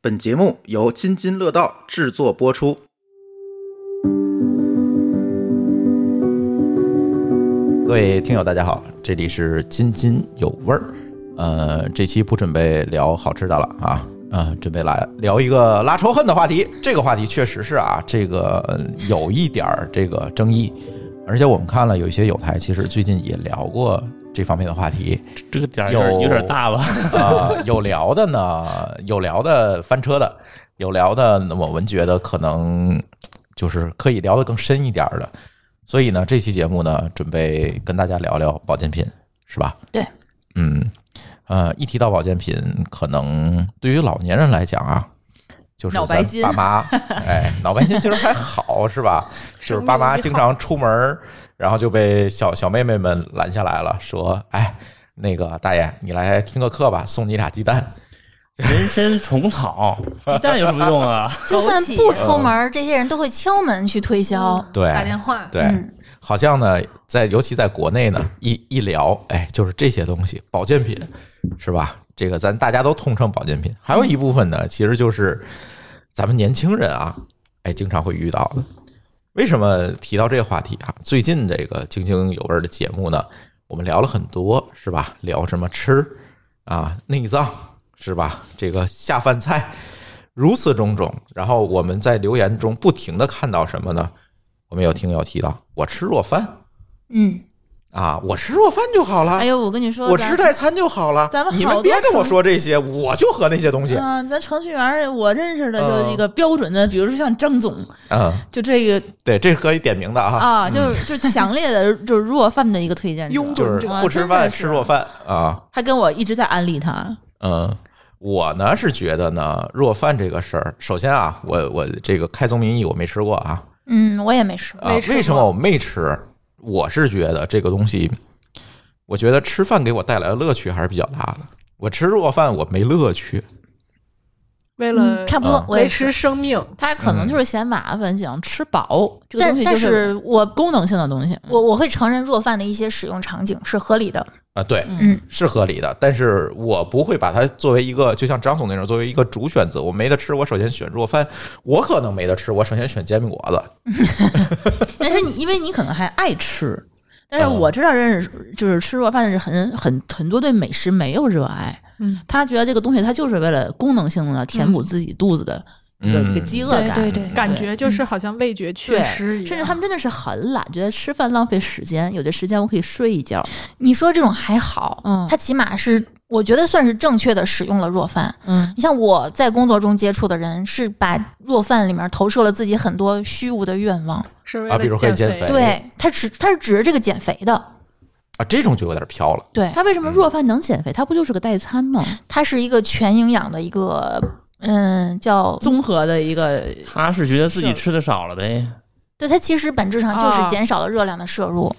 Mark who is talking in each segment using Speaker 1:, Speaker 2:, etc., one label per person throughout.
Speaker 1: 本节目由津津乐道制作播出。各位听友，大家好，这里是津津有味儿。呃，这期不准备聊好吃的了啊，呃，准备来聊一个拉仇恨的话题。这个话题确实是啊，这个呃有一点儿这个争议，而且我们看了有一些友台，其实最近也聊过这方面的话题。
Speaker 2: 这个点儿有点
Speaker 1: 有
Speaker 2: 有点大了，
Speaker 1: 啊、有聊的呢，有聊的翻车的，有聊的我们觉得可能就是可以聊得更深一点儿的。所以呢，这期节目呢，准备跟大家聊聊保健品，是吧？
Speaker 3: 对，
Speaker 1: 嗯，呃，一提到保健品，可能对于老年人来讲啊，就是
Speaker 3: 脑白金
Speaker 1: 咱爸 妈，哎，脑白金其实还好，是吧？就是爸妈经常出门儿，然后就被小小妹妹们拦下来了，说：“哎，那个大爷，你来听个课吧，送你俩鸡蛋。
Speaker 2: 人参、虫草、鸡蛋有什么用啊？
Speaker 4: 就算
Speaker 3: 枸杞
Speaker 4: 不出门，这些人都会敲门去推销。
Speaker 1: 对
Speaker 5: 打电话，嗯
Speaker 1: 对，好像呢，在尤其在国内呢，一一聊，哎，就是这些东西，保健品是吧？这个咱大家都通称保健品。还有一
Speaker 5: 嗯
Speaker 1: 部分呢，其实就是咱们年轻人啊，哎，经常会遇到的。为什么提到这个话题啊？最近这个津津有味儿的节目呢，我们聊了很多，是吧？聊什么吃啊，内脏是吧？这个下饭菜，如此种种。然后我们在留言中不停的看到什么呢？我们有听友提到，我吃若饭
Speaker 4: 嗯，
Speaker 1: 啊，我吃若饭就好了。
Speaker 3: 哎呦，我跟你说，
Speaker 1: 我
Speaker 3: 咱
Speaker 1: 吃代餐就好了，
Speaker 3: 咱们好
Speaker 1: 你
Speaker 3: 多
Speaker 1: 们别跟我
Speaker 3: 城
Speaker 1: 说这些，我就喝那些东西。
Speaker 3: 嗯、咱程序员儿我认识的就是一个标准的，比如说像张总，
Speaker 1: 嗯，
Speaker 3: 就这个
Speaker 1: 对，这是可以点名的啊，
Speaker 3: 啊，就 是就是强烈的，就是弱饭的一个推荐者
Speaker 5: 拥
Speaker 1: 就
Speaker 5: 趸
Speaker 1: 是
Speaker 5: 这
Speaker 3: 个
Speaker 1: 不吃
Speaker 3: 啊
Speaker 1: 饭
Speaker 3: 真的是
Speaker 1: 吃若饭啊。
Speaker 3: 他跟我一直在安利他，
Speaker 1: 嗯，我呢是觉得呢，若饭这个事儿，首先啊，我我这个开宗明义我没吃过啊，
Speaker 4: 嗯，我也没吃过。
Speaker 1: 啊
Speaker 5: 没，吃
Speaker 1: 为什
Speaker 5: 过
Speaker 1: 么我没吃？我是觉得这个东西，我觉得吃饭给我带来的乐趣还是比较大的。我吃若饭我没乐趣，
Speaker 5: 为了
Speaker 4: 嗯差不多
Speaker 1: 嗯，
Speaker 4: 我也
Speaker 5: 维
Speaker 4: 是
Speaker 5: 持生命，
Speaker 3: 他可能就是嫌麻烦，想吃饱这个东
Speaker 4: 但
Speaker 3: 西，
Speaker 4: 但
Speaker 3: 是
Speaker 4: 是我
Speaker 3: 功能性的东西。
Speaker 4: 我我会承认弱饭的一些使用场景是合理的。
Speaker 1: 啊，对，
Speaker 4: 嗯，
Speaker 1: 是合理的，但是我不会把它作为一个，就像张总那种作为一个主选择。我没得吃，我首先选若饭；我可能没得吃，我首先选煎饼果子。
Speaker 3: 但是你因为你可能还爱吃，但是
Speaker 1: 嗯
Speaker 5: 哦
Speaker 3: 我知道认识就是吃弱饭的人很很很多对美食没有热爱，
Speaker 5: 嗯，
Speaker 3: 他觉得这个东西他就是为了功能性的填补自己肚子的一个、一个饥饿感。
Speaker 4: 对
Speaker 5: 感嗯觉就是好像味觉缺
Speaker 3: 对
Speaker 5: 失一样，
Speaker 3: 甚至他们真的是很懒，觉得吃饭浪费时间，有的时间我可以睡一觉。
Speaker 4: 你说这种还好，
Speaker 3: 嗯
Speaker 4: 它起码是我觉得算是正确的使用了弱饭。
Speaker 3: 嗯，
Speaker 4: 你像我在工作中接触的人，是把弱饭里面投射了自己很多虚无的愿望。
Speaker 5: 是为
Speaker 1: 啊
Speaker 5: 了
Speaker 1: 比如可以减
Speaker 5: 减
Speaker 1: 肥
Speaker 4: 对，他只他是指着这个减肥的。
Speaker 1: 啊，这种就有点飘了。
Speaker 4: 对，
Speaker 3: 他为什么弱饭能减肥？他不就是个代餐吗？
Speaker 4: 它是一个全营养的一个，嗯，叫
Speaker 3: 综合的一个
Speaker 2: 他是觉得自己吃的少了呗，
Speaker 4: 对，它其实本质上就是
Speaker 5: 啊
Speaker 4: 减少了热量的摄入。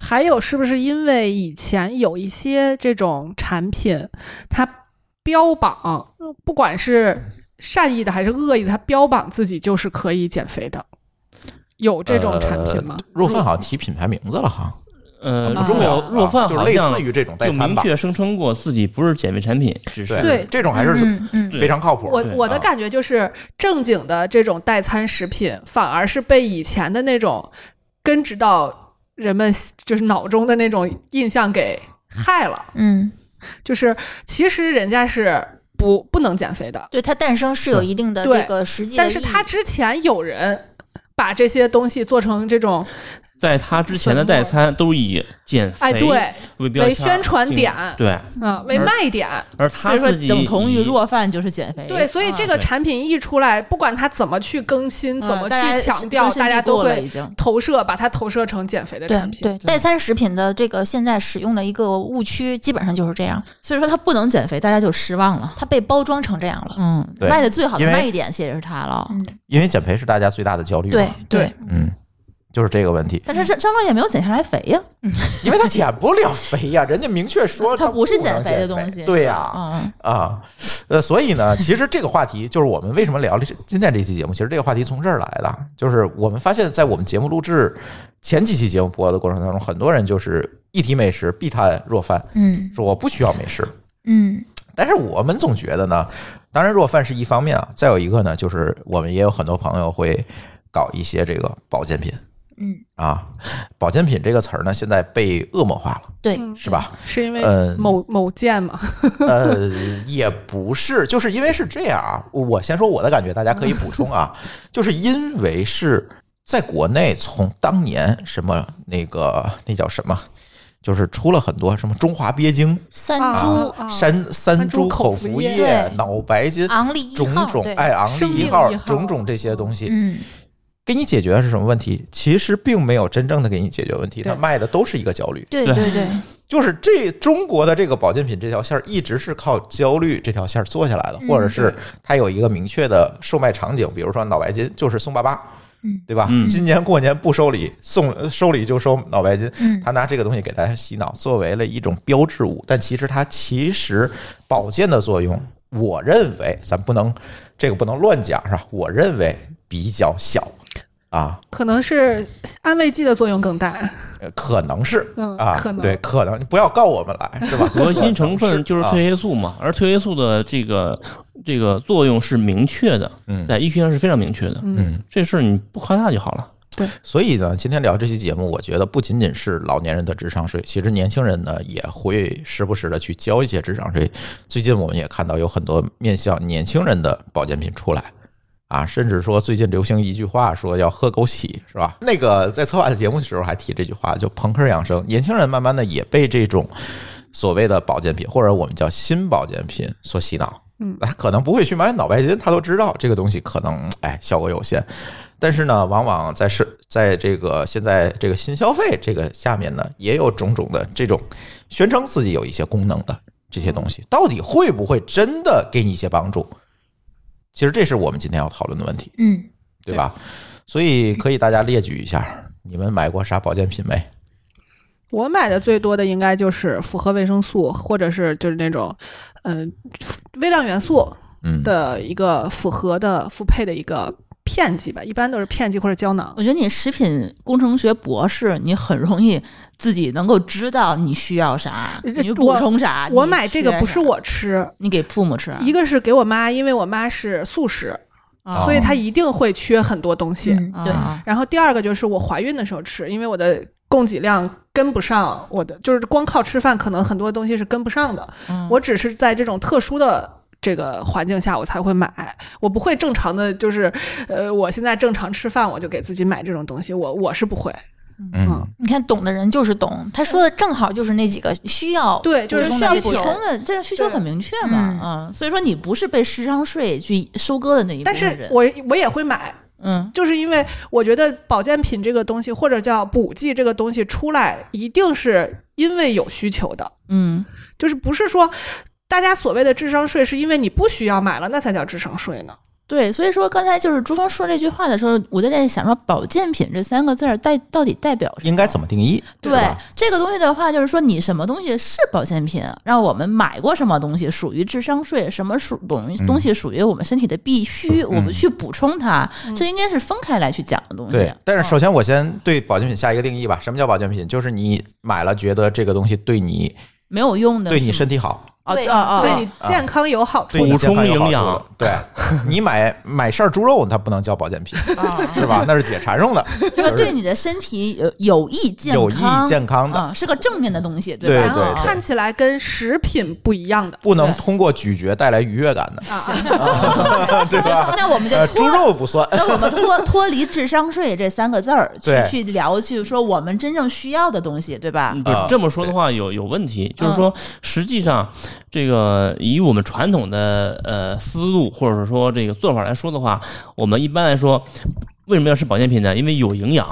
Speaker 5: 还有是不是因为以前有一些这种产品，它标榜不管是善意的还是恶意的，它标榜自己就是可以减肥的，有这种产品吗
Speaker 1: 呃？若饭好像提品牌名字了哈，
Speaker 2: 呃，
Speaker 1: 不
Speaker 2: 若
Speaker 1: 重要啊
Speaker 2: 若饭
Speaker 1: 就是
Speaker 2: 好
Speaker 1: 类
Speaker 2: 像
Speaker 1: 似于这种代
Speaker 2: 就
Speaker 1: 餐
Speaker 2: 明
Speaker 1: 吧。
Speaker 2: 确声称过自己不是减肥产品，只是
Speaker 5: 对
Speaker 1: 这种还是
Speaker 4: 嗯嗯，
Speaker 1: 非常靠谱。
Speaker 5: 我
Speaker 2: 对
Speaker 5: 我
Speaker 1: 啊
Speaker 5: 的感觉就是，正经的这种代餐食品，反而是被以前的那种根植到人们就是脑中的那种印象给害了。
Speaker 4: 嗯，
Speaker 5: 就是其实人家是不不能减肥的，
Speaker 4: 对，它诞生是有一定的
Speaker 5: 对
Speaker 4: 这个实际的意
Speaker 5: 但
Speaker 4: 义，
Speaker 5: 是他之前有人把这些东西做成这种
Speaker 2: 在他之前的代餐都以减
Speaker 5: 哎，
Speaker 2: 肥
Speaker 5: 对，
Speaker 2: 为标
Speaker 5: 为
Speaker 2: 签
Speaker 5: 宣传
Speaker 2: 定
Speaker 5: 点
Speaker 2: 对，
Speaker 5: 嗯，为
Speaker 2: 而
Speaker 5: 卖点。
Speaker 2: 而
Speaker 3: 所
Speaker 2: 他
Speaker 3: 以说
Speaker 2: 自己
Speaker 3: 等同于
Speaker 2: 以
Speaker 3: 弱饭就是减肥。
Speaker 5: 对，所以这
Speaker 3: 啊
Speaker 2: 对
Speaker 5: 个产品一出来，不管它怎么去更新，
Speaker 3: 嗯
Speaker 5: 怎么
Speaker 3: 大家
Speaker 5: 去强调，
Speaker 3: 根深
Speaker 5: 大家
Speaker 3: 蒂固
Speaker 5: 都
Speaker 3: 了已
Speaker 5: 会
Speaker 3: 经。
Speaker 5: 投射，把它投射成减肥的
Speaker 4: 对
Speaker 5: 产品。
Speaker 4: 对代餐食品的这个现在使用的一个误区，基本上就是这样，
Speaker 3: 所以说他不能减肥，大家就失望了。
Speaker 4: 它被包装成这样了。
Speaker 3: 嗯，
Speaker 1: 对
Speaker 3: 卖的最好的
Speaker 1: 因为
Speaker 3: 卖点其实也是他了。
Speaker 4: 嗯，
Speaker 1: 因为减肥是大家最大的焦虑嘛。
Speaker 4: 对对，
Speaker 1: 嗯，就是这个问题，
Speaker 3: 但是张张乐也没有减下来肥呀，
Speaker 1: 因为他减不了肥呀、人家明确说
Speaker 3: 它
Speaker 1: 不
Speaker 3: 不是
Speaker 1: 能
Speaker 3: 减
Speaker 1: 减
Speaker 3: 的东西。
Speaker 1: 对呀、
Speaker 3: 嗯，
Speaker 1: 啊，呃，所以呢，其实这个话题就是我们为什么聊这今天这期节目，其实这个话题从这儿来的，就是我们发现，在我们节目录制前几期节目播的过程当中，很多人就是一提美食必谈若饭，
Speaker 4: 嗯
Speaker 1: 说我不需要美食，
Speaker 4: 嗯
Speaker 1: 但是我们总觉得呢，当然，弱饭是一方面啊，再有一个呢，就是我们也有很多朋友会搞一些这个保健品
Speaker 4: 嗯，
Speaker 1: 啊，保健品这个词儿呢，现在被恶魔化了，
Speaker 4: 对，
Speaker 5: 嗯
Speaker 1: 是吧？
Speaker 5: 是因为
Speaker 1: 嗯
Speaker 5: 某某件嘛？
Speaker 1: 呃，也不是，就是因为是这样啊。我先说我的感觉，大家可以补充啊。就是因为是在国内，从当年什么那个那叫什么，就是出了很多什么中华鳖精、
Speaker 4: 三
Speaker 5: 啊
Speaker 4: 株
Speaker 5: 啊
Speaker 1: 山三
Speaker 5: 山
Speaker 1: 猪
Speaker 5: 猪
Speaker 1: 口
Speaker 5: 口
Speaker 1: 服
Speaker 5: 服液
Speaker 1: 液、
Speaker 4: 对
Speaker 1: 脑白金、
Speaker 4: 昂立一
Speaker 1: 种
Speaker 4: 号，
Speaker 1: 种
Speaker 4: 对，
Speaker 1: 哎，昂
Speaker 5: 生
Speaker 1: 立
Speaker 5: 命
Speaker 1: 一号
Speaker 5: 一号
Speaker 1: 种种这些东西，
Speaker 4: 嗯，
Speaker 1: 给你解决的是什么问题？其实并没有真正的给你解决问题，它
Speaker 5: 对
Speaker 1: 卖的都是一个焦虑。
Speaker 4: 对
Speaker 2: 对
Speaker 4: 对对，
Speaker 1: 就是这中国的这个保健品这条线儿一直是靠焦虑这条线儿做下来的，
Speaker 4: 嗯
Speaker 1: 或者是它有一个明确的售卖场景，比如说脑白金就是送爸爸，
Speaker 4: 嗯
Speaker 1: 对吧？
Speaker 2: 嗯
Speaker 1: 今年过年不收礼，送收礼就收脑白金。
Speaker 4: 嗯
Speaker 1: 他拿这个东西给大家洗脑，作为了一种标志物，但其实它其实保健的作用，我认为咱不能这个不能乱讲是吧？我认为比较小啊，
Speaker 5: 可能是安慰剂的作用更大。
Speaker 1: 呃可能是
Speaker 5: 嗯，
Speaker 1: 啊，
Speaker 5: 可能
Speaker 1: 对，可能不要告我们来是吧？
Speaker 2: 核心成分就是褪
Speaker 1: 啊
Speaker 2: 黑素嘛，而褪黑素的这个这个作用是明确的，
Speaker 1: 嗯
Speaker 2: 在医学上是非常明确的。
Speaker 1: 嗯。
Speaker 2: 这事儿你不夸大就好了。
Speaker 1: 所以呢，今天聊这期节目，我觉得不仅仅是老年人的智商税，其实年轻人呢也会时不时的去交一些智商税。最近我们也看到有很多面向年轻人的保健品出来。啊，甚至说最近流行一句话，说要喝枸杞，是吧？那个在策划的节目的时候还提这句话，就朋克养生。年轻人慢慢的也被这种所谓的保健品，或者我们叫新保健品所洗脑。
Speaker 5: 嗯
Speaker 1: 他可能不会去买脑白金，他都知道这个东西可能哎效果有限。但是呢，往往在是在这个现在这个新消费这个下面呢，也有种种的这种宣称自己有一些功能的这些东西，到底会不会真的给你一些帮助？其实这是我们今天要讨论的问题，
Speaker 4: 嗯，
Speaker 1: 对吧？所以可以大家列举一下，你们买过啥保健品没？
Speaker 5: 我买的最多的应该就是复合维生素，或者是就是那种，嗯、微量元素
Speaker 1: 嗯，
Speaker 5: 的一个复合的复配的一个片剂吧，一般都是片剂或者胶囊。
Speaker 3: 我觉得你食品工程学博士，你很容易自己能够知道你需要啥，
Speaker 5: 这
Speaker 3: 你补充啥。
Speaker 5: 我
Speaker 3: 啊你
Speaker 5: 买这个
Speaker 3: 缺
Speaker 5: 不是
Speaker 3: 啥，
Speaker 5: 我吃，
Speaker 3: 你给父母吃啊，
Speaker 5: 一个是给我妈，因为我妈是素食，
Speaker 3: 啊
Speaker 5: 所以她一定会缺很多东西。
Speaker 4: 嗯对，
Speaker 3: 啊
Speaker 5: 然后第二个就是我怀孕的时候吃，因为我的供给量跟不上，我的就是光靠吃饭，可能很多东西是跟不上的。
Speaker 3: 嗯
Speaker 5: 我只是在这种特殊的。这个环境下我才会买，我不会正常的就是，呃，我现在正常吃饭我就给自己买这种东西，我我是不会。
Speaker 1: 嗯
Speaker 5: 嗯
Speaker 4: 你看懂的人就是懂，他说的正好就是那几个需要
Speaker 5: 对就是
Speaker 4: 补
Speaker 3: 需
Speaker 4: 充
Speaker 3: 要
Speaker 4: 的
Speaker 3: 补
Speaker 4: 需求
Speaker 3: 充的这个需求
Speaker 5: 对
Speaker 3: 很明确嘛，
Speaker 5: 嗯
Speaker 3: 啊，所以说你不是被智商税去收割的那一部
Speaker 5: 但
Speaker 3: 分
Speaker 5: 是
Speaker 3: 人，
Speaker 5: 我我也会买，
Speaker 3: 嗯，
Speaker 5: 就是因为我觉得保健品这个东西，或者叫补剂这个东西出来，一定是因为有需求的，
Speaker 3: 嗯，
Speaker 5: 就是不是说大家所谓的智商税，是因为你不需要买了，那才叫智商税呢。
Speaker 3: 对，所以说刚才就是朱峰说这句话的时候，我就在想说“保健品”这三个字儿代到底代表什么？
Speaker 1: 应该怎么定义？
Speaker 3: 对
Speaker 1: 是吧
Speaker 3: 这个东西的话，就是说你什么东西是保健品，让我们买过什么东西属于智商税，什么属东
Speaker 1: 嗯
Speaker 3: 东西属于我们身体的必须，我们去补充它，
Speaker 5: 嗯
Speaker 3: 这应该是分开来去讲的东西。
Speaker 1: 对，但是首先我先对保健品下一个定义吧。什么叫保健品？就是你买了觉得这个东西对你
Speaker 3: 没有用的是吗，
Speaker 1: 对你身体好，
Speaker 3: 哦
Speaker 4: 对
Speaker 3: 哦哦，
Speaker 5: 对你健康有好处。
Speaker 1: 啊对你健康有好
Speaker 2: 补充营
Speaker 1: 处
Speaker 2: 养
Speaker 1: 的。对 你买买扇儿猪肉，它不能叫保健品，
Speaker 3: 啊
Speaker 1: 是 吧？那是解馋用的，
Speaker 3: 就是 对你的身体有有益健
Speaker 1: 有益
Speaker 3: 康，
Speaker 1: 健康的，
Speaker 3: 啊，是个正面的东西，
Speaker 1: 对
Speaker 3: 吧？
Speaker 5: 然后
Speaker 1: 对
Speaker 5: 啊看起来跟食品不 一样的
Speaker 1: 不能通过咀嚼带来愉悦感 的，
Speaker 5: 啊，
Speaker 1: 对吧？
Speaker 3: 哦那我们 就
Speaker 1: 呃，
Speaker 3: 脱
Speaker 1: 猪肉不算。
Speaker 3: 那我们脱 脱离智商税这三个字儿去
Speaker 1: 对
Speaker 3: 去聊，去说我们真正需要的东西，对吧？
Speaker 2: 不是
Speaker 1: 啊
Speaker 2: 这么说的话有有问题，
Speaker 3: 嗯
Speaker 2: 就是说实际上这个以我们传统的呃思路或者说这个做法来说的话，我们一般来说为什么要吃保健品呢？因为有营养。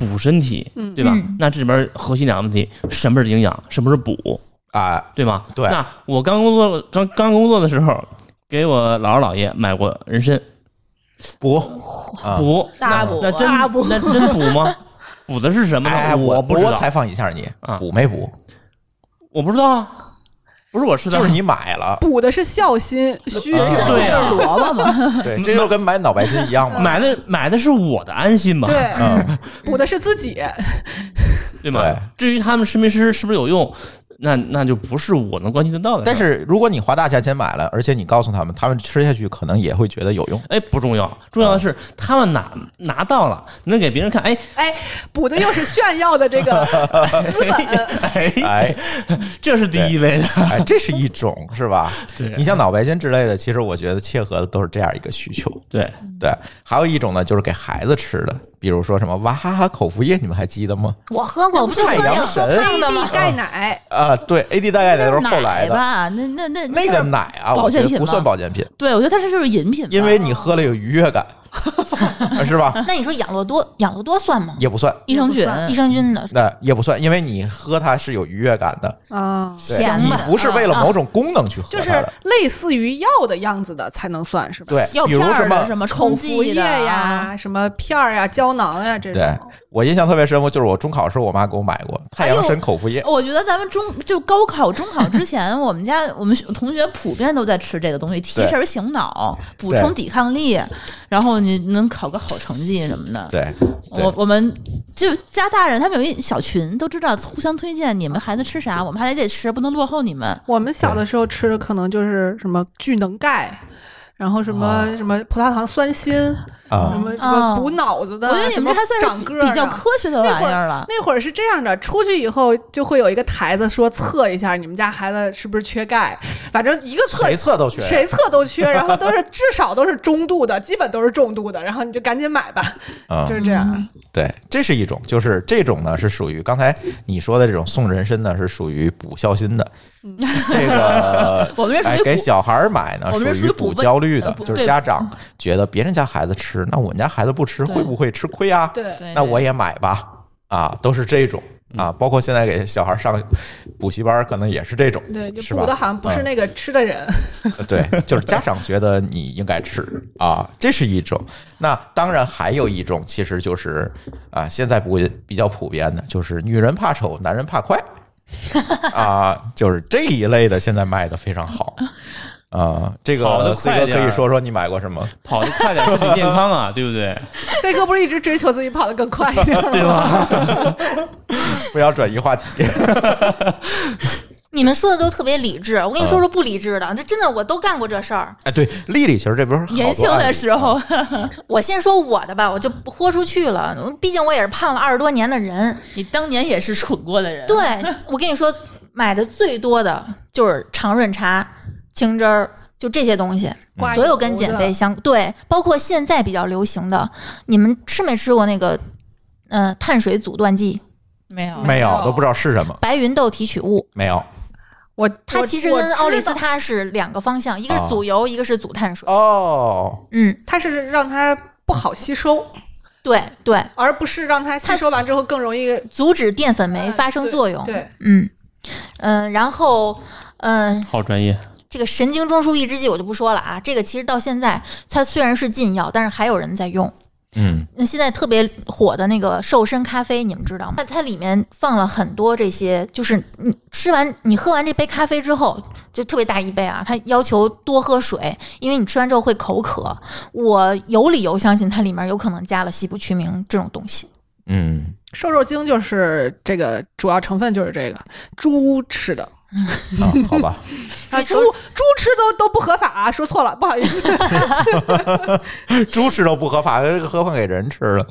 Speaker 2: 补身体，
Speaker 5: 嗯
Speaker 2: 对吧？
Speaker 4: 嗯
Speaker 2: 那这里边核心两个问题：什么是营养，什么是补，
Speaker 1: 啊，
Speaker 2: 对吗？
Speaker 1: 对
Speaker 2: 那我刚工作，刚刚工作的时候，给我姥姥姥爷买过人参
Speaker 1: 补啊，
Speaker 2: 补，
Speaker 3: 大补
Speaker 2: 那那
Speaker 3: 大
Speaker 2: 真
Speaker 3: 补
Speaker 2: 那真补 吗？补的是什么呢？
Speaker 1: 哎，我
Speaker 2: 不知
Speaker 1: 我
Speaker 2: 道，
Speaker 1: 采访一下你
Speaker 2: 啊，
Speaker 1: 补没补？
Speaker 2: 我不知道啊，不是我吃的，
Speaker 1: 就是你买 了，
Speaker 5: 补的是孝心、需求。
Speaker 1: 啊
Speaker 2: 对啊
Speaker 3: 就是萝卜嘛，
Speaker 1: 对，这就跟买脑白金一样嘛。
Speaker 2: 嗯买的买的是我的安心嘛，
Speaker 5: 对，
Speaker 1: 嗯，
Speaker 5: 补的是自己，
Speaker 2: 对吗
Speaker 1: 对？
Speaker 2: 至于他们吃没吃，是不是有用，那那就不是我能关心得到的。
Speaker 1: 但，是如果你花大价钱买了，而且你告诉他们，他们吃下去可能也会觉得有 用。
Speaker 2: 哎，不重要，重要的是他们拿拿到了，能给别人看，哎
Speaker 5: 哎，补的又是炫耀的 这个资本。
Speaker 2: 哎，
Speaker 1: 哎
Speaker 2: 这是第 一位的。
Speaker 1: 哎，这是一种是吧？
Speaker 2: 对
Speaker 1: 你像脑白金之类的，其实我觉得切合的都是这样一个需求。
Speaker 2: 对，
Speaker 1: 对，还有一种呢，就是给孩子吃的，比如说什么娃哈哈口服液，你们还记得吗？
Speaker 4: 我喝过，我不就喝
Speaker 1: 海洋
Speaker 4: 了喝
Speaker 1: 神
Speaker 4: 胖的吗？
Speaker 5: 钙奶，
Speaker 1: 啊，对，AD 大概
Speaker 3: 那
Speaker 1: 的都
Speaker 3: 是
Speaker 1: 是后来
Speaker 3: 奶
Speaker 1: 的。
Speaker 3: 吧？那那那
Speaker 1: 那个，奶啊，
Speaker 3: 保
Speaker 1: 我觉
Speaker 3: 健
Speaker 1: 得
Speaker 3: 品嗯
Speaker 1: 不算
Speaker 3: 吗
Speaker 1: 保健品，
Speaker 3: 对我觉得它这就是饮品吧，
Speaker 1: 因为你喝了有愉悦 感，是吧？
Speaker 4: 那你说养乐多，养乐多算吗？
Speaker 1: 也不算，
Speaker 3: 益生菌，
Speaker 4: 益生菌的，
Speaker 1: 那也不算，因为你喝它是有愉悦感的，
Speaker 5: 啊，
Speaker 1: 对
Speaker 3: 甜
Speaker 1: 你
Speaker 3: 的嗯
Speaker 1: 不是为了某种功能去喝
Speaker 5: 就是
Speaker 1: 它的。
Speaker 5: 类似于药的样子的才能算是吧？，
Speaker 1: 对
Speaker 3: 药，
Speaker 1: 比
Speaker 3: 片
Speaker 1: 如
Speaker 3: 儿
Speaker 1: 什
Speaker 3: 的
Speaker 1: 么
Speaker 3: 什么
Speaker 5: 口
Speaker 3: 冲
Speaker 5: 服
Speaker 3: 剂
Speaker 5: 液
Speaker 3: 的
Speaker 5: 呀，
Speaker 3: 啊，
Speaker 5: 什么片儿呀、胶囊呀这
Speaker 1: 对
Speaker 5: 种。
Speaker 1: 我印象特别深，我就是我中考时候，我妈给我买过太阳神口服液。
Speaker 3: 我觉得咱们中就高考、中考之前，我们家我们学同学普遍都在吃这个东西，提神醒脑，补充抵抗力，然后你能考个好成绩什么的。
Speaker 1: 对，对
Speaker 3: 我我们就家大人，他们有一小群，都知道互相推荐你们孩子吃啥，我们还得吃，不能落后你们。
Speaker 5: 我们小的时候吃的可能就是什么聚能钙。然后什么什么葡萄糖酸锌，
Speaker 1: 哦啊
Speaker 5: 什么什
Speaker 4: 哦
Speaker 5: 么补脑子的，
Speaker 3: 我觉得你
Speaker 5: 啊什
Speaker 3: 们
Speaker 5: 么
Speaker 3: 这还算
Speaker 5: 长
Speaker 3: 是
Speaker 5: 个
Speaker 3: 比
Speaker 5: 儿啊的
Speaker 3: 比较科学的玩意儿了。
Speaker 5: 那会儿是这样的，出去以后就会有一个台子说测一下你们家孩子是不是缺钙，反正一个测
Speaker 1: 谁测都缺。
Speaker 5: 谁测都缺，然后都 是至少都是中度的，基本都是重度的，然后你就赶紧买吧，
Speaker 1: 嗯
Speaker 5: 就是这样。
Speaker 1: 对，这是一种，就是这种呢是属于刚才你说的这种送人参呢，是属于补孝心的。
Speaker 3: 嗯
Speaker 1: 这 个
Speaker 3: 我们这属于
Speaker 1: 哎
Speaker 3: 补
Speaker 1: 给小孩儿买呢，
Speaker 3: 我们这属
Speaker 1: 于
Speaker 3: 于
Speaker 1: 补
Speaker 3: 补胃
Speaker 1: 焦虑的
Speaker 3: 呃，补
Speaker 1: 就是
Speaker 3: 对
Speaker 1: 家长觉得别人家孩子吃，那我们家孩子不吃
Speaker 3: 对
Speaker 1: 会不会吃亏啊？
Speaker 5: 对，
Speaker 3: 对嗯
Speaker 1: 那我也买吧，啊，都是这种啊，包括现在给小孩上补习班儿，可能也是这种，
Speaker 5: 对，就是补的
Speaker 1: 吧？啊
Speaker 5: 好像不是那个吃的人，
Speaker 1: 对，就是家长觉得你应该吃啊，这是一种。那当然还有一种，其实就是啊，现在不比较普遍的，就是女人怕丑，男人怕快啊，就是这一类的，现在卖的非常好。啊，这
Speaker 2: 跑
Speaker 1: 个
Speaker 2: 得
Speaker 1: 四
Speaker 2: 快
Speaker 1: 哥
Speaker 2: 点
Speaker 1: 可
Speaker 2: 儿
Speaker 1: 以说说你买过什么？
Speaker 2: 跑得快点，身体健康啊，对不 对？
Speaker 5: C 哥不是一直追求自己跑得更快一点吗？
Speaker 2: 对吧？
Speaker 1: 不要转移话题。
Speaker 4: 你们说的都特别理智，我跟你说
Speaker 1: 嗯
Speaker 4: 说不理智的，这真的我都干过这事儿。
Speaker 1: 哎，对，丽丽其实这边好
Speaker 3: 年
Speaker 1: 多
Speaker 3: 轻
Speaker 1: 案
Speaker 3: 的
Speaker 1: 例啊
Speaker 3: 时候，
Speaker 4: 我先说我的吧，我就不豁出去了，毕竟我也是胖了二十多年的人。
Speaker 3: 你当年也是蠢过的人。
Speaker 4: 对，我跟你说，买的最多的就是常润茶、清汁儿，就这些东西，
Speaker 5: 挂
Speaker 4: 所有
Speaker 5: 油
Speaker 4: 跟减
Speaker 5: 的
Speaker 4: 肥相对，包括现在比较流行的，你们吃没吃过那个？嗯、碳水阻断剂、
Speaker 3: 没有
Speaker 1: 没有都不知道是什么，
Speaker 4: 白云豆提取物，
Speaker 1: 没有。
Speaker 5: 我
Speaker 4: 它
Speaker 5: 我
Speaker 4: 其实
Speaker 5: 我
Speaker 4: 跟
Speaker 5: 知
Speaker 4: 奥利
Speaker 5: 道
Speaker 4: 司他是两个方向，一个
Speaker 1: 啊
Speaker 4: 是阻油，一个是阻碳水。
Speaker 1: 哦，
Speaker 4: 嗯，
Speaker 5: 它是让它不好吸收，
Speaker 4: 对对，
Speaker 5: 而不是让它吸收完之后更容易
Speaker 4: 阻止淀粉酶
Speaker 5: 哎
Speaker 4: 发生
Speaker 5: 对
Speaker 4: 作用。
Speaker 5: 对，
Speaker 4: 嗯嗯，然后嗯，
Speaker 2: 好专业，
Speaker 4: 这个神经中枢抑制剂我就不说了啊，这个其实到现在它虽然是禁药，但是还有人在用。
Speaker 1: 嗯，
Speaker 4: 那现在特别火的那个瘦身咖啡，你们知道吗？它它里面放了很多这些，就是你吃完你喝完这杯咖啡之后，就特别大一杯啊，它要求多喝水，因为你吃完之后会口渴。我有理由相信它里面有可能加了西部曲明这种东西。
Speaker 1: 嗯，
Speaker 5: 瘦肉精，就是这个主要成分就是这个猪吃的。
Speaker 1: 啊，好 吧，
Speaker 5: 啊，
Speaker 4: 对
Speaker 5: 猪猪吃都都不合法、啊说错了，不好意 思。
Speaker 1: 猪吃都不合法，何况给人吃了？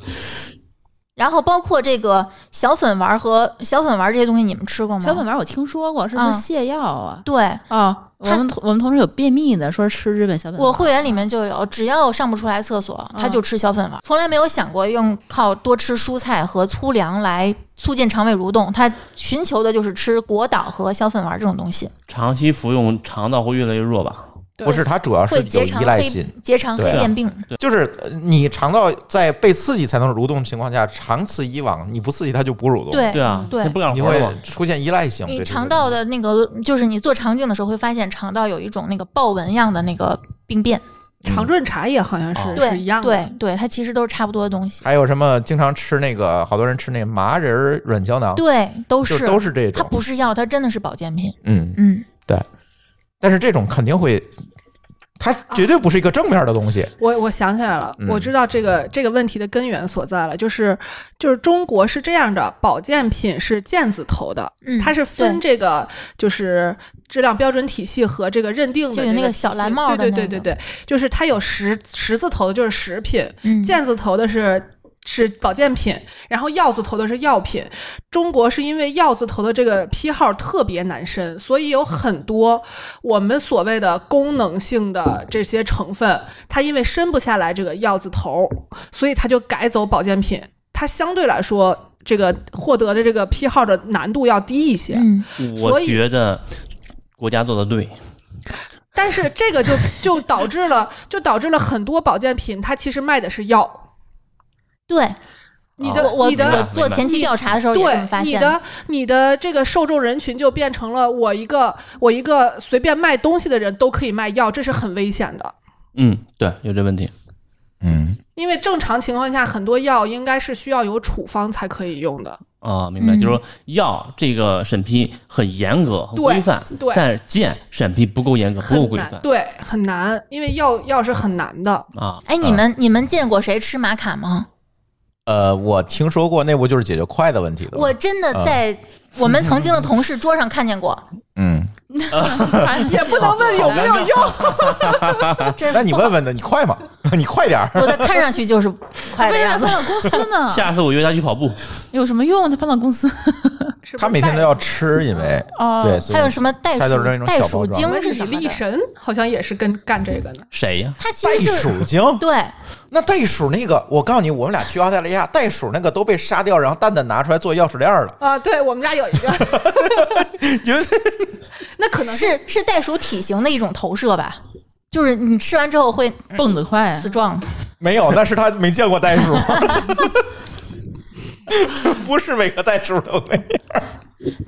Speaker 4: 然后包括这个小粉丸和小粉丸这些东西，你们吃过吗？
Speaker 3: 小粉丸我听说过，是不
Speaker 4: 嗯
Speaker 3: 是泻药啊？
Speaker 4: 对
Speaker 3: 啊，我
Speaker 4: 它
Speaker 3: 们同我们同事有便秘的，说吃日本小粉丸。
Speaker 4: 我会员里面就有，只要上不出来厕所，他就吃小粉丸，从来没有想过用靠多吃蔬菜和粗粮来促进肠胃蠕动，他寻求的就是吃果导和小粉丸这种东西，
Speaker 2: 长期服用肠道会越来越弱吧？
Speaker 1: 不是，它主啊要是
Speaker 4: 会
Speaker 1: 有
Speaker 4: 结
Speaker 1: 依
Speaker 4: 肠
Speaker 1: 赖
Speaker 4: 黑
Speaker 1: 性，
Speaker 4: 结肠黑
Speaker 1: 对啊
Speaker 4: 变病。
Speaker 1: 就是呃你肠道在被刺激才能蠕动的情况下，长此以往，你不刺激它就不蠕动，，
Speaker 4: 对
Speaker 2: 对啊，
Speaker 4: 对
Speaker 2: 他不干
Speaker 1: 你
Speaker 2: 活
Speaker 1: 会
Speaker 2: 了嘛？
Speaker 1: 出现依赖性。对这个
Speaker 4: 你肠道的那个，就是你做肠镜的时候会发现肠道有一种那个豹纹样的那个病变，
Speaker 5: 长润茶叶好像是、
Speaker 2: 哦
Speaker 4: 对
Speaker 5: 嗯是一样的。
Speaker 4: 对对，它其实都是差不多的东西，
Speaker 1: 还有什么经常吃那个，好多人吃那麻仁儿软胶囊，
Speaker 4: 对，都
Speaker 1: 就是都是这
Speaker 4: 它
Speaker 1: 种，
Speaker 4: 不嗯是药，它真的是保健品。
Speaker 1: 嗯，
Speaker 4: 嗯，
Speaker 1: 但是这种肯定会它绝对不是一个正面的东西。
Speaker 5: 我我想起来了，
Speaker 1: 嗯
Speaker 5: 我知道这个这个问题的根源所在了，就是就是中国是这样的，保健品是健字头的，
Speaker 4: 嗯
Speaker 5: 它是分
Speaker 4: 对
Speaker 5: 这个就是质量标准体系和这个认定的
Speaker 4: 就
Speaker 5: 这
Speaker 4: 有
Speaker 5: 个体系，
Speaker 4: 那个小蓝帽的
Speaker 5: 对对
Speaker 4: 那
Speaker 5: 对
Speaker 4: 个
Speaker 5: 对对，就是它有十十字头的就是食品，
Speaker 4: 嗯，
Speaker 5: 健字头的是是保健品，然后药字头的是药品。中国是因为药字头的这个批号特别难申，所以有很多我们所谓的功能性的这些成分，它因为申不下来这个药字头，所以它就改走保健品。它相对来说，这个获得的这个批号的难度要低一些。
Speaker 4: 嗯，
Speaker 2: 我
Speaker 5: 所以
Speaker 2: 觉得国家做的对，
Speaker 5: 但是这个就就导致了，就导致了很多保健品，它其实卖的是药。
Speaker 4: 对，
Speaker 5: 你
Speaker 2: 哦
Speaker 5: 的、
Speaker 4: 我
Speaker 5: 你的
Speaker 2: 明白
Speaker 4: 我做前期调查的时候也这么发
Speaker 5: 对，你
Speaker 4: 现，
Speaker 5: 的你的这个受众人群就变成了我一个我一个随便卖东西的人都可以卖药，这是很危险的。
Speaker 2: 嗯，对，有这问题，
Speaker 1: 嗯，
Speaker 5: 因为正常情况下，很多药应该是需要有处方才可以用的。
Speaker 2: 啊，明白，就
Speaker 4: 嗯
Speaker 2: 是说药这个审批很严格、很
Speaker 5: 对
Speaker 2: 规范，
Speaker 5: 对
Speaker 2: 但是剑审批不够严格、不够
Speaker 5: 很
Speaker 2: 规
Speaker 5: 难，
Speaker 2: 范
Speaker 5: 对，很难，因为药药是很难的。
Speaker 2: 啊。
Speaker 4: 哎，
Speaker 1: 嗯
Speaker 4: 你
Speaker 2: 啊
Speaker 4: 们你们见过谁吃玛卡吗？
Speaker 1: 呃，我听说过那不就是解决快的问题的吗？
Speaker 4: 我真的在我们曾经的同事桌上看见过，
Speaker 1: 嗯，
Speaker 3: 也
Speaker 5: 不能问有没有用，
Speaker 4: 真
Speaker 1: 啊那你问问呢？你快吗？ 你快点儿。
Speaker 4: 我在看上去就是快的
Speaker 3: 为啥
Speaker 4: 样
Speaker 3: 搬
Speaker 4: 子。
Speaker 3: 到公司 呢？
Speaker 2: 下次我约他去跑步，
Speaker 3: 有什么用？他搬到公司
Speaker 5: 是不是
Speaker 1: 他每天都要吃，因为
Speaker 3: 哦
Speaker 1: 对，所
Speaker 4: 还有
Speaker 1: 以
Speaker 4: 什么袋
Speaker 1: 它就是那
Speaker 4: 鼠
Speaker 1: 种
Speaker 4: 袋
Speaker 1: 小
Speaker 4: 鼠
Speaker 1: 包装
Speaker 4: 精
Speaker 5: 带。
Speaker 4: 是
Speaker 5: 是
Speaker 4: 什么
Speaker 5: 比利
Speaker 4: 的？
Speaker 5: 神好像也是跟干这个呢。
Speaker 2: 谁呀？
Speaker 4: 它其
Speaker 1: 袋
Speaker 4: 实就
Speaker 1: 鼠精。
Speaker 4: 对，
Speaker 1: 那袋鼠那个，我告诉你，我们俩去澳大利亚，袋鼠那个都被杀掉，然后蛋蛋拿出来做钥匙链了。
Speaker 5: 啊，对我们家有 一个，
Speaker 1: 因为
Speaker 5: 那可能是
Speaker 4: 是是袋鼠体型的一种投射吧，就是你吃完之后会
Speaker 3: 蹦得快啊
Speaker 4: 死，壮。
Speaker 1: 没有，那是他没见过袋 鼠，不是每个袋鼠都那样。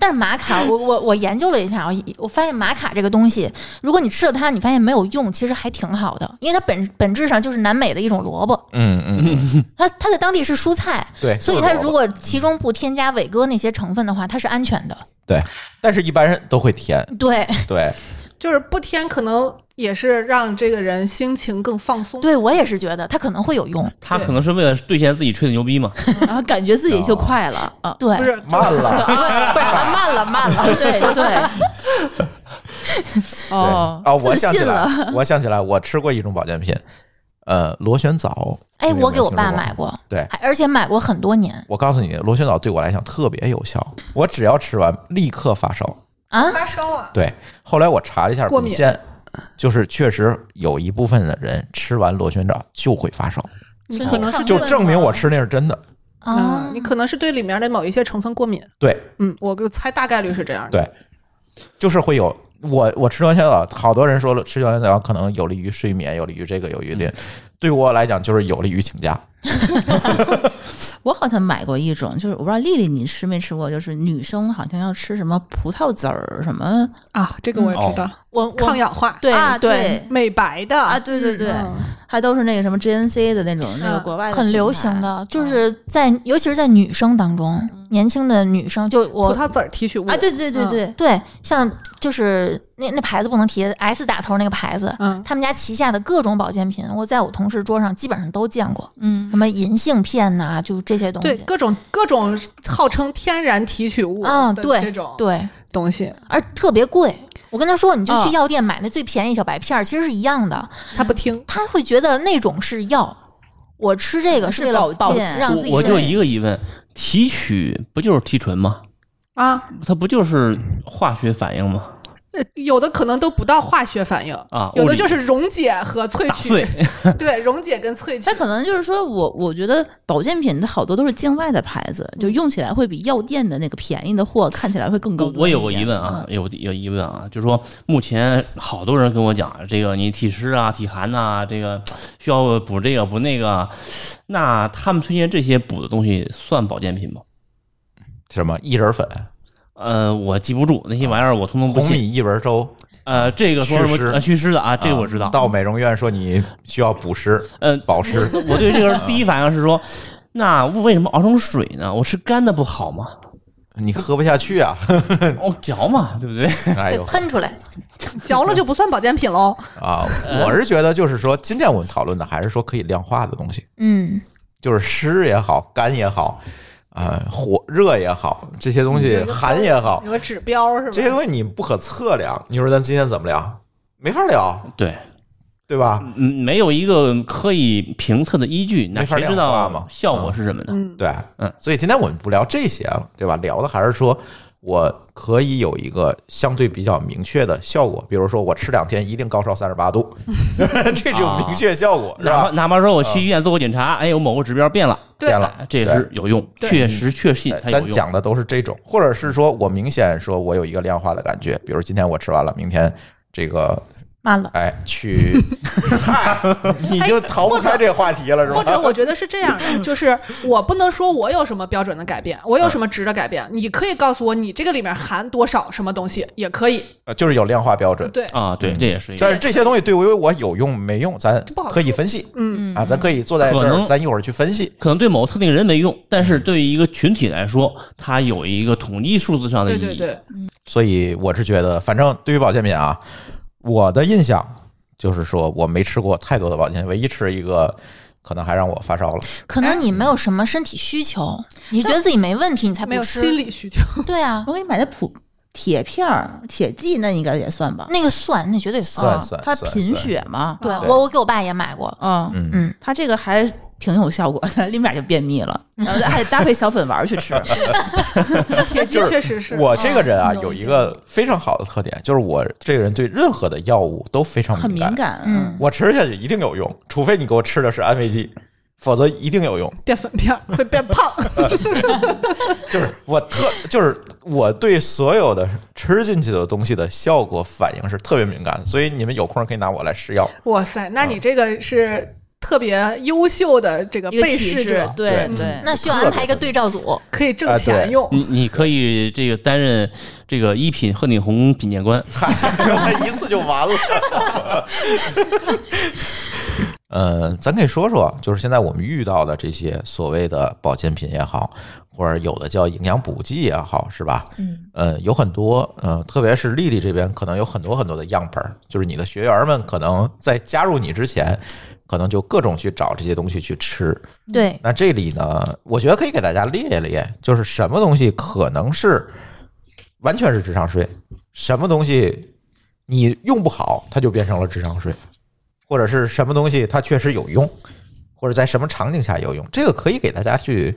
Speaker 4: 但是玛卡，我我我研究了一下，我我发现玛卡这个东西，如果你吃了它，你发现没有用，其实还挺好的，因为它本本质上就是南美的一种萝卜，
Speaker 1: 嗯嗯，
Speaker 4: 它它在当地是蔬菜，
Speaker 1: 对
Speaker 4: 所以
Speaker 1: 就是
Speaker 4: 它
Speaker 1: 萝卜
Speaker 4: 如果其中不添加伟哥那些成分的话，它是安全的。
Speaker 1: 对，但是一般人都会填。
Speaker 4: 对，
Speaker 1: 对，
Speaker 5: 就是不添，可能也是让这个人心情更放松。
Speaker 4: 对我也是觉得它可能会有用。
Speaker 2: 他可能是为了兑现自己吹的牛逼嘛。
Speaker 3: 然后感觉自己就快了啊。
Speaker 4: 对，
Speaker 5: 不是
Speaker 1: 慢了。
Speaker 4: 不是哦慢了慢了，
Speaker 3: 对 对，
Speaker 1: 对
Speaker 3: 哦
Speaker 1: 啊，我想起
Speaker 3: 自信
Speaker 1: 来
Speaker 3: 了，
Speaker 1: 了，我想起来，我吃过一种保健品，呃，螺旋藻。
Speaker 4: 哎，
Speaker 1: 你们有
Speaker 4: 我
Speaker 1: 没
Speaker 4: 给
Speaker 1: 有
Speaker 4: 我
Speaker 1: 听
Speaker 4: 爸
Speaker 1: 说
Speaker 4: 买过，
Speaker 1: 对
Speaker 4: 还，而且买过很多年
Speaker 1: 我告诉你，螺旋藻对我来讲特别有效，我只要吃完立刻发烧。
Speaker 4: 啊。
Speaker 5: 发烧啊，
Speaker 1: 对，后来我查了一下
Speaker 5: 过
Speaker 1: 文
Speaker 5: 敏嗯
Speaker 1: 献，就是确实有一部分的人吃完螺旋藻就会发烧，
Speaker 5: 你可能是
Speaker 1: 就
Speaker 5: 对
Speaker 1: 证明我吃那是真的。
Speaker 4: 啊、
Speaker 5: 嗯你可能是对里面的某一些成分过敏。
Speaker 1: 对
Speaker 5: 嗯，我就猜大概率是这样的。
Speaker 1: 对，就是会有我我吃螺旋藻，好多人说了吃螺旋藻可能有利于睡眠，有利于这个，有利于
Speaker 2: 嗯
Speaker 1: 那。对我来讲，就是有利于请假。
Speaker 3: 我好像买过一种，就是我不知道丽丽你吃没吃过，就是女生好像要吃什么葡萄籽儿什么
Speaker 5: 啊，这个我也知道，
Speaker 4: 我我
Speaker 5: 抗氧化，
Speaker 4: 对
Speaker 3: 啊对
Speaker 5: 美白的
Speaker 3: 啊，对对对，
Speaker 5: 嗯
Speaker 3: 还都是那个什么 GNC 的那种，那个
Speaker 5: 嗯
Speaker 3: 国外的
Speaker 4: 很流行的，就是在、尤其是在女生当中，年轻的女生就
Speaker 5: 葡
Speaker 4: 我
Speaker 5: 萄籽儿提取物
Speaker 3: 品牌啊，对对
Speaker 4: 嗯
Speaker 3: 对对，
Speaker 4: 对像就是那那牌子不能提 S 打头那个牌子，
Speaker 5: 嗯，
Speaker 4: 他们家旗下的各种保健品，我在我同事桌上基本上都见过，
Speaker 3: 嗯
Speaker 4: 什么银杏片呐、就这些东
Speaker 5: 对
Speaker 4: 西。
Speaker 5: 各种各种号称天然提取物
Speaker 4: 嗯，
Speaker 5: 的
Speaker 4: 对
Speaker 5: 这种
Speaker 4: 对，
Speaker 5: 东西，
Speaker 4: 而特别贵。我跟他说，你就
Speaker 3: 哦
Speaker 5: 嗯
Speaker 4: 去药店买那最便宜小白片儿，其实是一样的。
Speaker 5: 他不听。
Speaker 4: 他会觉得那种是药，我吃这
Speaker 5: 嗯
Speaker 4: 个
Speaker 3: 是
Speaker 4: 为了
Speaker 3: 保
Speaker 4: 保
Speaker 3: 健
Speaker 4: 让自己
Speaker 2: 我我
Speaker 4: 身
Speaker 2: 就
Speaker 4: 体
Speaker 2: 一个疑问，提取不就是提纯吗？
Speaker 5: 啊，
Speaker 2: 它不就是化学反应吗？
Speaker 5: 呃有的可能都不到化学反应
Speaker 2: 啊
Speaker 5: 有
Speaker 2: 物
Speaker 5: 的
Speaker 2: 理
Speaker 5: 就是溶解和萃
Speaker 2: 打碎
Speaker 5: 取，对，溶解跟萃
Speaker 3: 它
Speaker 5: 取，
Speaker 3: 可能就是说我我觉得保健品它好多都是境外的牌子，就用起来会比药店的那个便宜的货看起来会更高
Speaker 2: 我
Speaker 3: 端一点。
Speaker 2: 我有个疑问啊，
Speaker 3: 嗯，
Speaker 2: 有有疑问啊，就是说目前好多人跟我讲，这个你体湿啊、体寒呐、这个需要补这个补那个，那他们推荐这些补的东西算保健品吗？
Speaker 1: 什么薏仁粉、
Speaker 2: 呃，我记不住那些玩意儿，我通通不
Speaker 1: 红
Speaker 2: 信。
Speaker 1: 米薏仁粥，
Speaker 2: 呃，这个说什么
Speaker 1: 祛湿
Speaker 2: 呃祛湿的啊，这个我知道。
Speaker 1: 到美容院说你需要补湿、
Speaker 2: 呃，
Speaker 1: 保 湿，
Speaker 2: 我对这个第一反应是说，那为什么熬成水呢？我吃干的不好吗？
Speaker 1: 你喝不下去啊！
Speaker 2: 哦，嚼嘛，对不对？
Speaker 1: 哎
Speaker 4: 对
Speaker 1: 呦，
Speaker 4: 喷出来，
Speaker 5: 嚼了就不算保健品喽。
Speaker 1: 啊，
Speaker 2: 呃
Speaker 1: 我是觉得就是说，今天我们讨论的还是说可以量化的东西，
Speaker 4: 嗯，
Speaker 1: 就是湿也好，干也好，呃，火热也好，这些东西
Speaker 5: 嗯
Speaker 1: 寒也好，
Speaker 5: 有个指标是吧？
Speaker 1: 这些东西你不可测量。你说咱今天怎么量？没法聊，
Speaker 2: 对，
Speaker 1: 对吧？
Speaker 2: 嗯，没有一个可以评测的依据，那
Speaker 1: 没法
Speaker 2: 谁知
Speaker 1: 量化嘛
Speaker 2: 道效果是什么呢？
Speaker 5: 嗯，
Speaker 1: 对，
Speaker 2: 嗯，
Speaker 1: 所以今天我们不聊这些了，对吧？聊的还是说我可以有一个相对比较明确的效果，比如说我吃两天一定高烧三十八度， 这种
Speaker 2: 啊
Speaker 1: 明确效果是
Speaker 2: 哪怕
Speaker 1: 吧？嗯
Speaker 2: 哪怕说我去医院做过检查，哎，我某个指标变了，
Speaker 5: 对
Speaker 1: 变了，
Speaker 2: 哎这也是有用，
Speaker 5: 对
Speaker 2: 确实确信
Speaker 1: 哎
Speaker 2: 它有
Speaker 1: 咱
Speaker 2: 用。
Speaker 1: 讲的都是这种，或者是说我明显说我有一个量化的感觉，比如今天我吃完了，明天这个
Speaker 4: 慢了，
Speaker 1: 哎去，嗨，你就逃不开这个话题了是
Speaker 5: 或者
Speaker 1: 吧？
Speaker 5: 我觉得是这样 的，就是我不能说我有什么标准的改变，我有什么值的改变，你可以告诉我你这个里面含多少什么东西，也可以。
Speaker 1: 呃就是有量化标准，
Speaker 5: 对，
Speaker 2: 啊，对，
Speaker 1: 嗯
Speaker 2: 这也是一
Speaker 1: 但
Speaker 2: 个
Speaker 1: 是这些东西对于我有用没用，咱
Speaker 5: 不好
Speaker 1: 可以分析
Speaker 5: 嗯，
Speaker 1: 啊，咱可以坐在这
Speaker 2: 可
Speaker 1: 儿，
Speaker 2: 能
Speaker 1: 咱一会儿去分析。
Speaker 2: 可能对某特定人没用，但
Speaker 1: 嗯
Speaker 2: 是对于一个群体来说，它有一个统一数字上的
Speaker 5: 对
Speaker 2: 意义。
Speaker 5: 对对，
Speaker 1: 所以我是觉得，反正对于保健品啊，我的印象就是说我没吃过太多的保健品，唯一吃一个可能还让我发烧了。
Speaker 4: 可能你没有什么身体需求，你觉得自己没问题，你才不
Speaker 5: 没有
Speaker 4: 吃
Speaker 5: 心理需 求。
Speaker 4: 对啊，
Speaker 3: 我给你买的普铁片儿、铁剂，那应该也算
Speaker 2: 嗯
Speaker 3: 吧？
Speaker 4: 那个蒜那绝对蒜。
Speaker 1: 算
Speaker 3: 啊
Speaker 1: 算
Speaker 3: 它
Speaker 1: 算
Speaker 3: 贫
Speaker 1: 算
Speaker 3: 血嘛？
Speaker 4: 对
Speaker 1: 对
Speaker 4: 我，我给我爸也买过，
Speaker 3: 嗯，
Speaker 1: 啊嗯
Speaker 4: 嗯，
Speaker 3: 它这个还挺有效果的，立 马就便秘了，然后还得搭配小粉丸儿去吃。
Speaker 5: 铁剂确实是，
Speaker 1: 我这个人啊，
Speaker 4: 嗯
Speaker 1: 有一个非常好的特点，就是我这个人对任何的药物都非常
Speaker 3: 很
Speaker 1: 敏
Speaker 3: 敏
Speaker 1: 感。
Speaker 3: 感，
Speaker 4: 嗯
Speaker 1: 我吃下去一定有用，除非你给我吃的是安慰剂，否则一定有用。
Speaker 5: 淀粉片儿会变 胖。
Speaker 1: 就是我特，就是我对所有的吃进去的东西的效果反应是特别敏感，所以你们有空可以拿我来试药。
Speaker 5: 哇塞，那你这个是特别优秀的这个
Speaker 3: 一个
Speaker 5: 被
Speaker 3: 体
Speaker 5: 试
Speaker 3: 质
Speaker 5: 者，，
Speaker 3: 对嗯
Speaker 1: 对
Speaker 3: 对。
Speaker 4: 那需要安排一个对照组，
Speaker 5: 可以挣
Speaker 1: 啊
Speaker 5: 钱
Speaker 1: 对
Speaker 5: 用。
Speaker 2: 你你可以这个担任这个一品鹤顶红品鉴官，
Speaker 1: 嗨， 一次就完了。呃，咱可以说说，就是现在我们遇到的这些所谓的保健品也好，或者有的叫营养补剂也好，是吧？嗯，呃，有很多，呃，特别是丽丽这边，可能有很多很多的样本儿，就是你的学员们可能在加入你之前，可能就各种去找这些东西去吃。
Speaker 4: 对，
Speaker 1: 那这里呢，我觉得可以给大家列一列，就是什么东西可能是完全是智商税，什么东西你用不好，它就变成了智商税，或者是什么东西它确实有用，或者在什么场景下有用，这个可以给大家去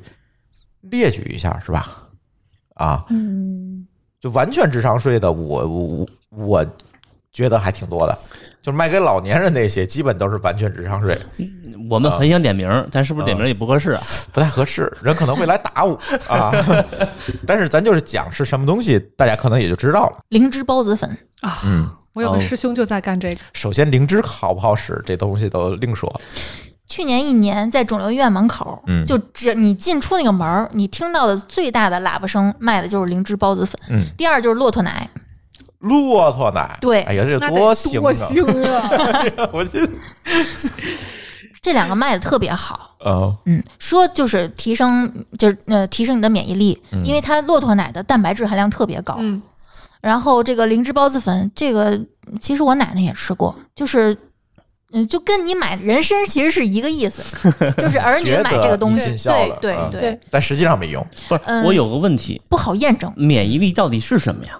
Speaker 1: 列举一下，是吧？啊，
Speaker 4: 嗯，
Speaker 1: 就完全智商税的，我我我觉得还挺多的，就是卖给老年人那些，基本都是完全智商税。
Speaker 2: 我
Speaker 1: 啊
Speaker 2: 们很想点名，但是不是点名也不合 适啊？
Speaker 1: 不太合适，人可能会来打我啊。 但是咱就是讲是什么东西，大家可能也就知道了。
Speaker 4: 灵芝孢子粉，
Speaker 5: 啊
Speaker 1: 嗯
Speaker 5: 我有个师兄就在干这个，
Speaker 1: 首先，灵芝好不好使，这东西都另说。
Speaker 4: 去年一年在肿瘤医院门口，
Speaker 1: 嗯
Speaker 4: 就只你进出那个门儿，你听到的最大的喇叭声卖的就是灵芝孢子粉，
Speaker 1: 嗯，
Speaker 4: 第二就是骆驼奶，
Speaker 1: 骆驼奶，
Speaker 4: 对
Speaker 1: 哎呀，这
Speaker 5: 那得
Speaker 1: 多腥
Speaker 5: 多
Speaker 1: 啊！
Speaker 5: 腥啊！
Speaker 1: 我这，
Speaker 4: 这两个卖的特别好。
Speaker 1: 呃，
Speaker 4: 嗯，说就是提升，就是呃提升你的免疫力，
Speaker 1: 嗯
Speaker 4: 因为它骆驼奶的蛋白质含量特别高。
Speaker 5: 嗯，
Speaker 4: 然后这个灵芝孢子粉，这个嗯其实我奶奶也吃过，就是。嗯，就跟你买人参其实是一个 意思，就是儿女
Speaker 1: 觉
Speaker 4: 买这个
Speaker 1: 得
Speaker 4: 东
Speaker 1: 你
Speaker 4: 西
Speaker 1: 尽，孝了，
Speaker 4: 对
Speaker 1: 嗯
Speaker 4: 对
Speaker 5: 对，
Speaker 1: 但实际上没用。
Speaker 2: 不是，
Speaker 4: 嗯
Speaker 2: 我有个问题，
Speaker 4: 不好验证。
Speaker 2: 免疫力到底是什么呀？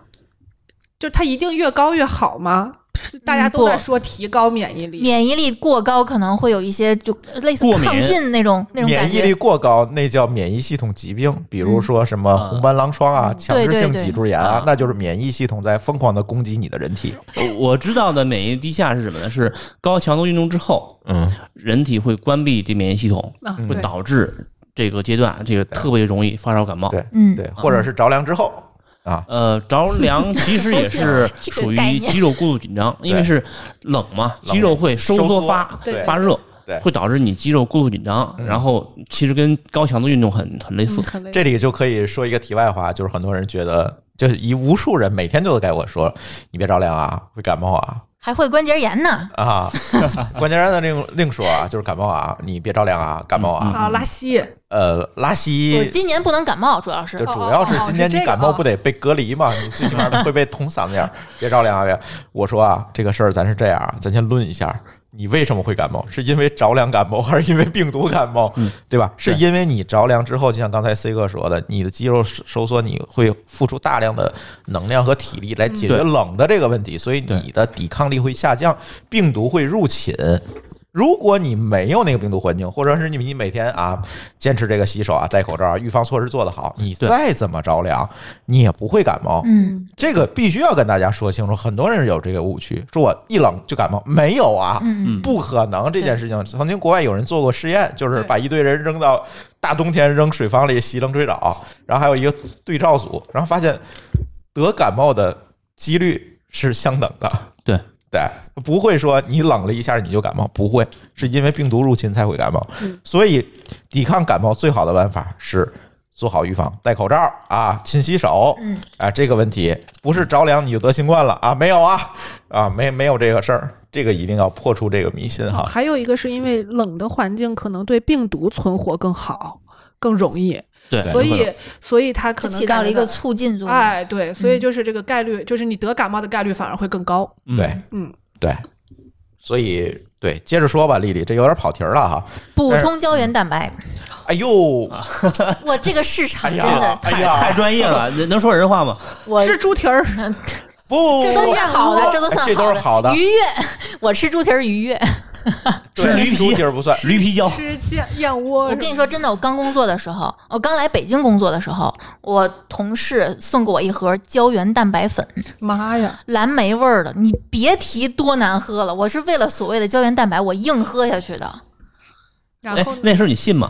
Speaker 5: 就它一定越高越好吗？是大家都在说提高免疫力，
Speaker 4: 免疫力过高可能会有一些就类似
Speaker 2: 过敏
Speaker 4: 亢进那种那种感
Speaker 1: 免疫力
Speaker 4: 觉。
Speaker 1: 过高，那叫免疫系统疾病，比如说什么红斑狼疮啊、强
Speaker 4: 对
Speaker 1: 制
Speaker 4: 对
Speaker 1: 性
Speaker 4: 嗯对
Speaker 1: 脊柱炎啊
Speaker 2: 啊，
Speaker 1: 那就是免疫系统在疯狂的攻击你的人体。
Speaker 2: 我我知道的免疫低下是什么呢？是高强度运动之后，
Speaker 1: 嗯，
Speaker 2: 人体会关闭这免疫系统，
Speaker 5: 啊
Speaker 2: 会
Speaker 5: 对
Speaker 2: 导致这个阶段这个特别容易发烧感冒。
Speaker 1: 对
Speaker 4: 嗯
Speaker 1: 对，或者是着凉之后啊，
Speaker 2: 呃，着凉其实也是
Speaker 4: 这个
Speaker 2: 属
Speaker 4: 概
Speaker 2: 于
Speaker 4: 念
Speaker 2: 肌肉过度紧张，因为是冷嘛，
Speaker 1: 冷
Speaker 2: 肌肉会收
Speaker 1: 收缩
Speaker 2: 缩发
Speaker 1: 对
Speaker 2: 发热
Speaker 1: 对，
Speaker 2: 会导致你肌肉过度紧张，然后其实跟高强度运动很很类似
Speaker 5: 嗯。很累。
Speaker 1: 这里就可以说一个题外话，就是很多人觉得，就是一无数人每天都在给我说，你别着凉啊，会感冒啊，
Speaker 4: 还会关节炎呢。
Speaker 1: 啊， 关键让他另另说啊，就是感冒啊，你别着凉啊，感冒啊，
Speaker 5: 啊，拉稀
Speaker 1: 呃，拉
Speaker 4: 我
Speaker 1: 稀
Speaker 4: 今年不能感冒，主要是
Speaker 1: 就主要是
Speaker 5: 哦哦哦
Speaker 1: 今天
Speaker 5: 是
Speaker 1: 你
Speaker 5: 这个
Speaker 1: 感冒
Speaker 5: 啊
Speaker 1: 不得被隔离嘛？你最起码会被捅嗓子 眼儿，别着凉啊！别，我说啊，这个事儿咱是这样啊，咱先论一下，你为什么会感冒？是因为着凉感冒，还是因为病毒感冒？
Speaker 2: 嗯
Speaker 1: 对吧？是
Speaker 2: 对
Speaker 1: 因为你着凉之后，就像刚才 C 哥说的，你的肌肉收缩，你会付出大量的能量和体力来解决
Speaker 2: 嗯对
Speaker 1: 冷的这个问题，所以你的抵抗力会下降，病毒会入侵。如果你没有那个病毒环境，或者是你你每天啊坚持这个洗手啊、戴口罩啊，预防措施做得好，你
Speaker 2: 对
Speaker 1: 再怎么着凉，你也不会感冒。
Speaker 4: 嗯
Speaker 1: 这个必须要跟大家说清楚，很多人有这个误区，说我一冷就感冒，没有啊，
Speaker 4: 嗯，
Speaker 1: 不可能这件事情。曾经国外有人做过实验，就是
Speaker 5: 对
Speaker 1: 把一堆人扔到大冬天扔水房里洗冷水澡，然后还有一个对照组，然后发现得感冒的几率是相等的。
Speaker 2: 对
Speaker 1: 对，不会说你冷了一下你就感冒，不会，是因为病毒入侵才会感冒。所以抵抗感冒最好的办法是。做好预防，戴口罩啊，勤洗手，
Speaker 4: 嗯，
Speaker 1: 啊，这个问题不是着凉你就得新冠了啊，没有啊，啊，没没有这个事儿，这个一定要破除这个迷信哈。
Speaker 5: 还有一个是因为冷的环境可能对病毒存活更好，更容易，
Speaker 2: 对，
Speaker 5: 所
Speaker 2: 会有
Speaker 5: 以所以它可
Speaker 4: 它
Speaker 5: 能
Speaker 4: 起到了一个
Speaker 5: 感染
Speaker 4: 促进
Speaker 5: 的
Speaker 4: 作用。
Speaker 5: 哎，对，所以就是这个概率，就是你得感冒的概率反而会更高。
Speaker 2: 嗯
Speaker 1: 对
Speaker 5: 嗯，
Speaker 1: 对，所以对，接着说吧，丽丽，这有点跑题儿了哈。
Speaker 4: 补充胶原蛋白，
Speaker 1: 哎呦，
Speaker 2: 啊
Speaker 4: 我这个市场
Speaker 1: 哎
Speaker 4: 真
Speaker 1: 呀
Speaker 4: 的
Speaker 1: 哎
Speaker 2: 太
Speaker 1: 呀
Speaker 2: 太专业 了，能能说人话吗？
Speaker 4: 我
Speaker 5: 吃猪蹄 儿，
Speaker 1: 不，
Speaker 4: 这都是好的，这都算
Speaker 1: 这都是好的
Speaker 4: 愉悦， 我吃猪蹄儿愉悦。
Speaker 1: 对
Speaker 2: 吃驴皮
Speaker 1: 猪蹄儿不算。
Speaker 2: 驴皮胶，
Speaker 5: 吃酱燕窝。
Speaker 4: 我跟你说，真的，我刚工作的时候，我刚来北京工作的时候，我同事送给我一盒胶原蛋白粉，
Speaker 5: 妈呀，
Speaker 4: 蓝莓味儿的，你别提多难喝了。我是为了所谓的胶原蛋白，我硬喝下去的。
Speaker 5: 然
Speaker 2: 哎
Speaker 5: 后，呢
Speaker 2: 那事儿你信吗？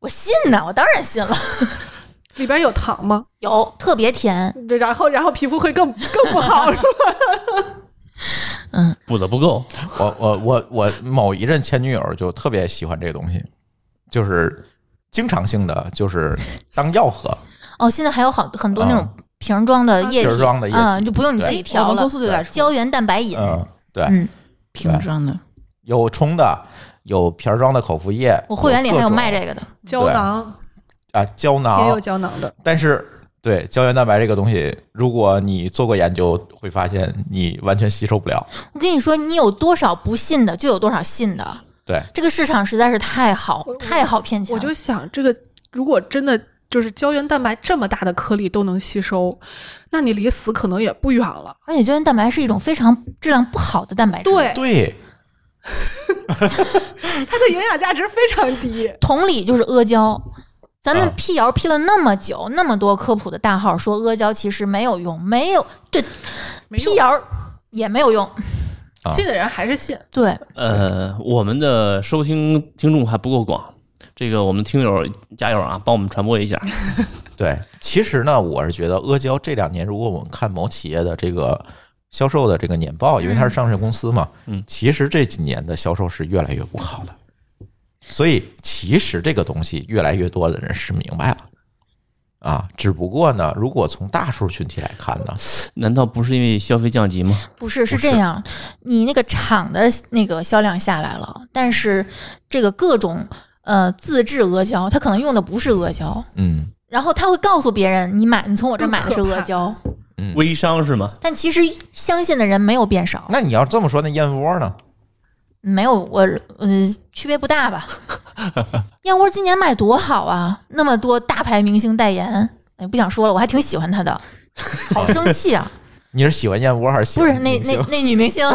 Speaker 4: 我信呐，我当然信了，
Speaker 5: 里边有糖吗？
Speaker 4: 有特别甜，
Speaker 5: 对，然后然后皮肤会更 更不好，是吧？
Speaker 2: 补的不够，
Speaker 1: 我我我我某一任前女友就特别喜欢这个东西，就是经常性的，就是当药喝。
Speaker 4: 哦，现在还有好很多那种
Speaker 1: 啊
Speaker 4: 瓶装的液体，
Speaker 1: 瓶装的液体
Speaker 4: 嗯，就不用你自己
Speaker 3: 我
Speaker 4: 调
Speaker 3: 们
Speaker 4: 了
Speaker 3: 公。司就在出
Speaker 4: 胶原蛋白饮，
Speaker 1: 嗯，对，
Speaker 4: 嗯
Speaker 3: 瓶装的，
Speaker 1: 有冲的，有瓶儿装的口服液，
Speaker 4: 我会员里还有
Speaker 1: 各种
Speaker 4: 卖这个的。
Speaker 5: 胶囊
Speaker 1: 啊胶
Speaker 5: 也有
Speaker 1: 囊，
Speaker 5: 胶囊的，
Speaker 1: 但是。对胶原蛋白这个东西，如果你做过研究，会发现你完全吸收不了。
Speaker 4: 我跟你说，你有多少不信的，就有多少信的。
Speaker 1: 对，
Speaker 4: 这个市场实在是太好
Speaker 5: 我，
Speaker 4: 太好骗钱
Speaker 5: 我
Speaker 4: 了。
Speaker 5: 就想这个如果真的。就是胶原蛋白这么大的颗粒都能吸收，那你离死可能也不远了。
Speaker 4: 而且胶原蛋白是一种非常质量不好的蛋白质。，
Speaker 5: 对，
Speaker 1: 对，
Speaker 5: 它的营养价值非常低。
Speaker 4: 同理就是阿胶。咱
Speaker 1: 啊
Speaker 4: 们辟谣辟了那么久，那么多科普的大号说阿胶其实没有用，没有这
Speaker 5: 没
Speaker 4: 辟
Speaker 5: 用
Speaker 4: 谣也没有用。
Speaker 1: 啊
Speaker 5: 信的人还是信，
Speaker 4: 对，
Speaker 2: 呃，我们的收听听众还不够广，这个我们听友加油啊，帮我们传播一下。
Speaker 1: 对，其实呢，我是觉得阿胶这两年，如果我们看某企业的这个销售的这个年报，因为它是上市公司嘛，
Speaker 2: 嗯
Speaker 1: 其实这几年的销售是越来越不好的，所以其实这个东西越来越多的人是明白了。啊，只不过呢，如果从大数群体来看呢，
Speaker 2: 难道不是因为消费降级吗？
Speaker 4: 不是是这样，你那个厂的那个销量下来了，但是这个各种呃自制阿胶，它可能用的不是阿胶，
Speaker 1: 嗯，
Speaker 4: 然后他会告诉别人你买你从我这儿买的是
Speaker 5: 更可
Speaker 4: 阿
Speaker 5: 怕
Speaker 4: 胶，
Speaker 1: 嗯
Speaker 2: 微商是吗？
Speaker 4: 但其实相信的人没有变少，
Speaker 1: 那你要这么说，那燕窝呢？
Speaker 4: 没有我嗯区别不大 吧？燕窝今年卖多好啊，那么多大牌明星代言，哎不想说了，我还挺喜欢他 的，好生气啊！
Speaker 1: 你是喜欢燕窝还是喜
Speaker 4: 不
Speaker 1: 欢
Speaker 4: 是那那那女明 星，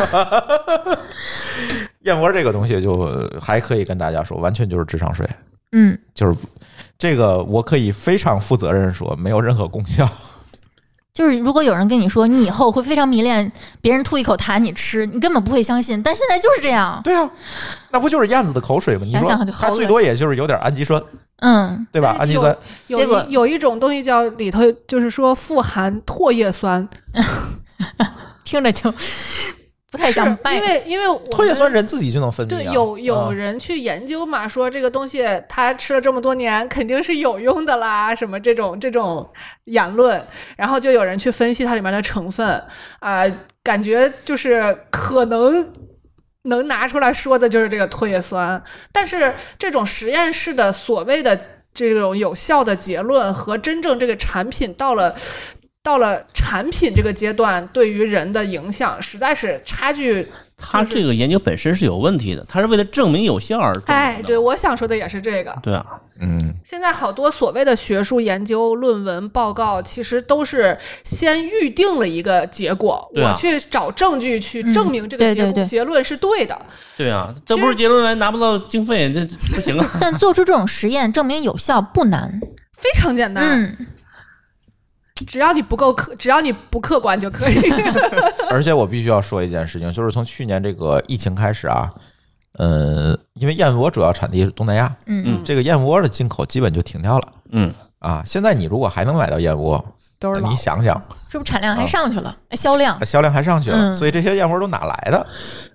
Speaker 1: 燕窝这个东西就呃还可以跟大家说，完全就是智商税，
Speaker 4: 嗯，
Speaker 1: 就是这个我可以非常负责任地说，没有任何功效。
Speaker 4: 就是如果有人跟你说你以后会非常迷恋别人吐一口痰你吃，你根本不会相信，但现在就是这样，
Speaker 1: 对啊，那不就是燕子的口水吗？你
Speaker 4: 想
Speaker 1: 说
Speaker 4: 想就
Speaker 1: 它
Speaker 4: 好恶
Speaker 1: 最多也就是有点氨基酸，
Speaker 4: 嗯，
Speaker 1: 对吧？氨
Speaker 5: 但
Speaker 1: 基
Speaker 5: 是有
Speaker 1: 酸，
Speaker 5: 有
Speaker 4: 结果
Speaker 5: 一有一种东西叫里头，就是说富含唾液酸，
Speaker 4: 听着就 不太想
Speaker 5: 是
Speaker 4: 卖
Speaker 5: 因。为因为我
Speaker 1: 唾液
Speaker 5: 们
Speaker 1: 酸人自己就能分
Speaker 5: 对
Speaker 1: 泌啊。
Speaker 5: 有有
Speaker 1: 嗯
Speaker 5: 人去研究嘛，说这个东西他吃了这么多年肯定是有用的啦，什么这种这种言论，然后就有人去分析它里面的成分，啊、感觉就是可能。能拿出来说的就是这个唾液酸，但是这种实验室的所谓的这种有效的结论和真正这个产品到了到了产品这个阶段对于人的影响，实在是差距
Speaker 2: 他这个研究本身是有问题的，他是为了证明有效而证明的
Speaker 5: 哎，对，我想说的也是这个。
Speaker 2: 对啊，
Speaker 1: 嗯，
Speaker 5: 现在好多所谓的学术研究、论文、报告，其实都是先预定了一个结果，
Speaker 2: 对啊
Speaker 5: 我去找证据去证明这
Speaker 4: 嗯
Speaker 5: 个
Speaker 4: 对
Speaker 5: 结、
Speaker 4: 对对
Speaker 5: 结论是对的。
Speaker 2: 对啊，这不是结论完拿不到经费，这这不行啊。
Speaker 4: 但做出这种实验证明有效不难，
Speaker 5: 非常简单，
Speaker 4: 嗯，
Speaker 5: 只要你不够客，只要你不客观就 可以。
Speaker 1: 而且我必须要说一件事情，就是从去年这个疫情开始啊，呃，因为燕窝主要产地是东南亚，
Speaker 4: 嗯
Speaker 2: 嗯
Speaker 1: 这个燕窝的进口基本就停掉了
Speaker 2: 嗯，
Speaker 1: 啊。现在你如果还能买到燕窝，
Speaker 5: 都是
Speaker 1: 你
Speaker 5: 老
Speaker 1: 想想，
Speaker 4: 是不是产量还上去了，销量？
Speaker 1: 销量还上去了，
Speaker 4: 嗯
Speaker 1: 所以这些燕窝都哪来的？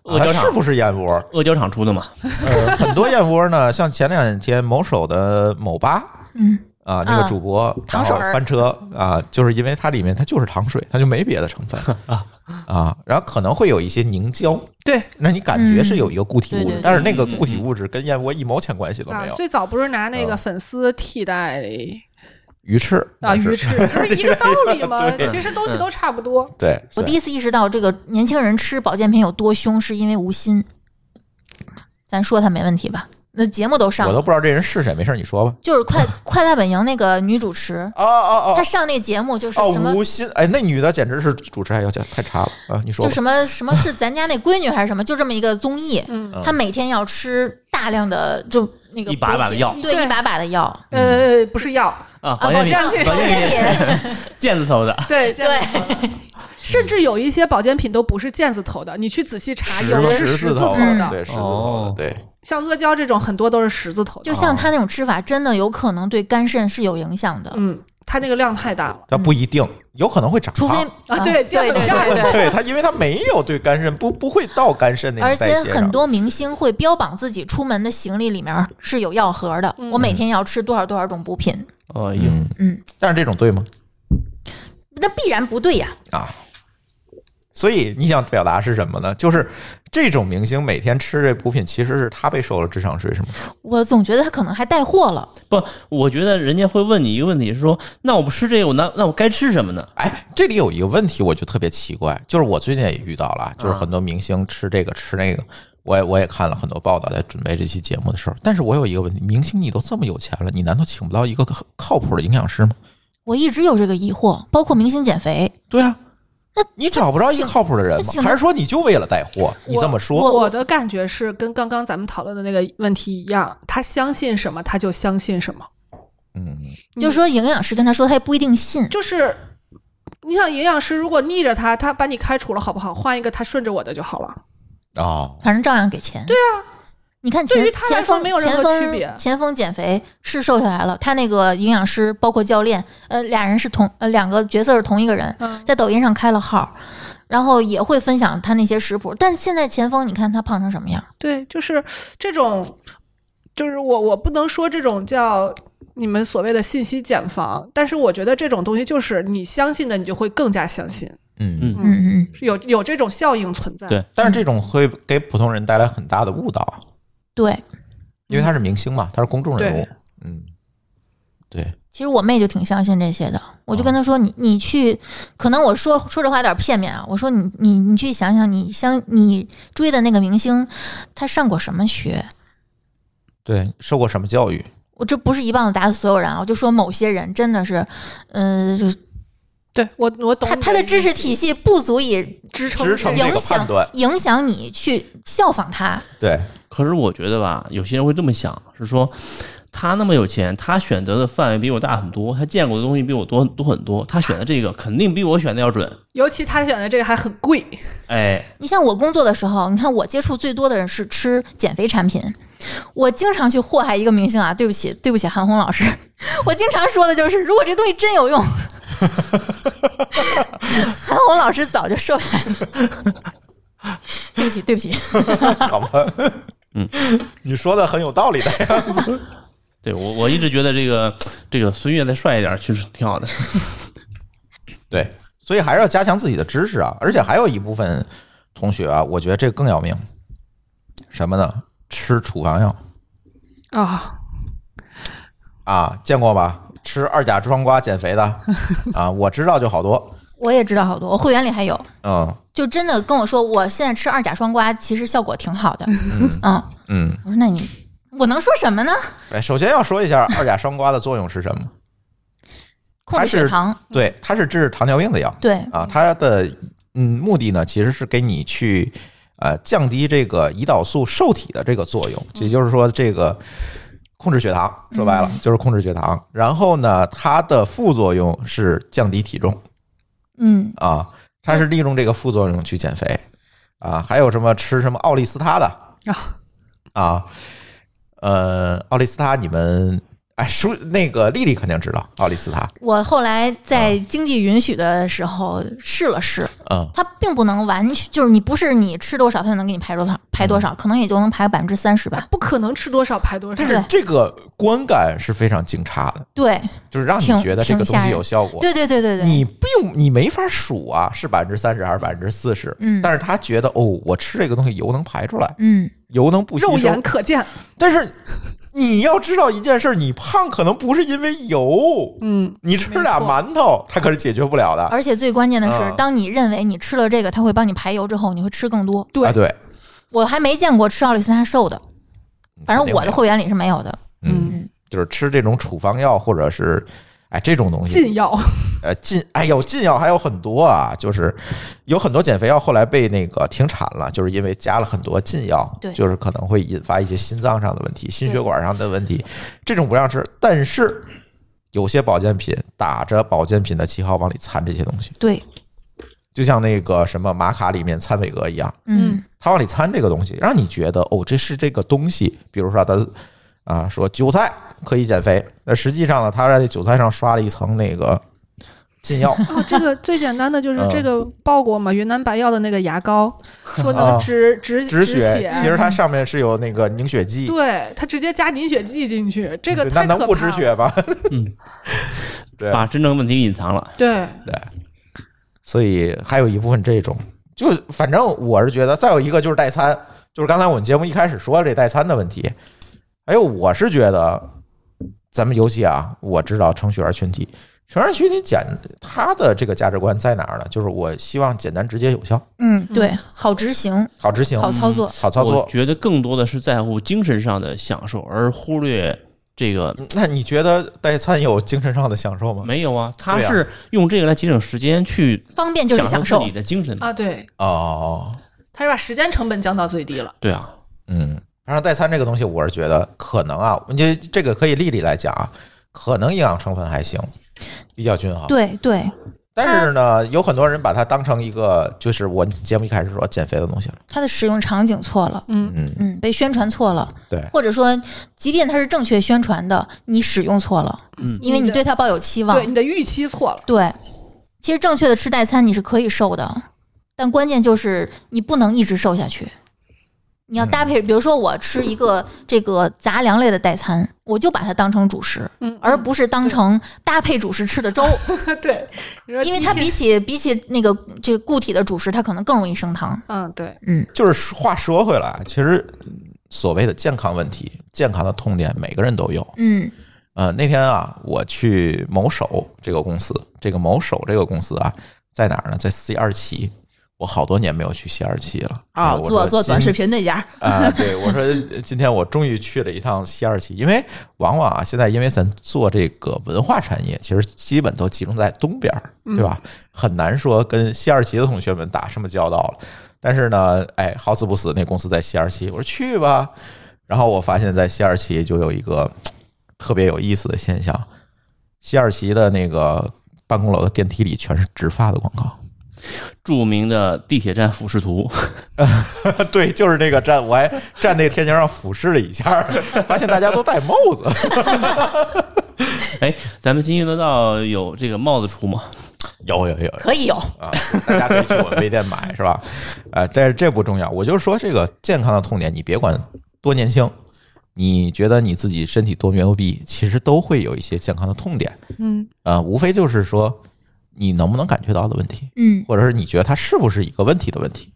Speaker 2: 我
Speaker 1: 啊
Speaker 2: 调查
Speaker 1: 是不是燕窝？
Speaker 2: 阿胶厂出的嘛，
Speaker 4: 嗯
Speaker 1: 呃，很多燕窝呢，像前两天某手的某吧。
Speaker 4: 嗯，
Speaker 1: 啊，那个
Speaker 4: 啊
Speaker 1: 主播然
Speaker 4: 糖
Speaker 1: 后
Speaker 4: 水儿
Speaker 1: 翻车啊，就是因为它里面它就是糖水，它就没别的成 分啊，然后可能会有一些凝胶，
Speaker 5: 对
Speaker 1: 那你感觉是有一个固体物
Speaker 3: 嗯对
Speaker 1: 质，
Speaker 3: 对对
Speaker 1: 但是那个固体物质跟燕窝一毛钱关系都
Speaker 5: 啊
Speaker 1: 没，有。
Speaker 5: 最早不是拿那个
Speaker 1: 嗯
Speaker 5: 粉丝替代
Speaker 1: 鱼翅
Speaker 5: 啊
Speaker 1: 也是啊嗯
Speaker 5: 鱼翅，不是一个道 理吗？其实东西都差不多。
Speaker 1: 对，
Speaker 4: 我
Speaker 1: 对
Speaker 4: 第一次意识到这个年轻人吃保健品有多凶，是因为无心。咱说他没问题吧？那节目都上
Speaker 1: 我都
Speaker 4: 了，
Speaker 1: 不知道这人是谁，没事你说吧。
Speaker 4: 就是快快乐大本营那个女主持，
Speaker 1: 哦哦
Speaker 4: 她
Speaker 1: 哦
Speaker 4: 上那节目就是什
Speaker 1: 哦，
Speaker 4: 么
Speaker 1: 吴昕，哎，那女的简直是主持还要加太差了啊！你说
Speaker 4: 就
Speaker 1: 吧，
Speaker 4: 什么什么是咱家那闺女还是什么，就这么一个综艺，
Speaker 5: 嗯，
Speaker 1: 嗯
Speaker 4: 她每天要吃大量的就那个
Speaker 2: 一把把的药
Speaker 4: 对，
Speaker 5: 对
Speaker 4: 一把把的药，
Speaker 1: 嗯
Speaker 5: 呃，不是药，
Speaker 2: 啊，
Speaker 4: 啊
Speaker 2: 保健
Speaker 5: 保健
Speaker 2: 品，
Speaker 5: 品
Speaker 2: 保 健品， 毽子头的，
Speaker 5: 对对
Speaker 4: 对，
Speaker 5: 甚至有一些保健品都不是毽子头的，你去仔细查，
Speaker 1: 十
Speaker 5: 有的是
Speaker 1: 十
Speaker 5: 十
Speaker 1: 字
Speaker 5: 字
Speaker 1: 头嗯的，
Speaker 5: 头的，
Speaker 1: 对，十字头的
Speaker 2: 哦，
Speaker 1: 对，
Speaker 5: 像阿胶这种很多都是十字头的。啊
Speaker 4: 就像她那种吃法，真的有可能对肝肾是有影响的，
Speaker 5: 嗯，它那个量太大了
Speaker 1: 但不一定，有可能会长
Speaker 4: 嗯除非
Speaker 1: 胖。
Speaker 5: 啊对
Speaker 4: 对对
Speaker 5: 掉不
Speaker 4: 对
Speaker 5: 掉
Speaker 4: 对对。
Speaker 1: 对它，因为它没有对肝肾不不会到肝肾那
Speaker 4: 而
Speaker 1: 个代
Speaker 4: 且
Speaker 1: 谢上
Speaker 4: 很多明星会标榜自己出门的行李里面是有药盒的，
Speaker 5: 嗯
Speaker 4: 我每天要吃多少多少种补品。
Speaker 2: 哎呦，
Speaker 1: 嗯
Speaker 4: 嗯，
Speaker 1: 但是这种对吗？
Speaker 4: 那必然不对呀、
Speaker 1: 啊。所以你想表达是什么呢？就是这种明星每天吃这补品，其实是他被收了智商税，是吗？
Speaker 4: 我总觉得他可能还带货了。
Speaker 2: 不，我觉得人家会问你一个问题，是说，那我不吃这个，我那那我该吃什么呢？
Speaker 1: 哎，这里有一个问题，我就特别奇怪，就是我最近也遇到了，就是很多明星吃这个吃那个，我也我也看了很多报道，在准备这期节目的时候，但是我有一个问题，明星你都这么有钱了，你难道请不到一个靠靠谱的营养师吗？
Speaker 4: 我一直有这个疑惑，包括明星减肥，
Speaker 1: 对啊，
Speaker 4: 那
Speaker 1: 你找不着一个靠谱的人
Speaker 4: 那
Speaker 1: 吗？
Speaker 4: 请
Speaker 1: 还是说你就为了带货？你这么说，
Speaker 5: 我的感觉是跟刚刚咱们讨论的那个问题一样，他相信什么他就相信什么，
Speaker 1: 嗯，
Speaker 5: 嗯
Speaker 4: 就是说营养师跟他说，他也不一定信。
Speaker 5: 就是。你想营养师如果逆着他，他把你开除了好不好？换一个他顺着我的就好了。
Speaker 1: 哦，
Speaker 4: 反正照样给钱。对啊，你看前
Speaker 5: 对于他来
Speaker 4: 前
Speaker 5: 说
Speaker 4: 锋
Speaker 5: 没有任
Speaker 4: 前
Speaker 5: 何
Speaker 4: 锋
Speaker 5: 区别
Speaker 4: 前锋减肥是瘦下来了，他那个营养师包括教练，呃，俩人是同呃两个角色是同一个人，
Speaker 5: 嗯
Speaker 4: 在抖音上开了号，然后也会分享他那些食谱。但现在前锋，你看他胖成什么样？
Speaker 5: 对，就是这种，就是我我不能说这种叫你们所谓的信息茧房，但是我觉得这种东西就是你相信的，你就会更加相信，
Speaker 1: 嗯
Speaker 2: 嗯
Speaker 4: 嗯嗯嗯，
Speaker 5: 是有有这种效应存在。
Speaker 2: 对
Speaker 1: 但是这种会给普通人带来很大的误导，
Speaker 4: 对。
Speaker 1: 因为他是明星嘛，他是公众人物
Speaker 5: 对，
Speaker 1: 嗯，对，
Speaker 4: 其实我妹就挺相信这些的，我就跟她说：“你你去，可能我说说这话有点片面啊。我说你你你去想想，你相你追的那个明星，他上过什么学？
Speaker 1: 对，受过什么教育？
Speaker 4: 我这不是一棒子打死所有人啊，我就说某些人真的是，嗯、就是
Speaker 5: 对我我懂
Speaker 4: 他
Speaker 5: 你
Speaker 4: 他的知识
Speaker 5: 意思
Speaker 4: 体系不足以
Speaker 5: 支撑
Speaker 1: 支撑这个
Speaker 4: 影
Speaker 1: 判
Speaker 4: 响
Speaker 1: 断，
Speaker 4: 影响你去效仿他。
Speaker 1: 对，
Speaker 2: 可是我觉得吧，有些人会这么想，是说他那么有钱，他选择的范围比我大很多，他见过的东西比我多多很多，他选的这个肯定比我选的要准。
Speaker 5: 尤其他选的这个还很贵，
Speaker 2: 哎，
Speaker 4: 你像我工作的时候，你看我接触最多的人是吃减肥产品，我经常去祸害一个明星啊，对不起，对不起，韩红老 师，我经常说的就是，如果这东西真有用，韩红老师早就瘦下来了。对不起，对不起，
Speaker 1: 好吧？
Speaker 2: 嗯，
Speaker 1: 你说的很有道理的 样子。
Speaker 2: 对我我一直觉得这个这个孙越再帅一点，其实挺好的。
Speaker 1: 对，所以还是要加强自己的知识啊，而且还有一部分同学啊，我觉得这更要命，什么呢？吃处方药
Speaker 5: 啊，
Speaker 1: 啊，见过吧？吃二甲双胍减肥的啊，我知道就好多。
Speaker 4: 我也知道好多，我会员里还有，
Speaker 1: 嗯
Speaker 4: 就真的跟我说，我现在吃二甲双胍，其实效果挺好的。
Speaker 1: 嗯
Speaker 4: 嗯，
Speaker 1: 嗯，
Speaker 4: 我说那你我能说什么呢？
Speaker 1: 哎，首先要说一下二甲双胍的作用是什么？
Speaker 4: 控制血糖，
Speaker 1: 对，它是治糖尿病的药
Speaker 4: 对，
Speaker 1: 啊，它的嗯目的呢，其实是给你去呃降低这个胰岛素受体的这个作用，也就是说这个。控制血糖，说白了、就是控制血糖。然后呢，它的副作用是降低体重，
Speaker 4: 嗯，
Speaker 1: 啊，它是利用这个副作用去减肥啊，还有什么吃什么奥利司他的
Speaker 5: 啊
Speaker 1: 啊，呃，奥利司他你们哎叔那个丽丽肯定知道奥利司他，
Speaker 4: 我后来在经济允许的时候试了试，
Speaker 1: 嗯
Speaker 4: 它并不能完全，就是你不是你吃多少，它就能给你排多少，排多少，可能也就能排百分之三十吧。
Speaker 5: 不可能吃多少排多少
Speaker 1: 但。是
Speaker 4: 对
Speaker 1: 这个观感是非常惊诧的，
Speaker 4: 对，
Speaker 1: 就是让你
Speaker 4: 挺
Speaker 1: 觉得这个东
Speaker 4: 挺吓
Speaker 1: 西
Speaker 4: 人
Speaker 1: 有效果。
Speaker 4: 对对对对对，
Speaker 1: 你并你没法数啊，是百分之三十还是百分之四十？
Speaker 4: 嗯
Speaker 1: 但是他觉得哦，我吃这个东西油能排出来，
Speaker 4: 嗯，
Speaker 1: 油能不吸
Speaker 5: 肉
Speaker 1: 收，
Speaker 5: 眼可见，
Speaker 1: 但是你要知道一件事儿，你胖可能不是因为油，
Speaker 5: 嗯，
Speaker 1: 你吃俩
Speaker 4: 没错
Speaker 1: 馒头，它可是解决不了的。
Speaker 4: 而且最关键的是，
Speaker 1: 嗯
Speaker 4: 当你认为你吃了这个，它会帮你排油之后，你会吃更多。
Speaker 5: 对
Speaker 1: 啊，对，
Speaker 4: 我还没见过吃奥利司他瘦的，反正我的会员里是没有的。
Speaker 1: 嗯，就是吃这种处方药或者是哎这种东西，
Speaker 5: 禁药
Speaker 1: 呃禁哎有禁药还有很多啊，就是有很多减肥药后来被那个停产了，就是因为加了很多禁药，
Speaker 4: 对
Speaker 1: 就是可能会引发一些心脏上的问题、心血管上的问题，这种不让吃。但是有些保健品打着保健品的旗号往里掺这些东西，
Speaker 4: 对，
Speaker 1: 就像那个什么玛卡里面掺伟哥一样。
Speaker 4: 嗯
Speaker 1: 它往里掺这个东西，让你觉得哦，这是这个东西。比如说它啊说韭菜可以减肥，那实际上呢，它在韭菜上刷了一层那个禁药
Speaker 5: 啊，这个最简单的就是
Speaker 1: 嗯
Speaker 5: 这个报过嘛，云南白药的那个牙膏，说
Speaker 1: 啊
Speaker 5: 能止 止
Speaker 1: 止血
Speaker 5: 血，，
Speaker 1: 其实它上面是有那个凝血剂。
Speaker 5: 对他直接加凝血剂进去，这个
Speaker 1: 对那
Speaker 5: 太可怕
Speaker 1: 能不止
Speaker 5: 了？
Speaker 1: 血吗？对
Speaker 2: 把真正问题隐藏了。
Speaker 5: 对，
Speaker 1: 所以还有一部分这种，就反正我是觉得，再有一个就是代餐，就是刚才我们节目一开始说的这代餐的问题。哎呦，我是觉得，咱们尤其啊，我知道程序员群体，程序员群体简他的这个价值观在哪儿呢？就是我希望简单、直接、有效，
Speaker 4: 嗯，对，好执行，
Speaker 1: 好执行，嗯
Speaker 4: 好操作。
Speaker 1: 好操
Speaker 2: 我
Speaker 1: 作。
Speaker 2: 觉得更多的是在乎精神上的享受，而忽略这个
Speaker 1: 那你觉得代餐有精神上的享受吗？
Speaker 2: 没有啊，他
Speaker 1: 对啊
Speaker 2: 是用这个来节省时间去
Speaker 4: 方便就是享
Speaker 2: 受
Speaker 4: 受
Speaker 2: 自己，的精神。
Speaker 5: 啊，对，
Speaker 1: 哦，
Speaker 5: 他是把时间成本降到最低了。
Speaker 2: 对啊，
Speaker 1: 嗯，反正代餐这个东西，我是觉得可能啊，因为这个可以丽丽来讲啊，可能营养成分还行，比较均衡。
Speaker 4: 对对，
Speaker 1: 但是呢，有很多人把它当成一个，就是我节目一开始说减肥的东西了。
Speaker 4: 它的使用场景错了，
Speaker 5: 嗯，
Speaker 1: 嗯，
Speaker 4: 嗯，被宣传错了，
Speaker 1: 对
Speaker 4: 或者说，即便它是正确宣传的，你使用错了，
Speaker 2: 嗯
Speaker 4: 因为你对它抱有期望，
Speaker 5: 对，你的预期错了。
Speaker 4: 对，其实正确的吃代餐你是可以瘦的，但关键就是你不能一直瘦下去。你要
Speaker 2: 嗯
Speaker 4: 搭配，比如说我吃一个这个杂粮类的代餐，我就把它当成主食，
Speaker 5: 嗯
Speaker 4: 而不是当成搭配主食吃的粥，
Speaker 5: 对，你说
Speaker 4: 因为它
Speaker 5: 一天
Speaker 4: 比起比起那个这个固体的主食，它可能更容易升糖。
Speaker 5: 嗯对，
Speaker 1: 就是话说回来，其实嗯所谓的健康问题、健康的痛点，每个人都有。
Speaker 4: 嗯
Speaker 1: 呃，那天啊，我去某手这个公司，这个某手这个公司啊，在哪儿呢？在 C 二期。我好多年没有去 C 二期了
Speaker 3: 哦，
Speaker 1: 我
Speaker 3: 做
Speaker 1: 说
Speaker 3: 做短
Speaker 1: 今
Speaker 3: 视频那家，
Speaker 1: 啊，对我说，今天我终于去了一趟西二旗，因为往往啊，现在因为咱做这个文化产业，其实基本都集中在东边儿，对吧？很难说跟西二旗的同学们打什么交道了。但是呢，哎，好死不死，那公司在西二旗，我说去吧。然后我发现，在西二旗就有一个特别有意思的现象，西二旗的那个办公楼的电梯里全是植发的广告。
Speaker 2: 著名的地铁站俯视图，
Speaker 1: 对，就是那个站，我还站那个天桥上俯视了一下，发现大家都戴帽子。
Speaker 2: 哎，咱们津津乐道有这个帽子出吗？
Speaker 1: 有有有有
Speaker 4: 可以有，
Speaker 1: 啊，大家可以去我们微店买，是吧？呃，但是这不重要，我就说这个健康的痛点，你别管多年轻，你觉得你自己身体多牛逼，其实都会有一些健康的痛点，
Speaker 5: 嗯
Speaker 1: 呃，无非就是说你能不能感觉到的问题，
Speaker 4: 嗯，
Speaker 1: 或者是你觉得它是不是一个问题的问题，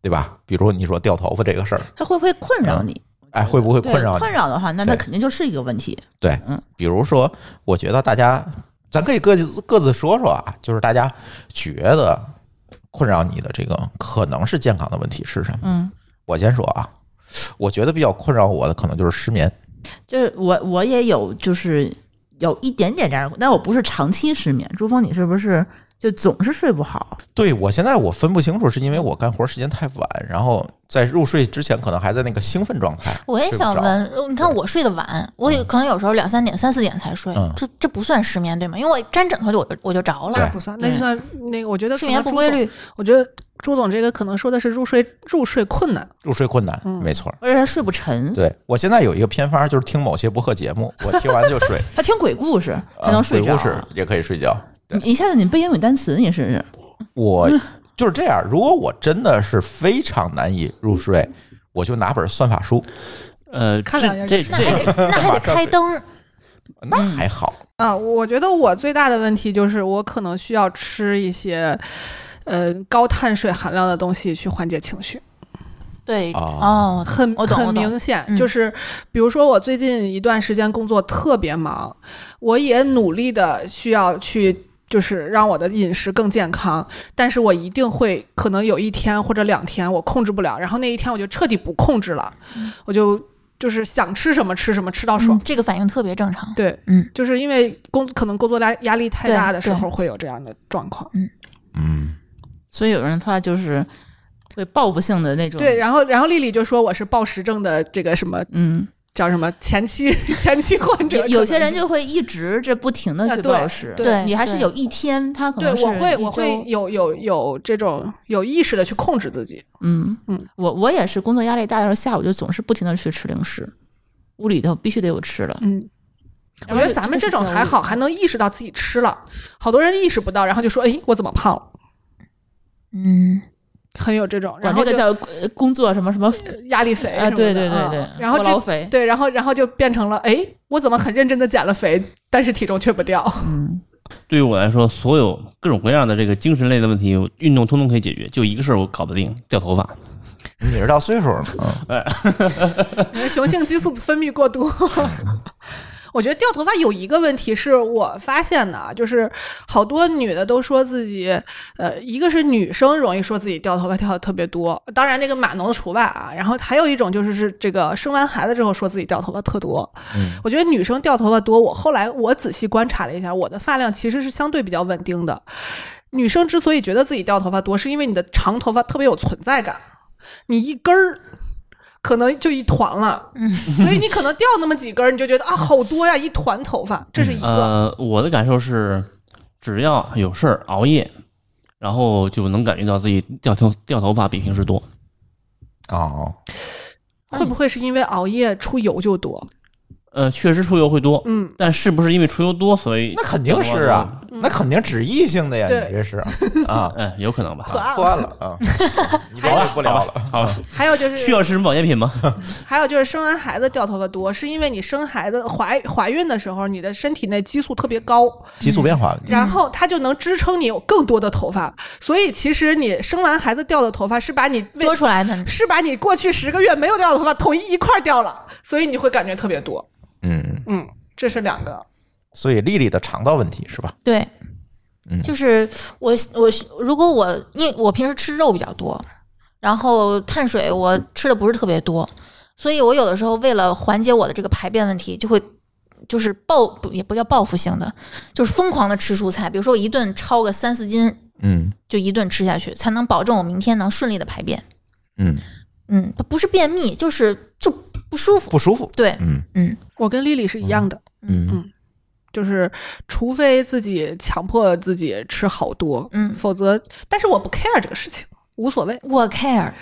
Speaker 1: 对吧？比如你说掉头发这个事儿，
Speaker 3: 它会不会困扰你？
Speaker 1: 哎，会不会
Speaker 3: 对，
Speaker 1: 困扰你？
Speaker 3: 的话，那它
Speaker 1: 对
Speaker 3: 肯定就是一个问题。
Speaker 1: 对，
Speaker 3: 嗯，
Speaker 1: 比如说，我觉得大家，咱可以各自各自说说啊，就是大家觉得困扰你的这个可能是健康的问题是什么？
Speaker 3: 嗯，
Speaker 1: 我先说啊，我觉得比较困扰我的可能就是失眠，
Speaker 3: 就是我我也有就是有一点点这样的，但我不是长期失眠。朱峰，你是不是就总是睡不好？
Speaker 1: 对我现在我分不清楚，是因为我干活时间太晚，然后在入睡之前可能还在那个兴奋状态。
Speaker 3: 嗯
Speaker 4: 我也
Speaker 1: 睡不
Speaker 4: 想
Speaker 1: 着，
Speaker 4: 问，呃你看我睡得晚，我有可能有时候两三点、三四点才睡
Speaker 1: 嗯，
Speaker 4: 这这不算失眠对吗？因为我沾枕头就我就我就着
Speaker 1: 对
Speaker 4: 了，
Speaker 5: 不算，那就
Speaker 4: 对
Speaker 5: 算那个，我觉得
Speaker 4: 睡
Speaker 5: 可
Speaker 4: 眠
Speaker 5: 能
Speaker 4: 不
Speaker 5: 朱
Speaker 4: 规
Speaker 5: 总，
Speaker 4: 律，
Speaker 5: 我觉得朱总这个可能说的是入睡入睡困难，
Speaker 1: 入睡困难，
Speaker 5: 嗯
Speaker 1: 没错。
Speaker 3: 而且他睡不沉，
Speaker 1: 对我现在有一个偏方，就是听某些播客节目，我听完就 睡，
Speaker 3: 他听鬼嗯故事才
Speaker 1: 啊
Speaker 3: 能睡
Speaker 1: 鬼
Speaker 3: 着。
Speaker 1: 故事也可以睡觉。对
Speaker 3: 你一下子你背英语单词，你试试。
Speaker 1: 我就是这样。如果我真的是非常难以入睡，我就拿本算法书，
Speaker 2: 呃，
Speaker 5: 看两
Speaker 2: 这
Speaker 5: 眼
Speaker 2: 这
Speaker 4: 那
Speaker 2: 这，
Speaker 4: 还得那还得 开灯，
Speaker 1: 那还好。
Speaker 5: 啊，我觉得我最大的问题就是我可能需要吃一些，呃，高碳水含量的东西去缓解情绪，
Speaker 4: 对
Speaker 1: 哦
Speaker 4: 哦，
Speaker 5: 很
Speaker 4: 我懂我
Speaker 5: 很
Speaker 4: 懂
Speaker 5: 明显，
Speaker 4: 嗯
Speaker 5: 就是比如说我最近一段时间工作特别忙，我也努力的需要去。就是让我的饮食更健康，但是我一定会可能有一天或者两天我控制不了，然后那一天我就彻底不控制了，我就就是想吃什么吃什么，吃到爽
Speaker 4: 嗯。这个反应特别正常。
Speaker 5: 对，
Speaker 4: 嗯，
Speaker 5: 就是因为工可能工作压压力太
Speaker 4: 对
Speaker 5: 大的时
Speaker 4: 对
Speaker 5: 候会有这样的状况。
Speaker 1: 嗯，
Speaker 3: 所以有人他就是会报复性的那种，
Speaker 5: 对，，然后然后丽丽就说我是暴食症的这个什么
Speaker 3: 嗯，
Speaker 5: 叫什么前期 前期患者
Speaker 3: 有
Speaker 5: 可能是，
Speaker 3: 有些人就会一直这不停的
Speaker 5: 啊
Speaker 3: 去
Speaker 5: 对
Speaker 3: 暴食，
Speaker 5: 对
Speaker 3: 你还是
Speaker 4: 对
Speaker 3: 有一天他可
Speaker 5: 对
Speaker 3: 能是
Speaker 5: 我会我
Speaker 3: 一
Speaker 5: 会
Speaker 3: 周
Speaker 5: 有有有这种有意识的去控制自己。
Speaker 3: 嗯
Speaker 5: 嗯，
Speaker 3: 我我也是工作压力大的时候，下午就总是不停的去吃零食，屋里头必须得有吃的。
Speaker 5: 嗯，
Speaker 3: 然
Speaker 5: 我
Speaker 3: 后
Speaker 5: 觉得
Speaker 3: 就
Speaker 5: 咱们这种
Speaker 3: 是
Speaker 5: 还好，还能意识到自己吃了。好多人意识不到，然后就说哎我怎么胖了，
Speaker 4: 嗯，
Speaker 5: 很有这种，
Speaker 3: 管
Speaker 5: 然
Speaker 3: 这
Speaker 5: 后
Speaker 3: 个
Speaker 5: 就
Speaker 3: 叫呃工作什么什么
Speaker 5: 压力肥
Speaker 3: 啊，
Speaker 5: 什么
Speaker 3: 对
Speaker 5: 的
Speaker 3: 对对
Speaker 5: 啊
Speaker 3: 对，
Speaker 5: 然后
Speaker 3: 过劳
Speaker 5: 这。
Speaker 3: 肥，
Speaker 5: 对，然后然后就变成了，哎，我怎么很认真的减了肥，但是体重却不掉？
Speaker 3: 嗯，
Speaker 2: 对于我来说，所有各种各样的这个精神类的问题，我运动通通可以解决，就一个事儿我搞不定，掉头发。
Speaker 1: 你是到岁数了，嗯，
Speaker 5: 雄性激素分泌过 多。我觉得掉头发有一个问题是我发现的啊，就是好多女的都说自己，呃，一个是女生容易说自己掉头发掉的特别多，当然这个码农除外啊。然后还有一种就是是这个生完孩子之后说自己掉头发特多。
Speaker 1: 嗯
Speaker 5: 我觉得女生掉头发多，我后来我仔细观察了一下，我的发量其实是相对比较稳定的。女生之所以觉得自己掉头发多，是因为你的长头发特别有存在感，你一根儿可能就一团了，
Speaker 4: 嗯
Speaker 5: 所以你可能掉那么几根儿，你就觉得啊好多呀，一团头发，这是一个。
Speaker 2: 呃，我的感受是，只要有事儿熬夜，然后就能感觉到自己掉头掉头发比平时多。
Speaker 1: 哦，
Speaker 5: 会不会是因为熬夜出油就多？
Speaker 2: 呃，确实出油会多，
Speaker 5: 嗯，
Speaker 2: 但是不是因为出油多，所以
Speaker 1: 那肯定是啊，那肯定指异性的呀，
Speaker 5: 对
Speaker 1: 你这是啊，
Speaker 2: 嗯，有可能吧。
Speaker 5: 可爱了。
Speaker 1: 关了啊，你了解不了了，
Speaker 2: 好吧，
Speaker 5: 还有就是
Speaker 2: 需要吃什么保健品吗？
Speaker 5: 还有就是生完孩子掉头发多，是因为你生孩子怀怀孕的时候，你的身体内激素特别高，
Speaker 1: 激素变化问题，
Speaker 5: 然后它就能支撑你有更多的头发。所以其实你生完孩子掉的头发是把你为
Speaker 4: 多出来的
Speaker 5: 是把你过去十个月没有掉的头发统一一块儿掉了，所以你会感觉特别多。
Speaker 1: 嗯，
Speaker 5: 嗯，这是两个。
Speaker 1: 所以丽丽的肠道问题是吧？
Speaker 4: 对
Speaker 1: 嗯，
Speaker 4: 就是我我如果我因为我平时吃肉比较多，然后碳水我吃的不是特别多，所以我有的时候为了缓解我的这个排便问题，就会就是报不也不叫报复性的，就是疯狂的吃蔬菜，比如说我一顿超个三四斤，
Speaker 1: 嗯
Speaker 4: 就一顿吃下去，才能保证我明天能顺利的排便。
Speaker 1: 嗯，
Speaker 4: 嗯，它不是便秘，就是就不舒服。
Speaker 1: 不舒服，
Speaker 4: 对，
Speaker 1: 嗯
Speaker 4: 嗯
Speaker 5: 我跟丽丽是一样的，
Speaker 1: 嗯
Speaker 5: 就是除非自己强迫自己吃好多，
Speaker 4: 嗯，
Speaker 5: 否则，但是我不 care 这个事情。无所 谓
Speaker 4: 我 care，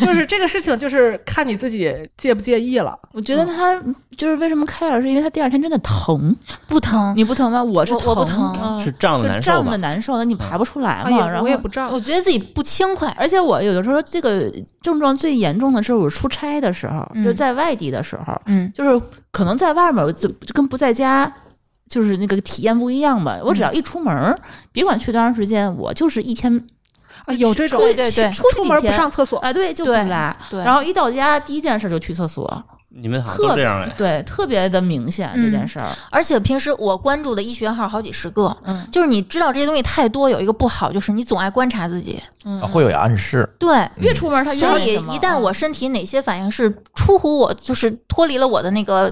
Speaker 5: 就是这个事情，就是看你自己介不介意了。
Speaker 3: 我觉得他就是为什么开尔，是因为他第二天真的疼，
Speaker 4: 不
Speaker 5: 嗯
Speaker 4: 疼。
Speaker 3: 你不疼吗？我是
Speaker 4: 我我不疼
Speaker 3: 嗯
Speaker 2: 是胀
Speaker 3: 就
Speaker 2: 的难受
Speaker 3: 胀的
Speaker 2: 吧？嗯
Speaker 3: 难受，那你爬不出来
Speaker 5: 哎
Speaker 3: 嘛。
Speaker 5: 呀，
Speaker 3: 然后
Speaker 5: 啊我也不胀
Speaker 4: 我，觉得自己不轻快，
Speaker 3: 而且我有的时候这个症状最严重的是我出差的时候，
Speaker 4: 嗯
Speaker 3: 就在外地的时候，
Speaker 4: 嗯，
Speaker 3: 就是可能在外面我就就跟不在家。就是那个体验不一样吧，我只要一出门儿，别管去多长时间，我就是一天
Speaker 5: 啊，有这种
Speaker 4: 对对对
Speaker 3: 出
Speaker 5: 出门不上厕所，
Speaker 4: 嗯
Speaker 3: 啊，对，就不
Speaker 4: 对
Speaker 3: 拉。
Speaker 4: 对
Speaker 3: 然后一到家，第一件事就去厕所，
Speaker 2: 你们好像
Speaker 3: 特
Speaker 2: 都
Speaker 3: 别
Speaker 2: 这样哎。
Speaker 3: 对，特别的明显
Speaker 4: 嗯
Speaker 3: 这件事儿。
Speaker 4: 而且平时我关注的医学号好几十个，
Speaker 3: 嗯
Speaker 4: 就是你知道这些东西太多，有一个不好就是你总爱观察自己，
Speaker 3: 嗯，
Speaker 1: 啊会有暗示。
Speaker 4: 对。
Speaker 3: 越出门他越
Speaker 4: 所
Speaker 3: 那
Speaker 4: 以
Speaker 3: 什么
Speaker 4: 一旦我身体哪些反应是出乎我就是脱离了我的那个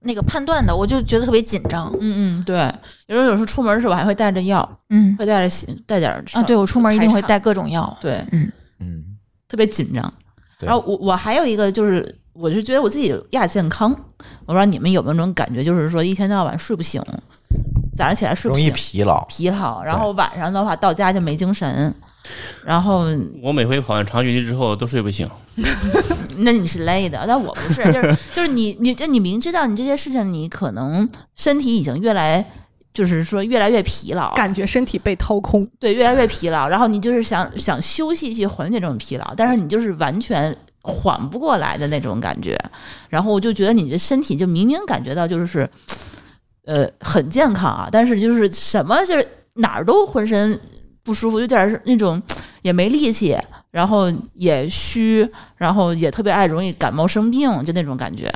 Speaker 4: 那个判断的，我就觉得特别紧张。
Speaker 3: 嗯嗯对，有时候有时候出门的时候我还会带着药，
Speaker 4: 嗯
Speaker 3: 会带着洗带点儿
Speaker 4: 啊，对我出门一定会带各种药。
Speaker 3: 对，
Speaker 1: 嗯，
Speaker 3: 特别紧张。
Speaker 1: 对
Speaker 3: 然后我我还有一个就是，我就觉得我自己亚健康，我不知道你们有没有那种感觉，就是说一天到晚睡不醒，早上起来睡不
Speaker 1: 容易
Speaker 3: 醒，
Speaker 1: 疲劳。
Speaker 3: 疲劳，然后晚上的话到家就没精神。然后，
Speaker 2: 我每回跑完长距离之后都睡不醒，
Speaker 3: 那你是累的，但我不 是，就是就是你你这你明知道你这些事情，你可能身体已经越来，就是说越来越疲劳，
Speaker 5: 感觉身体被掏空。
Speaker 3: 对，越来越疲劳。然后你就是想想休息去缓解这种疲劳，但是你就是完全缓不过来的那种感觉。然后我就觉得你的身体就明明感觉到就是，呃，很健康啊，但是就是什么就是哪儿都浑身不舒服，有点儿那种也没力气，然后也虚，然后也特别爱容易感冒生病，就那种感觉。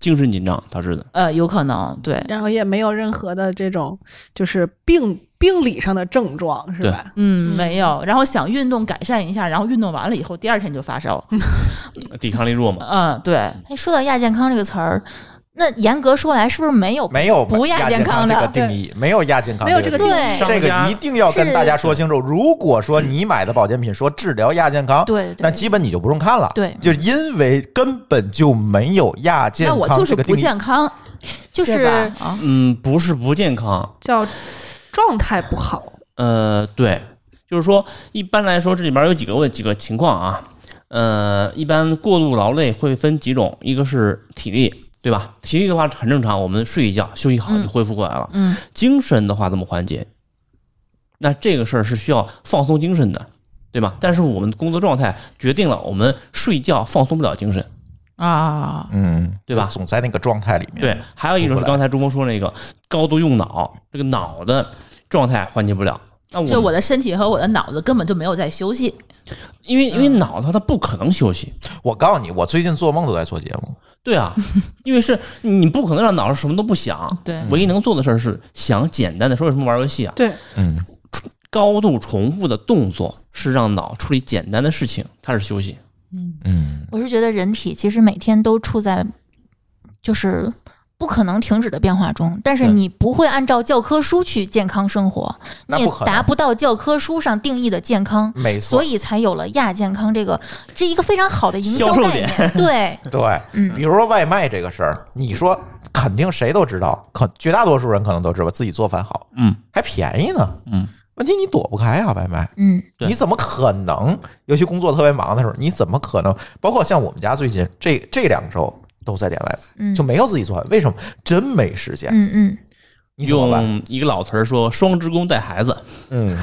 Speaker 2: 精神紧张导致的。
Speaker 3: 呃，有可能对，
Speaker 5: 然后也没有任何的这种就是病病理上的症状，是吧？
Speaker 3: 嗯，没有。然后想运动改善一下，然后运动完了以后，第二天就发烧。
Speaker 2: 抵抗力弱嘛。
Speaker 3: 嗯，对。
Speaker 4: 哎，说到亚健康这个词儿，那严格说来是不是没有？
Speaker 1: 没有
Speaker 4: 不亚
Speaker 1: 亚
Speaker 4: 健康
Speaker 1: 康这
Speaker 4: 的
Speaker 1: 个定义，没有亚健康，
Speaker 5: 没有这个
Speaker 1: 定义。
Speaker 2: 定
Speaker 4: 对
Speaker 2: 义
Speaker 1: 这个一定要跟大家说清楚。如果说
Speaker 2: 嗯
Speaker 1: 你买的保健品说治疗亚健康，
Speaker 4: 对
Speaker 1: 那
Speaker 4: 对
Speaker 1: 基本你就不用看了。
Speaker 4: 对
Speaker 1: 就是因为根本就没有亚健
Speaker 3: 那
Speaker 1: 康
Speaker 3: 我就是
Speaker 1: 这个
Speaker 3: 不
Speaker 1: 定义。
Speaker 3: 健康，
Speaker 4: 就
Speaker 3: 对
Speaker 4: 是
Speaker 3: 吧啊，
Speaker 2: 嗯，不是不健康，
Speaker 5: 叫状态不好，
Speaker 2: 呃，对，就是说一般来说这里边有几个问几个情况啊，呃，一般过度劳累会分几种，一个是体力。对吧？体力的话很正常，我们睡一觉休息好就恢复过来了。
Speaker 3: 嗯，
Speaker 2: 精神的话怎么缓解？那这个事儿是需要放松精神的，对吧？但是我们的工作状态决定了我们睡觉放松不了精神，
Speaker 3: 啊，
Speaker 1: 嗯，
Speaker 2: 对吧
Speaker 1: 总在那个状态
Speaker 3: 嗯
Speaker 1: 里面。
Speaker 2: 对，，还有一种是刚才朱峰说那个高度用脑，这个脑的状态缓解不了。那我
Speaker 3: 就我
Speaker 2: 的，
Speaker 3: 的身体和我的脑子根本就没有在休息。
Speaker 2: 因为因为脑它它不可能休息，
Speaker 1: 我告诉你，我最近做梦都在做节目。
Speaker 2: 对 啊，因为是你不可能让脑子什么都不想，
Speaker 3: 对
Speaker 2: 唯一能做的事儿是想简单的说为什么玩游戏啊，
Speaker 5: 对，
Speaker 1: 嗯，
Speaker 2: 高度重复的动作是让脑处理简单的事情，它是休息。
Speaker 1: 嗯，
Speaker 4: 我是觉得人体其实每天都处在就是不可能停止的变化中，但是
Speaker 2: 对
Speaker 4: 你不会按照教科书去健康生活，
Speaker 1: 那
Speaker 4: 你
Speaker 1: 不
Speaker 4: 也
Speaker 1: 可能
Speaker 4: 达不到教科书上定义的健康。
Speaker 2: 嗯
Speaker 1: 没错。
Speaker 4: 所以才有了亚健康这个这一个非常好的营销
Speaker 2: 销售
Speaker 4: 概 念，对，
Speaker 1: 对，
Speaker 4: 嗯
Speaker 1: 比如说外卖这个事儿，你说肯定谁都知道，可绝大多数人可能都知道自己做饭好，
Speaker 2: 嗯
Speaker 1: 还便宜呢。
Speaker 2: 嗯，
Speaker 1: 问题你躲不开啊，外卖。
Speaker 4: 嗯，
Speaker 2: 对
Speaker 1: 你怎么可能？尤其工作特别忙的时候，你怎么可能？包括像我们家最近这这两周都在点外卖，
Speaker 4: 嗯
Speaker 1: 就没有自己做饭。为什么？真没时间。
Speaker 4: 嗯嗯，
Speaker 1: 你怎么办？
Speaker 2: 用一个老词儿说“双职工带孩子
Speaker 1: 嗯，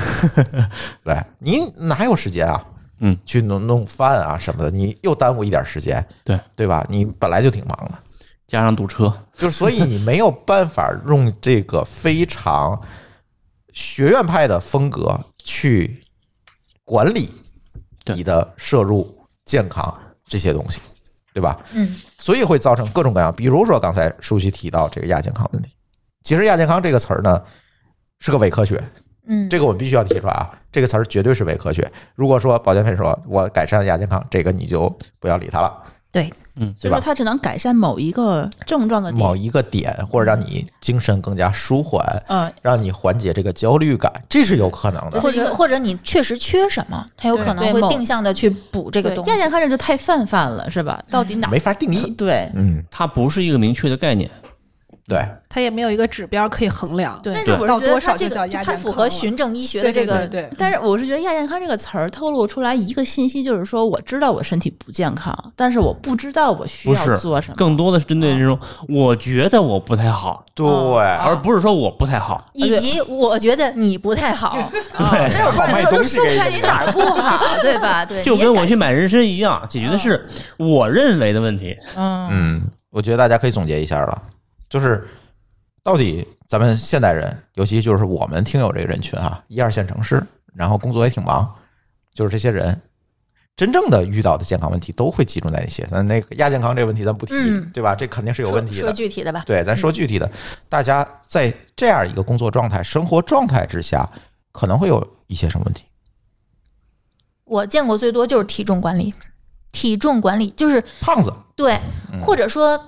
Speaker 1: 对你哪有时间啊？
Speaker 2: 嗯，
Speaker 1: 去弄弄饭啊什么的，你又耽误一点时间，
Speaker 2: 对
Speaker 1: 对吧？你本来就挺忙的，”，
Speaker 2: 加上堵车，
Speaker 1: 就是所以你没有办法用这个非常学院派的风格去管理
Speaker 2: 对
Speaker 1: 你的摄入、健康这些东西，对吧？
Speaker 4: 嗯，
Speaker 1: 所以会造成各种各样，比如说刚才舒淇提到这个亚健康问题。其实亚健康这个词儿呢，是个伪科学，
Speaker 4: 嗯，
Speaker 1: 这个我们必须要提出来啊，这个词儿绝对是伪科学。如果说保健品说我改善亚健康，这个你就不要理它了，
Speaker 4: 对，
Speaker 3: 所
Speaker 1: 对
Speaker 3: 以说
Speaker 1: 吧？
Speaker 3: 它只能改善某一个症状的
Speaker 1: 某
Speaker 3: 点。
Speaker 1: 一个点，或者让你精神更加舒缓，
Speaker 3: 嗯，
Speaker 1: 让你缓解这个焦虑感，这是有可能的。
Speaker 4: 或者或者你确实缺什么，它有可能
Speaker 3: 对
Speaker 4: 会
Speaker 3: 某
Speaker 4: 定向的去补这个
Speaker 3: 对
Speaker 4: 东，西
Speaker 3: 亚。健康这就太泛泛了，是吧？到底哪
Speaker 1: 没法定义。
Speaker 3: 对？
Speaker 1: 嗯，
Speaker 2: 它不是一个明确的概念。
Speaker 1: 对，
Speaker 5: 它也没有一个指标可以衡量。
Speaker 4: 对
Speaker 3: 但是我是
Speaker 5: 到
Speaker 3: 觉
Speaker 5: 多
Speaker 3: 得
Speaker 5: 少
Speaker 3: 它
Speaker 5: 就
Speaker 3: 这
Speaker 5: 叫
Speaker 3: 个，
Speaker 5: 亚
Speaker 4: 就
Speaker 5: 健
Speaker 4: 它
Speaker 5: 康
Speaker 4: 符合
Speaker 5: 了
Speaker 4: 循证医学的这
Speaker 5: 对对
Speaker 4: 个
Speaker 5: 对对
Speaker 3: 但是我是觉得“亚健康”这个词儿透露出来一个信息，就是说我知道我身体不健康，但是我不知道我需
Speaker 2: 不
Speaker 3: 要
Speaker 2: 是
Speaker 3: 做什么。
Speaker 2: 更多的是针对这种，我觉得我不太好，
Speaker 1: 对，
Speaker 3: 哦
Speaker 2: 而不是说我不太好。
Speaker 4: 以及我觉得你不 太好，
Speaker 2: 啊
Speaker 3: 但是我
Speaker 1: 好卖
Speaker 3: 说
Speaker 1: 东
Speaker 3: 就
Speaker 1: 西
Speaker 3: 说
Speaker 1: 给
Speaker 3: 出来
Speaker 1: 你
Speaker 3: 你哪儿不 好，对吧？对，
Speaker 2: 就
Speaker 3: 你也
Speaker 2: 跟我
Speaker 3: 感嗯
Speaker 2: 去买人参一样，解决的是我认为的问题。
Speaker 3: 嗯
Speaker 1: 嗯，我觉得大家可以总结一下了，就是到底咱们现代人，尤其就是我们听友这个人群啊，一二线城市，然后工作也挺忙，就是这些人真正的遇到的健康问题都会集中在一些。咱那个亚健康这个问题咱不提，
Speaker 4: 嗯
Speaker 1: 对吧？这肯定是有问题
Speaker 4: 说
Speaker 1: 的
Speaker 4: 说。具体的吧，
Speaker 1: 对，咱说具体的，大家在这样一个工作状态、生活状态之下，可能会有一些什么问题？
Speaker 4: 我见过最多就是体重管理，体重管理就是
Speaker 1: 胖子，
Speaker 4: 对，
Speaker 1: 嗯
Speaker 4: 或者说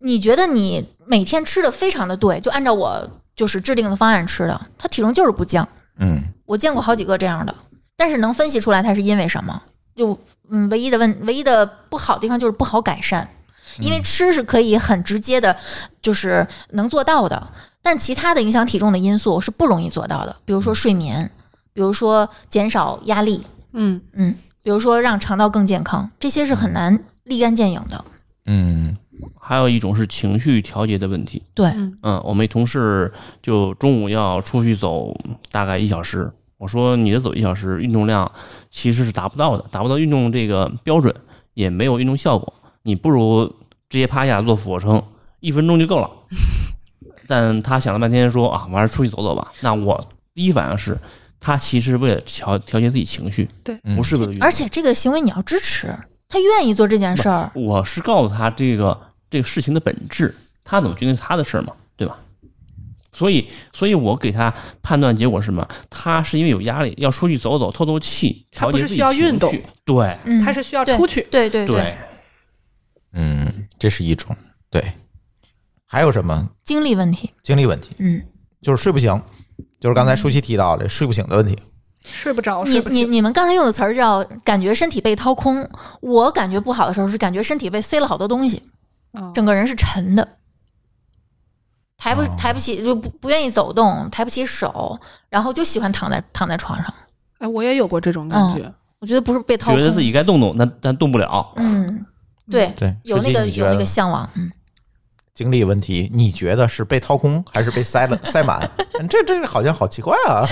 Speaker 4: 你觉得你每天吃的非常的对，就按照我就是制定的方案吃的，他体重就是不降。
Speaker 1: 嗯，
Speaker 4: 我见过好几个这样的，但是能分析出来他是因为什么？就嗯，唯一的问，唯一的不好的地方就是不好改善，因为吃是可以很直接的，就是能做到的，但其他的影响体重的因素是不容易做到的，比如说睡眠，比如说减少压力，
Speaker 5: 嗯，
Speaker 4: 嗯，比如说让肠道更健康，这些是很难立竿见影的。
Speaker 1: 嗯，
Speaker 2: 还有一种是情绪调节的问题。
Speaker 4: 对，
Speaker 2: 嗯，我们一同事就中午要出去走大概一小时，我说你的走一小时运动量其实是达不到的，达不到运动这个标准，也没有运动效果，你不如直接趴下做俯卧撑，一分钟就够了。但他想了半天说啊，我还是出去走走吧。那我第一反应是，他其实是为了调调节自己情绪，
Speaker 5: 对
Speaker 1: 嗯
Speaker 2: 不是为了运动
Speaker 4: 而。且这个行为你要支持，他愿意做这件事儿，
Speaker 2: 我是告诉他这个这个事情的本质，他怎么决定是他的事儿嘛，对吧？所以，所以我给他判断结果是什么？他是因为有压力，要出去走走、透透气，
Speaker 5: 他
Speaker 2: 调
Speaker 5: 不
Speaker 2: 节
Speaker 5: 是
Speaker 2: 自己
Speaker 5: 需要
Speaker 2: 情
Speaker 5: 运动
Speaker 2: 绪对
Speaker 4: 嗯，
Speaker 5: 它是需要
Speaker 4: 对
Speaker 5: 出去。
Speaker 4: 对对
Speaker 2: 对，
Speaker 1: 嗯，这是一种对，还有什么
Speaker 4: 精力问题，
Speaker 1: 精力问题？
Speaker 4: 嗯，
Speaker 1: 就是睡不醒，就是刚才舒淇提到的睡不醒的问题。
Speaker 5: 睡不着，
Speaker 4: 你
Speaker 5: 哦睡不
Speaker 4: 你
Speaker 5: 醒。
Speaker 4: 你们刚才用的词儿叫感觉身体被掏空，我感觉不好的时候是感觉身体被塞了好多东西，
Speaker 5: 嗯
Speaker 4: 整个人是沉的，抬不
Speaker 1: 哦
Speaker 4: 抬不起，就不不愿意走动，抬不起手，然后就喜欢躺在躺在床上。
Speaker 5: 哎，我也有过这种
Speaker 4: 嗯
Speaker 5: 感觉。
Speaker 4: 我觉得不是被掏
Speaker 2: 觉
Speaker 4: 空，
Speaker 2: 得自己该动动，但但动不了。
Speaker 4: 嗯，对，
Speaker 1: 对，
Speaker 4: 有
Speaker 1: 实
Speaker 4: 那
Speaker 1: 际
Speaker 4: 个
Speaker 1: 你觉
Speaker 4: 有那个
Speaker 1: 得
Speaker 4: 向往，嗯，
Speaker 1: 精力问题，你觉得是被掏空还是被塞了塞 满？嗯这这个好像好奇怪啊。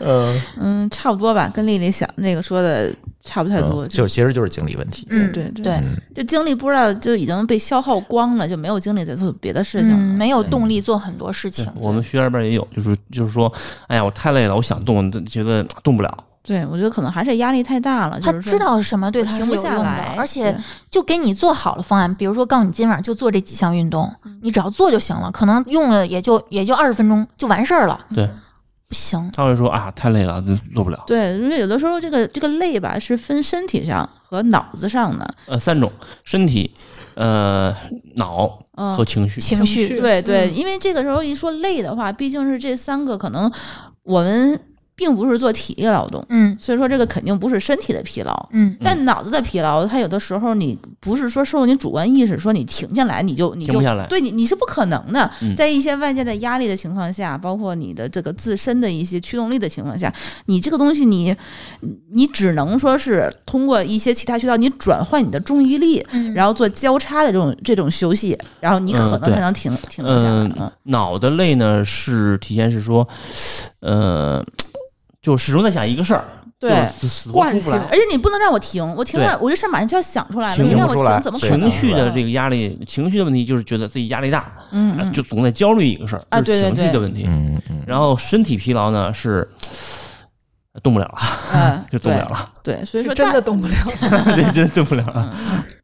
Speaker 1: 嗯，
Speaker 3: 嗯，差不多吧，跟丽丽想那个说的差不太多。
Speaker 1: 嗯就其实就是精力问题。
Speaker 4: 嗯
Speaker 3: 对
Speaker 4: 对
Speaker 3: 对就精力不知道就已经被消耗光了，就没有精力再做别的事情
Speaker 4: 嗯，
Speaker 3: 了。
Speaker 4: 没有动力做很多事情。
Speaker 2: 我们学校里边也有，就是就是说，哎呀，我太累了，我想动，但觉得动不了。
Speaker 3: 对，我觉得可能还是压力太大了。
Speaker 4: 他
Speaker 3: 就是说
Speaker 4: 知道什么对他
Speaker 3: 停
Speaker 4: 是
Speaker 3: 不
Speaker 4: 有
Speaker 3: 下
Speaker 4: 用的
Speaker 3: 来，，
Speaker 4: 而且
Speaker 3: 对
Speaker 4: 就给你做好了方案，比如说告诉你今晚就做这几项运动，你只要做就行了，可能用了也就也就二十分钟就完事儿了。
Speaker 2: 对，
Speaker 4: 不行，
Speaker 2: 他会说，哎呀，太累了，做不了。
Speaker 3: 对，因为有的时候这个这个累吧是分身体上和脑子上的，
Speaker 2: 呃，三种：身体、呃脑
Speaker 3: 嗯
Speaker 2: 和，情绪。
Speaker 4: 情绪
Speaker 5: 绪
Speaker 3: 对对，
Speaker 5: 嗯
Speaker 3: 因为这个时候一说累的话，毕竟是这三个，可能我们并不是做体力劳动，
Speaker 4: 嗯
Speaker 3: 所以说这个肯定不是身体的疲劳。
Speaker 4: 嗯，
Speaker 3: 但脑子的疲劳，它有的时候你不是说受你主观意识说你停下来，你就你
Speaker 2: 停
Speaker 3: 就
Speaker 2: 不下来
Speaker 3: 对你你是不可能的
Speaker 2: 哎嗯。
Speaker 3: 在一些外界的压力的情况下，包括你的这个自身的一些驱动力的情况下，你这个东西你你只能说是通过一些其他渠道，你转换你的注意力，
Speaker 4: 嗯
Speaker 3: 然后做交叉的这种这种休息，然后你可
Speaker 2: 嗯
Speaker 3: 能
Speaker 2: 对
Speaker 3: 才能停、停得下来。嗯
Speaker 2: 嗯，脑的累呢是体现是说，呃，就始终在想一个事儿，
Speaker 3: 对。
Speaker 2: 就是死死活
Speaker 5: 惯
Speaker 2: 出不来
Speaker 5: 性
Speaker 3: 而且你不能让我停，我停了，我这事儿马上就要想出来了，
Speaker 2: 停
Speaker 3: 你
Speaker 2: 不
Speaker 3: 让我
Speaker 1: 出来
Speaker 3: 停怎么可
Speaker 2: 情
Speaker 3: 能？
Speaker 2: 绪的这
Speaker 3: 个，
Speaker 2: 个压力，情绪的问题就是觉得自己压力大，啊
Speaker 3: 嗯嗯，
Speaker 2: 就总在焦虑一个事儿，
Speaker 3: 啊
Speaker 2: 就是
Speaker 3: 对对
Speaker 2: 情绪的问题。
Speaker 1: 嗯嗯，
Speaker 2: 然后身体疲劳呢是呃动不了了，
Speaker 3: 嗯
Speaker 2: 就动不了了，
Speaker 3: 对，对所以
Speaker 5: 是
Speaker 3: 说
Speaker 5: 真
Speaker 3: 大
Speaker 5: 的动不了，
Speaker 2: 对，真的动不了了。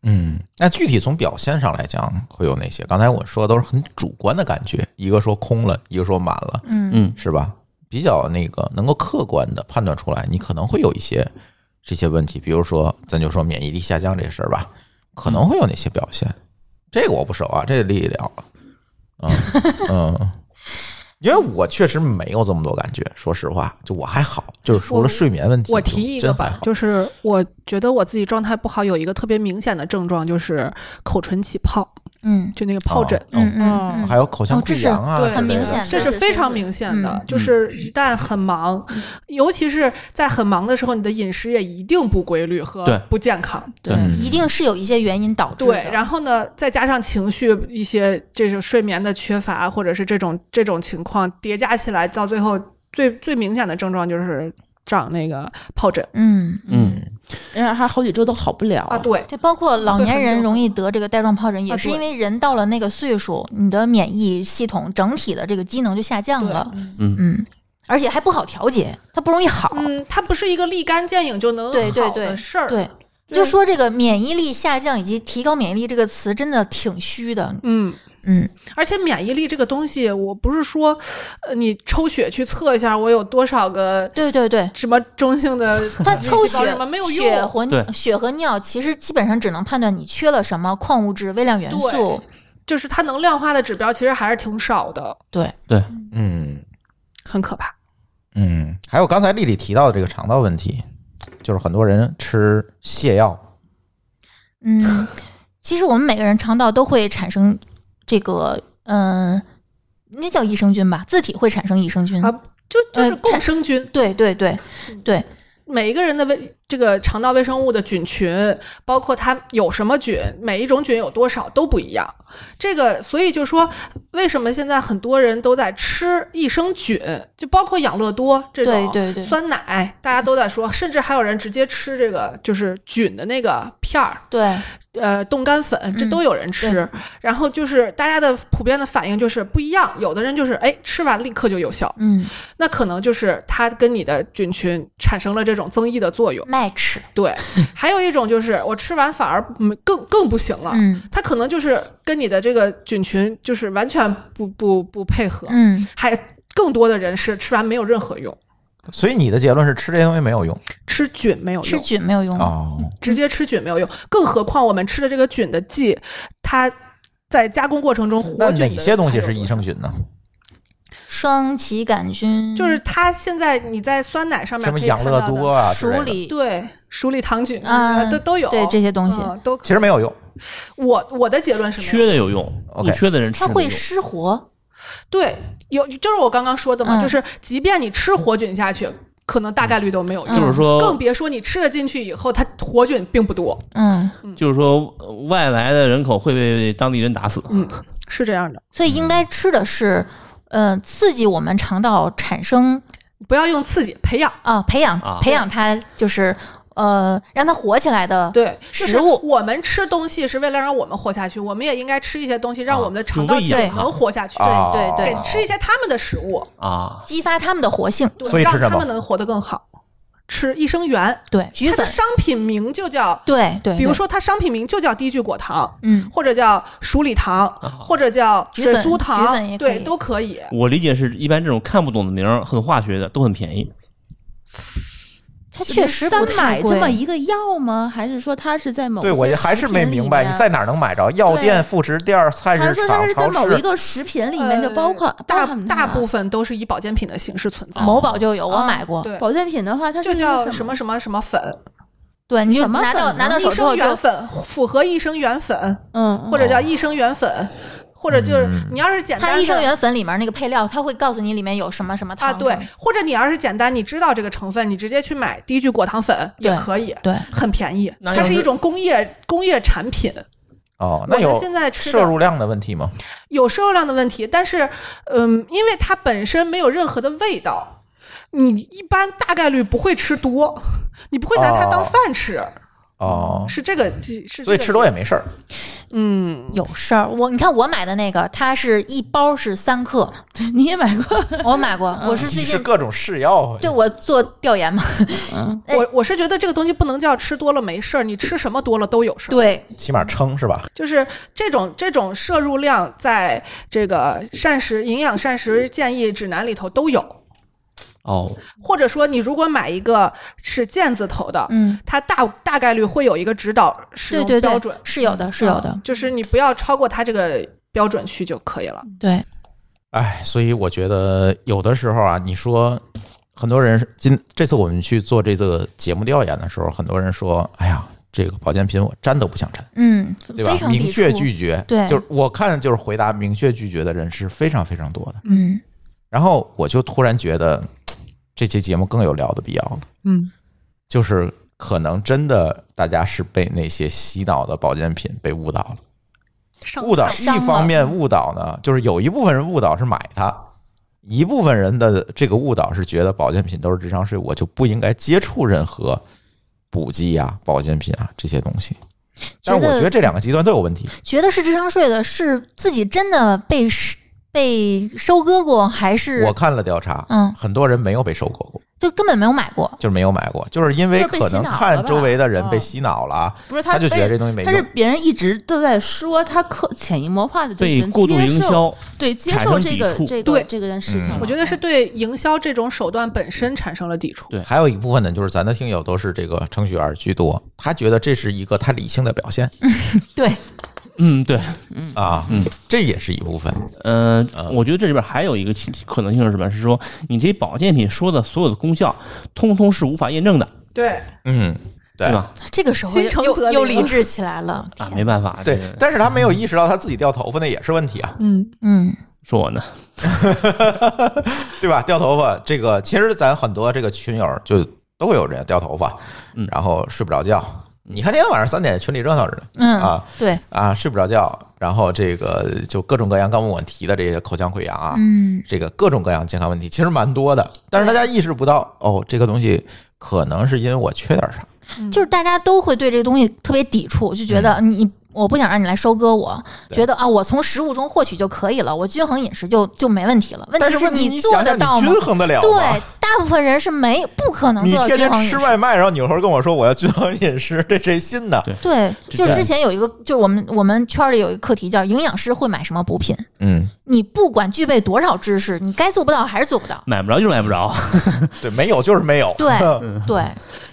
Speaker 1: 嗯，那具体从表现上来讲，会有哪些？刚才我说的都是很主观的感觉，一个说空了，一个说满了，
Speaker 4: 嗯
Speaker 2: 嗯，
Speaker 1: 是吧？比较那个能够客观的判断出来，你可能会有一些这些问题，比如说咱就说免疫力下降这事儿吧，可能会有哪些表现？这个我不熟啊，这个丽丽聊了， 嗯嗯，因为我确实没有这么多感觉，说实话，就我还好，就是除了睡眠问题，
Speaker 5: 我提一个
Speaker 1: 真还
Speaker 5: 吧
Speaker 1: 好，，
Speaker 5: 就是我觉得我自己状态不好，有一个特别明显的症状就是口唇起泡，
Speaker 4: 嗯
Speaker 5: 就那个疱疹，
Speaker 1: 哦
Speaker 4: 嗯嗯
Speaker 5: 哦
Speaker 4: 嗯，
Speaker 1: 还有口腔
Speaker 4: 哦这
Speaker 1: 溃
Speaker 4: 是
Speaker 1: 疡啊之类
Speaker 5: 对
Speaker 1: 的，
Speaker 4: 很明显
Speaker 5: 这是非常明显
Speaker 4: 嗯
Speaker 5: 的，就是一旦很忙，尤其是在很忙的时候，你的饮食也一定不规律和
Speaker 2: 对
Speaker 5: 不健康。
Speaker 3: 对
Speaker 1: 嗯
Speaker 4: 一定是有一些原因导致的。
Speaker 5: 对，然后呢，再加上情绪一些这种睡眠的缺乏，或者是这种这种情况叠加起来，到最后最最明显的症状就是长那个疱疹
Speaker 4: 嗯，
Speaker 2: 嗯，
Speaker 3: 然后还好几周都好不了
Speaker 5: 啊，对，
Speaker 4: 对，包括老年人容易得这个带状疱疹，
Speaker 5: 啊
Speaker 4: 也是
Speaker 5: 对
Speaker 4: 因为人到了那个岁数，你的免疫系统整体的这个机能就下降了，
Speaker 2: 嗯
Speaker 4: 嗯，而且还不好调节，它不容易好。
Speaker 5: 嗯，它不是一个立竿见影就能
Speaker 4: 对对
Speaker 5: 好
Speaker 4: 对
Speaker 5: 的事儿，
Speaker 4: 对，
Speaker 5: 对
Speaker 4: 就说这个免疫力下降以及提高免疫力这个词，真的挺虚的。
Speaker 5: 嗯，
Speaker 4: 嗯，
Speaker 5: 而且免疫力这个东西，我不是说，呃，你抽血去测一下我有多少个
Speaker 4: 对对对，
Speaker 5: 什么中性的，
Speaker 4: 它抽血
Speaker 5: 什么没有
Speaker 4: 血
Speaker 5: 用，
Speaker 4: 和
Speaker 2: 对
Speaker 4: 血和尿其实基本上只能判断你缺了什么矿物质、微量元
Speaker 5: 对
Speaker 4: 素。
Speaker 5: 就是它能量化的指标其实还是挺少的，
Speaker 1: 嗯
Speaker 5: 很可怕。
Speaker 1: 嗯，还有刚才丽丽提到的这个肠道问题，就是很多人吃泻药，
Speaker 4: 嗯，其实我们每个人肠道都会产生这个，嗯，那叫益生菌吧，自体会产生益生菌。
Speaker 5: 啊就就是
Speaker 4: 呃
Speaker 5: 共
Speaker 4: 产
Speaker 5: 生菌，
Speaker 4: 对对对对，
Speaker 5: 每一个人的微这个肠道微生物的菌群，包括它有什么菌，每一种菌有多少都不一样。这个，所以就说为什么现在很多人都在吃益生菌，就包括养乐多这种，
Speaker 4: 对对对
Speaker 5: 酸奶大家都在说，甚至还有人直接吃这个就是菌的那个片儿，
Speaker 4: 对
Speaker 5: 呃，冻干粉这
Speaker 4: 嗯
Speaker 5: 都有人吃。然后就是大家的普遍的反应就是不一样，有的人就是哎吃完立刻就有效，
Speaker 4: 嗯
Speaker 5: 那可能就是它跟你的菌群产生了这种增益的作用。
Speaker 4: ，match，
Speaker 5: 对，还有一种就是我吃完反而没更更不行了，
Speaker 4: 嗯
Speaker 5: 它可能就是跟你的这个菌群就是完全不不不配合，
Speaker 4: 嗯，
Speaker 5: 还更多的人是吃完没有任何用，
Speaker 1: 所以你的结论是吃这些东西没有用
Speaker 5: 吃菌没有
Speaker 4: 吃
Speaker 5: 用，
Speaker 4: 菌没有用。
Speaker 1: 哦，
Speaker 5: 直接吃菌没有用，更何况我们吃的这个菌的剂，它在加工过程中
Speaker 1: 那
Speaker 5: 活菌的
Speaker 1: 哪些东西
Speaker 5: 含有
Speaker 1: 是益
Speaker 5: 多
Speaker 1: 生
Speaker 5: 少？
Speaker 1: 菌呢？
Speaker 4: 双歧杆菌
Speaker 5: 就是它现在你在酸奶上面
Speaker 1: 什么
Speaker 5: 可以
Speaker 1: 养
Speaker 5: 看
Speaker 1: 乐
Speaker 5: 到的
Speaker 1: 多啊之
Speaker 4: 鼠
Speaker 1: 类的，
Speaker 4: 李，
Speaker 5: 对，鼠李糖菌
Speaker 4: 啊
Speaker 5: 都都有，
Speaker 4: 对这些东西，
Speaker 5: 嗯都可
Speaker 1: 其实没有用。
Speaker 5: 我我的结论是没有
Speaker 2: 缺的有用，
Speaker 1: OK
Speaker 2: 不缺的人吃
Speaker 4: 它
Speaker 2: 没
Speaker 4: 会
Speaker 2: 用。
Speaker 4: 失活。
Speaker 5: 对，有就是我刚刚说的嘛，
Speaker 4: 嗯
Speaker 5: 就是即便你吃活菌下去，可能大概率都没
Speaker 4: 嗯
Speaker 5: 有用，
Speaker 2: 就是
Speaker 5: 更
Speaker 2: 说，
Speaker 5: 别说你吃了进去以后，它活菌并不多。
Speaker 4: 嗯，
Speaker 2: 就是说，呃外来的人口会被当地人打死。
Speaker 5: 嗯，是这样的，
Speaker 4: 所以应该吃的是，嗯，刺激我们肠道产生
Speaker 5: 不要用刺激培养。
Speaker 4: 啊，培养
Speaker 2: 啊
Speaker 4: 培养它，就是呃，让它活起来的。
Speaker 5: 对，就是
Speaker 4: 食物
Speaker 5: 我们吃东西是为了让我们活下去，我们也应该吃一些东西，让
Speaker 2: 啊
Speaker 5: 我们的肠道
Speaker 2: 有
Speaker 5: 菌
Speaker 2: 喂养
Speaker 5: 能活下去。
Speaker 1: 啊
Speaker 4: 对对
Speaker 5: 对，
Speaker 4: 对
Speaker 5: 吃一些他们的食物，
Speaker 2: 啊，
Speaker 4: 激发它们的活性。
Speaker 5: 对
Speaker 1: 所以吃
Speaker 5: 让
Speaker 1: 什
Speaker 5: 他
Speaker 1: 么
Speaker 5: 们能活得更好。吃益生元，
Speaker 4: 对，菊
Speaker 5: 它
Speaker 4: 粉，
Speaker 5: 的商品名就叫，
Speaker 4: 对对，
Speaker 5: 比如
Speaker 4: 对，
Speaker 5: 说它商品名就叫低聚果糖，
Speaker 4: 嗯，
Speaker 5: 或者叫鼠李糖，或者叫
Speaker 4: 菊
Speaker 5: 水
Speaker 4: 粉
Speaker 5: 苏
Speaker 4: 菊
Speaker 5: 糖
Speaker 4: 粉也，可
Speaker 5: 对，
Speaker 4: 以
Speaker 5: 都可以。
Speaker 2: 我理解是一般这种看不懂的名儿，很化学的都很便宜。
Speaker 4: 它确实
Speaker 3: 单
Speaker 4: 不太
Speaker 3: 买
Speaker 4: 贵
Speaker 3: 这么一个药吗？还是说它是在某
Speaker 1: 对，
Speaker 3: 些
Speaker 1: 我就还是
Speaker 3: 食
Speaker 1: 没
Speaker 3: 品里
Speaker 1: 明白
Speaker 3: 面
Speaker 1: 你在哪儿能买着？药
Speaker 3: 对
Speaker 1: 店、副食店儿、菜
Speaker 3: 还
Speaker 1: 市
Speaker 3: 是说它
Speaker 1: 场、
Speaker 3: 是在
Speaker 1: 超
Speaker 3: 某一
Speaker 1: 市。
Speaker 3: 个食品里面就包括
Speaker 5: 呃大大部
Speaker 3: 分
Speaker 5: 分都是以保健品的形式存在。
Speaker 4: 某宝就有，我买过。
Speaker 5: 啊对，
Speaker 3: 保健品的话，它
Speaker 5: 就是叫
Speaker 3: 什
Speaker 5: 什
Speaker 3: 么
Speaker 5: 么什么什么粉，
Speaker 4: 对，你就
Speaker 3: 什么
Speaker 4: 拿到
Speaker 3: 粉呢
Speaker 4: 拿到手
Speaker 5: 益
Speaker 4: 之后
Speaker 5: 生元
Speaker 4: 就
Speaker 5: 粉，复合益生元粉，
Speaker 3: 嗯，
Speaker 5: 或者叫益生元粉，或者就是
Speaker 1: 哦嗯
Speaker 5: 你要是简
Speaker 4: 它
Speaker 5: 单
Speaker 4: 益生
Speaker 5: 的。
Speaker 4: 元粉里面那个配料，它会告诉你里面有什么什么糖
Speaker 5: 啊，
Speaker 4: 什么
Speaker 5: 对，或者你要是简单，你知道这个成分，你直接去买低聚果糖粉也
Speaker 4: 对
Speaker 5: 可以，
Speaker 4: 对，
Speaker 5: 很便宜。
Speaker 2: 那
Speaker 5: 它
Speaker 2: 要
Speaker 5: 是
Speaker 2: 是
Speaker 5: 一种工业工业产品，
Speaker 1: 哦，
Speaker 5: 我
Speaker 1: 那有
Speaker 5: 们现在吃的
Speaker 1: 摄入量的问题吗？
Speaker 5: 有摄入量的问题，但是，嗯，因为它本身没有任何的味道，你一般大概率不会吃多，你不会拿它当饭吃，
Speaker 1: 哦，
Speaker 5: 是这个是是这个意思。
Speaker 1: 所以吃多也没事儿。
Speaker 5: 嗯，
Speaker 4: 有事儿。我你看我买的那个，它是一包是三 克，
Speaker 3: 嗯 你也买过，
Speaker 4: 我买过，
Speaker 5: 嗯
Speaker 4: 我是
Speaker 1: 你
Speaker 4: 最
Speaker 1: 是
Speaker 4: 近
Speaker 1: 各种试药，
Speaker 4: 对我做调研嘛，哎
Speaker 5: 我我是觉得这个东西不能叫吃多了没事儿，你吃什么多了都有事 儿。
Speaker 4: 对，
Speaker 1: 起码撑是吧？
Speaker 5: 就是这种这种摄入量，在这个膳食营养膳食建议指南里头都有，
Speaker 2: 哦，
Speaker 5: 或者说你如果买一个是健字头的，
Speaker 4: 嗯，
Speaker 5: 它大大概率会有一个指导使
Speaker 4: 对
Speaker 5: 用
Speaker 4: 对
Speaker 5: 标
Speaker 4: 对
Speaker 5: 准。，
Speaker 4: 是有的，是有的
Speaker 5: 嗯，就是你不要超过它这个标准去就可以了。
Speaker 4: 对，
Speaker 1: 哎，所以我觉得有的时候啊，你说很多人是今这次我们去做这个节目调研的时候，很多人说：“哎呀，这个保健品我沾都不想沾，
Speaker 4: 嗯，
Speaker 1: 对吧
Speaker 4: 非？常抵
Speaker 1: 明确
Speaker 4: 触
Speaker 1: 拒绝，
Speaker 4: 对
Speaker 1: 就是我看就是回答明确拒绝的人是非常非常多的。
Speaker 4: 嗯
Speaker 1: 然后我就突然觉得这期节目更有聊的必要了，
Speaker 5: 嗯，
Speaker 1: 就是可能真的大家是被那些洗脑的保健品被误导了。
Speaker 5: 上
Speaker 1: 误导
Speaker 4: 伤
Speaker 1: 一
Speaker 4: 了
Speaker 1: 方面误导呢，就是有一部分人误导是买它，一部分人的这个误导是觉得保健品都是智商税，我就不应该接触任何补剂啊、保健品啊这些东西。但是
Speaker 4: 觉
Speaker 1: 我
Speaker 4: 得
Speaker 1: 觉得这两个极端都有问题。
Speaker 4: 觉得是智商税的，是自己真的被收被收割过，还是
Speaker 1: 我看了调查，
Speaker 4: 嗯
Speaker 1: 很多人没有被收购过，
Speaker 4: 就根本没有买过？
Speaker 1: 就是没有买过，就是因为
Speaker 3: 就是被
Speaker 1: 可
Speaker 3: 洗
Speaker 1: 能
Speaker 3: 脑了
Speaker 1: 看
Speaker 3: 吧
Speaker 1: 周围的人被
Speaker 3: 嗯
Speaker 1: 洗脑了，
Speaker 3: 不是
Speaker 1: 他就觉
Speaker 3: 被
Speaker 1: 得这东西没
Speaker 3: 他是
Speaker 1: 用。
Speaker 3: 别人一直都在说，他刻潜移默化的就
Speaker 2: 被
Speaker 3: 已经
Speaker 2: 过度
Speaker 3: 接
Speaker 2: 营
Speaker 3: 受，
Speaker 2: 销，
Speaker 3: 对接
Speaker 2: 产
Speaker 3: 受
Speaker 2: 生
Speaker 3: 这
Speaker 2: 抵
Speaker 3: 个
Speaker 2: 触
Speaker 3: 这个
Speaker 5: 对
Speaker 3: 这个事
Speaker 1: 嗯
Speaker 3: 情了。
Speaker 5: 我觉得是对营销这种手段本身产生了抵触。
Speaker 2: 对
Speaker 1: 还有一部分呢，就是咱的听友都是这个程序员居多，他觉得这是一个他理性的表现
Speaker 4: 对，
Speaker 2: 嗯，对，
Speaker 1: 啊，
Speaker 2: 嗯，
Speaker 1: 这也是一部分。
Speaker 2: 嗯
Speaker 1: 啊，
Speaker 2: 我觉得这里边还有一个其可能性是什么？是说你这保健品说的所有的功效，通通是无法验证的，
Speaker 5: 对，
Speaker 1: 嗯，对
Speaker 2: 对吧？
Speaker 4: 这个时候
Speaker 5: 心
Speaker 4: 又
Speaker 5: 诚则
Speaker 4: 又
Speaker 5: 灵
Speaker 4: 又理智起来了。
Speaker 2: 啊，没办法，
Speaker 1: 对
Speaker 2: 这个，
Speaker 1: 但是他没有意识到他自己掉头发那也是问题啊，
Speaker 5: 嗯，
Speaker 4: 嗯，
Speaker 2: 说我呢，
Speaker 1: 对吧？掉头发这个，其实咱很多这个群友就都会有人掉头发
Speaker 2: 嗯，
Speaker 1: 然后睡不着觉。你看那天晚上三点群里热闹着呢，
Speaker 4: 嗯
Speaker 1: 啊
Speaker 4: 对，
Speaker 1: 啊，睡不着觉，然后这个就各种各样刚才我提的这些口腔溃疡啊，
Speaker 4: 嗯，
Speaker 1: 这个各种各样健康问题其实蛮多的，但是大家意识不到哦，这个东西可能是因为我缺点啥，
Speaker 4: 就是大家都会对这个东西特别抵触，就觉得你。我不想让你来收割我，
Speaker 1: 嗯对
Speaker 4: 觉得啊，我从食物中获取就可以了，我均衡饮食就就没问题了。问
Speaker 1: 但
Speaker 4: 题
Speaker 1: 是问题
Speaker 4: 你做
Speaker 1: 想
Speaker 4: 得
Speaker 1: 想
Speaker 4: 到
Speaker 1: 你
Speaker 4: 吗
Speaker 1: 均？衡得了吗
Speaker 4: 对？，大部分人是没不可能
Speaker 1: 你
Speaker 4: 做到
Speaker 1: 天
Speaker 4: 均
Speaker 1: 天
Speaker 4: 衡饮
Speaker 1: 吃
Speaker 4: 食。
Speaker 1: 外卖，然后扭头跟我说我要均衡饮食，这谁信呢？
Speaker 2: 对
Speaker 4: 对，
Speaker 2: 这
Speaker 4: 就
Speaker 2: 这
Speaker 4: 之前有一个，就是我们我们圈里有一个课题叫营养师会买什么补品。
Speaker 1: 嗯，
Speaker 4: 你不管具备多少知识，你该做不到还是做不 到。
Speaker 2: 买不着就买不 着。
Speaker 1: 对，没有就是没有。
Speaker 4: 对对，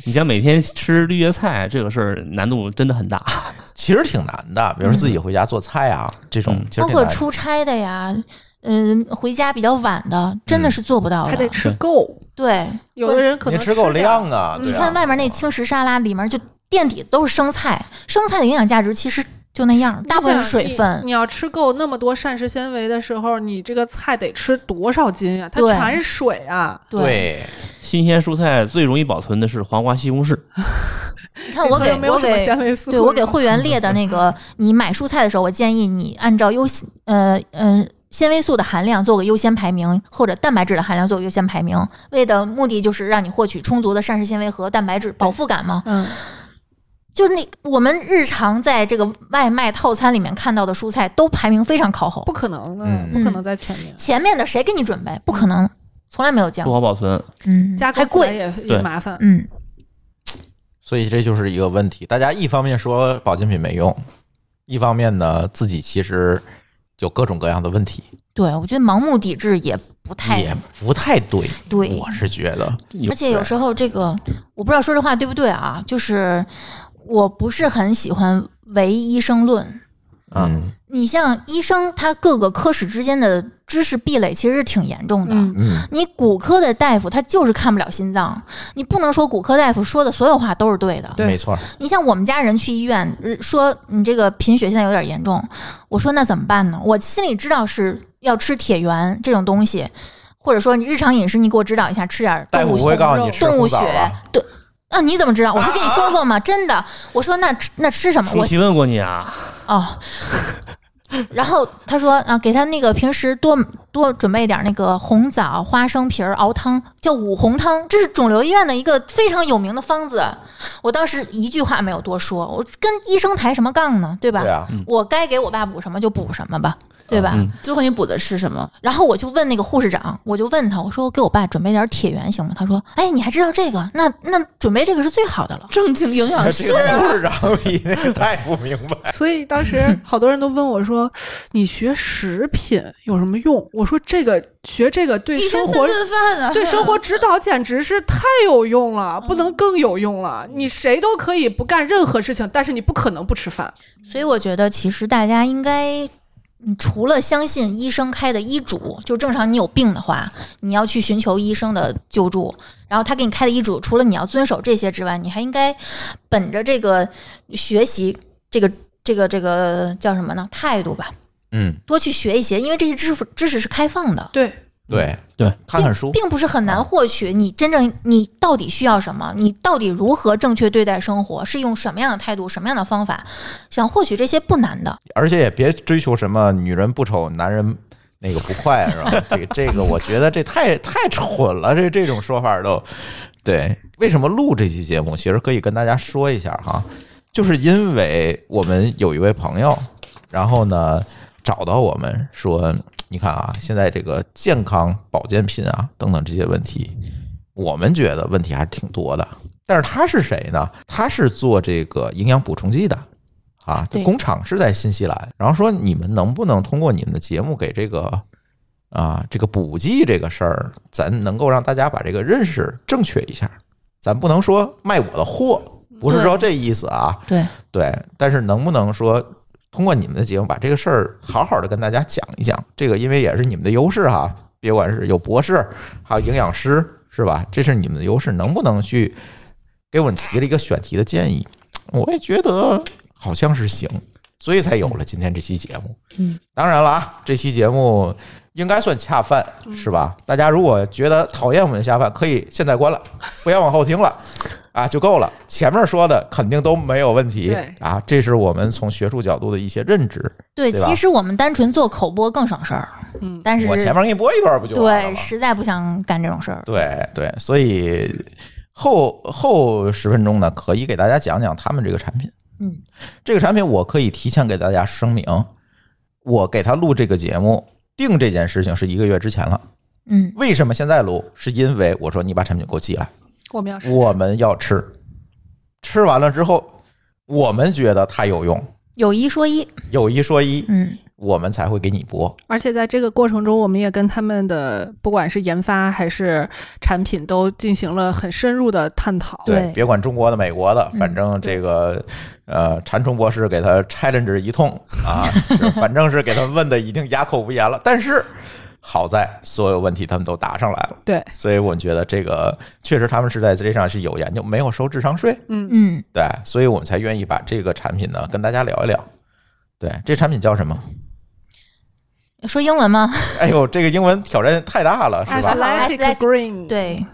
Speaker 2: 你像每天吃绿叶菜这个事儿，难度真的很大。
Speaker 1: 其实挺难的，比如说自己回家做菜啊，这种
Speaker 2: 嗯
Speaker 1: 其实
Speaker 4: 包
Speaker 1: 挺
Speaker 4: 括
Speaker 1: 难的。
Speaker 4: 出差的呀，嗯，回家比较晚的，
Speaker 1: 嗯
Speaker 4: 真的是做不到
Speaker 5: 还
Speaker 4: 的
Speaker 5: 得。吃够。
Speaker 4: 对，
Speaker 5: 有的人可
Speaker 1: 你
Speaker 5: 能
Speaker 1: 吃够
Speaker 5: 点儿
Speaker 1: 量啊！
Speaker 4: 嗯你
Speaker 1: 对啊
Speaker 4: 看外面那轻食沙拉，里面就垫底都是生菜，生菜的营养价值其实就那样，大部分是水
Speaker 5: 你
Speaker 4: 分。
Speaker 5: 你要吃够那么多膳食纤维的时候，你这个菜得吃多少斤啊呀、它
Speaker 4: 对
Speaker 5: 全是水啊！
Speaker 4: 对，
Speaker 1: 对，
Speaker 2: 新鲜蔬菜最容易保存的是黄瓜、西红柿，
Speaker 4: 你哦看我
Speaker 5: 里
Speaker 4: 给
Speaker 5: 头没有
Speaker 4: 我
Speaker 5: 什么
Speaker 4: 给
Speaker 5: 纤维素。嗯
Speaker 4: 对我给会员列的那 个，你买蔬菜的时候，我建议你按照优先呃嗯、纤维素的含量做个优先排名，或者蛋白质的含量做个优先排名，为的目的就是让你获取充足的膳食纤维和蛋白质，饱腹感嘛。
Speaker 5: 嗯，
Speaker 4: 就是那我们日常在这个外卖套餐里面看到的蔬菜都排名非常靠后
Speaker 5: 不，可能的，
Speaker 1: 嗯
Speaker 5: 不可能在前面。
Speaker 4: 前面的谁给你准备？不可能，从来没有见
Speaker 2: 不
Speaker 4: 过。
Speaker 2: 好保存。
Speaker 4: 嗯，
Speaker 5: 加
Speaker 4: 还
Speaker 5: 工起来
Speaker 4: 贵。
Speaker 5: 也
Speaker 2: 对
Speaker 5: 也麻烦。
Speaker 4: 嗯，
Speaker 1: 所以这就是一个问题。大家一方面说保健品没用，一方面呢自己其实有各种各样的问题，
Speaker 4: 对，我觉得盲目抵制也不太
Speaker 1: 也不太对。
Speaker 4: 对。
Speaker 1: 我是觉得，
Speaker 2: 有
Speaker 4: 而且有时候这个，我不知道说这话对不对啊，就是我不是很喜欢唯医生论。
Speaker 2: 啊
Speaker 1: 嗯
Speaker 4: 你像医生，他各个科室之间的知识壁垒其实是挺严重的。
Speaker 5: 嗯，
Speaker 1: 嗯，
Speaker 4: 你骨科的大夫他就是看不了心脏，你不能说骨科大夫说的所有话都是对的。
Speaker 5: 对
Speaker 1: 没错，
Speaker 4: 你像我们家人去医院呃说你这个贫血现在有点严重，我说那怎么办呢？我心里知道是要吃铁元这种东西，或者说你日常饮食你给我指导一下，吃点儿
Speaker 1: 大
Speaker 4: 动
Speaker 1: 夫
Speaker 4: 物
Speaker 1: 不会告诉你吃
Speaker 4: 动物
Speaker 1: 红
Speaker 4: 血
Speaker 1: 枣啊，
Speaker 4: 对。啊，你怎么知道？我不是跟你说过吗？真的，我说那吃那吃什么？
Speaker 2: 舒
Speaker 4: 我
Speaker 2: 淇问过你啊，
Speaker 4: 哦， 然后他说啊，给他那个平时多多准备点那个红枣、花生皮儿熬汤，叫五红汤，这是肿瘤医院的一个非常有名的方子。我当时一句话没有多说，我跟医生抬什么杠呢？对吧？
Speaker 1: 对啊，
Speaker 4: 我该给我爸补什么就补什么吧，对吧？
Speaker 2: 嗯
Speaker 3: 最后你补的是什么？
Speaker 4: 然后我就问那个护士长，我就问他，我说我给我爸准备点铁元行吗？他说，哎，你还知道这个？那那准备这个是最好的了。
Speaker 3: 正经营 养
Speaker 1: 这
Speaker 3: 师，啊
Speaker 1: 个护士长比那个大夫明白。
Speaker 5: 所以当 时好多人都问我说：“你学食品有什么用？”我说：“这个学这个对
Speaker 3: 一天
Speaker 5: 生
Speaker 3: 三
Speaker 5: 活
Speaker 3: 顿饭啊，
Speaker 5: 对生活指导简直是太有用了，不
Speaker 4: 嗯
Speaker 5: 能更有用了。你谁都可以不干任何事情，但是你不可能不吃饭。
Speaker 4: 所以我觉得，其实大家应该你除了相信医生开的医嘱，就正常你有病的话，你要去寻求医生的救助，然后他给你开的医嘱，除了你要遵守这些之外，你还应该本着这个学习这个这个这个叫什么呢？态度吧，
Speaker 1: 嗯，
Speaker 4: 多去学一些，因为这些知识知识是开放的。
Speaker 5: 对，
Speaker 1: 对
Speaker 2: 对，
Speaker 1: 看看书，
Speaker 4: 并不是很难获取。你真正你到底需要什么？你到底如何正确对待生活？是用什么样的态度、什么样的方法？想获取这些不难的。
Speaker 1: 而且也别追求什么女人不丑，男人那个不快，是吧？这个这个，我觉得这太太蠢了，这这种说法都对。为什么录这期节目？其实可以跟大家说一下哈，就是因为我们有一位朋友，然后呢找到我们说，你看啊，现在这个健康保健品啊等等这些问题，我们觉得问题还是挺多的。但是他是谁呢？他是做这个营养补充剂的，啊，这
Speaker 4: 对
Speaker 1: 工厂是在新西兰。然后说你们能不能通过你们的节目给这个啊这个补剂这个事儿，咱能够让大家把这个认识正确一下。咱不能说卖我的货，不是说这意思啊。
Speaker 3: 嗯
Speaker 4: 对，
Speaker 1: 对，但是能不能说通过你们的节目把这个事儿好好的跟大家讲一讲？这个因为也是你们的优势哈，别管是有博士，还有营养师，是吧？这是你们的优势，能不能去给我们提了一个选题的建议？我也觉得好像是行，所以才有了今天这期节目。
Speaker 3: 嗯，
Speaker 1: 当然了啊，这期节目。应该算恰饭是吧？
Speaker 4: 嗯
Speaker 1: 大家如果觉得讨厌我们的恰饭，可以现在 关了，不要往后听了。啊就够了。前面说的肯定都没有问题
Speaker 5: 对
Speaker 1: 啊，这是我们从学术角度的一些认知。
Speaker 4: 对，
Speaker 1: 对吧
Speaker 4: 其实我们单纯做口播更省事儿。
Speaker 5: 嗯
Speaker 4: 但是
Speaker 1: 我前面给你播一段不就完了
Speaker 4: 对，
Speaker 1: 吗？
Speaker 4: 实在不想干这种事儿。
Speaker 1: 对对，所以后后十分钟呢，可以给大家讲讲他们这个产品。
Speaker 4: 嗯，
Speaker 1: 这个产品我可以提前给大家声明，我给他录这个节目定这件事情是一个月之前了。
Speaker 4: 嗯，
Speaker 1: 为什么现在录？是因为我说你把产品给我寄来。
Speaker 5: 我们要是
Speaker 1: 我们要吃，吃完了之后，我们觉得它有用，
Speaker 4: 有一说一，
Speaker 1: 有一说一，
Speaker 4: 嗯，
Speaker 1: 我们才会给你播。
Speaker 5: 而且在这个过程中，我们也跟他们的不管是研发还是产品都进行了很深入的探讨。
Speaker 4: 对
Speaker 1: 别管中国的、美国的，
Speaker 4: 嗯
Speaker 1: 反正这个呃，馋虫博士给他 challenge 一通啊，是反正是给他问的已经哑口无言了。但是好在所有问题他们都答上来了，
Speaker 5: 对，
Speaker 1: 所以我觉得这个确实他们是在这上是有研究，没有收智商税，
Speaker 5: 嗯，
Speaker 4: 嗯，
Speaker 1: 对，所以我们才愿意把这个产品呢跟大家聊一聊。对，这产品叫什么？
Speaker 4: 嗯说英文吗？
Speaker 1: 哎呦，这个英文挑战太大了，是吧？
Speaker 5: Athletic
Speaker 4: Athletic
Speaker 5: Green，，
Speaker 4: 对，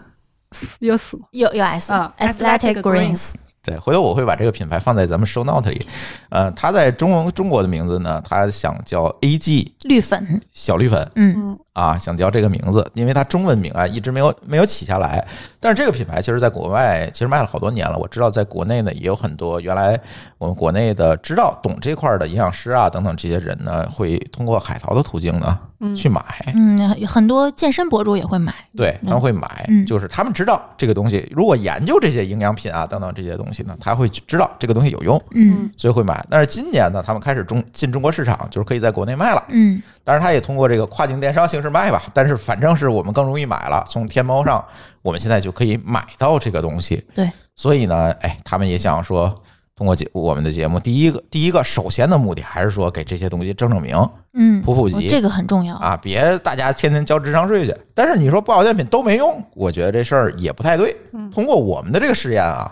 Speaker 5: 有死吗？
Speaker 4: 有有 S
Speaker 5: 啊
Speaker 4: 嗯 athletic
Speaker 5: ，Athletic
Speaker 4: greens，
Speaker 1: 对，回头我会把这个品牌放在咱们 show note 里。呃，它在中文中国的名字呢，它想叫 AG
Speaker 4: 绿粉，
Speaker 1: 小绿粉
Speaker 4: 嗯，
Speaker 1: 啊，想叫这个名字，因为它中文名啊一直没有没有起下来。但是这个品牌其实在国外其实卖了好多年了，我知道在国内呢也有很多原来我们国内的知道懂这块儿的营养师啊等等这些人呢，会通过海淘的途径呢去买。
Speaker 4: 嗯，很多健身博主也会买，
Speaker 1: 对，他们会买，
Speaker 4: 嗯
Speaker 1: 就是他们知道这个东西，如果研究这些营养品啊等等这些东西呢，他会知道这个东西有用，
Speaker 4: 嗯
Speaker 1: 所以会买。但是今年呢，他们开始中进中国市场，就是可以在国内卖了。
Speaker 4: 嗯
Speaker 1: 当然，他也通过这个跨境电商形式卖吧。但是反正是我们更容易买了，从天猫上我们现在就可以买到这个东西。
Speaker 4: 对，
Speaker 1: 所以呢，哎，他们也想说。通过节我们的节目，第一个第一个首先的目的还是说给这些东西正正名、
Speaker 4: 嗯，
Speaker 1: 普普及，
Speaker 4: 哦这个很重要，
Speaker 1: 啊，别大家天天交智商税去。但是你说保健品都没用，我觉得这事儿也不太对。通过我们的这个实验啊，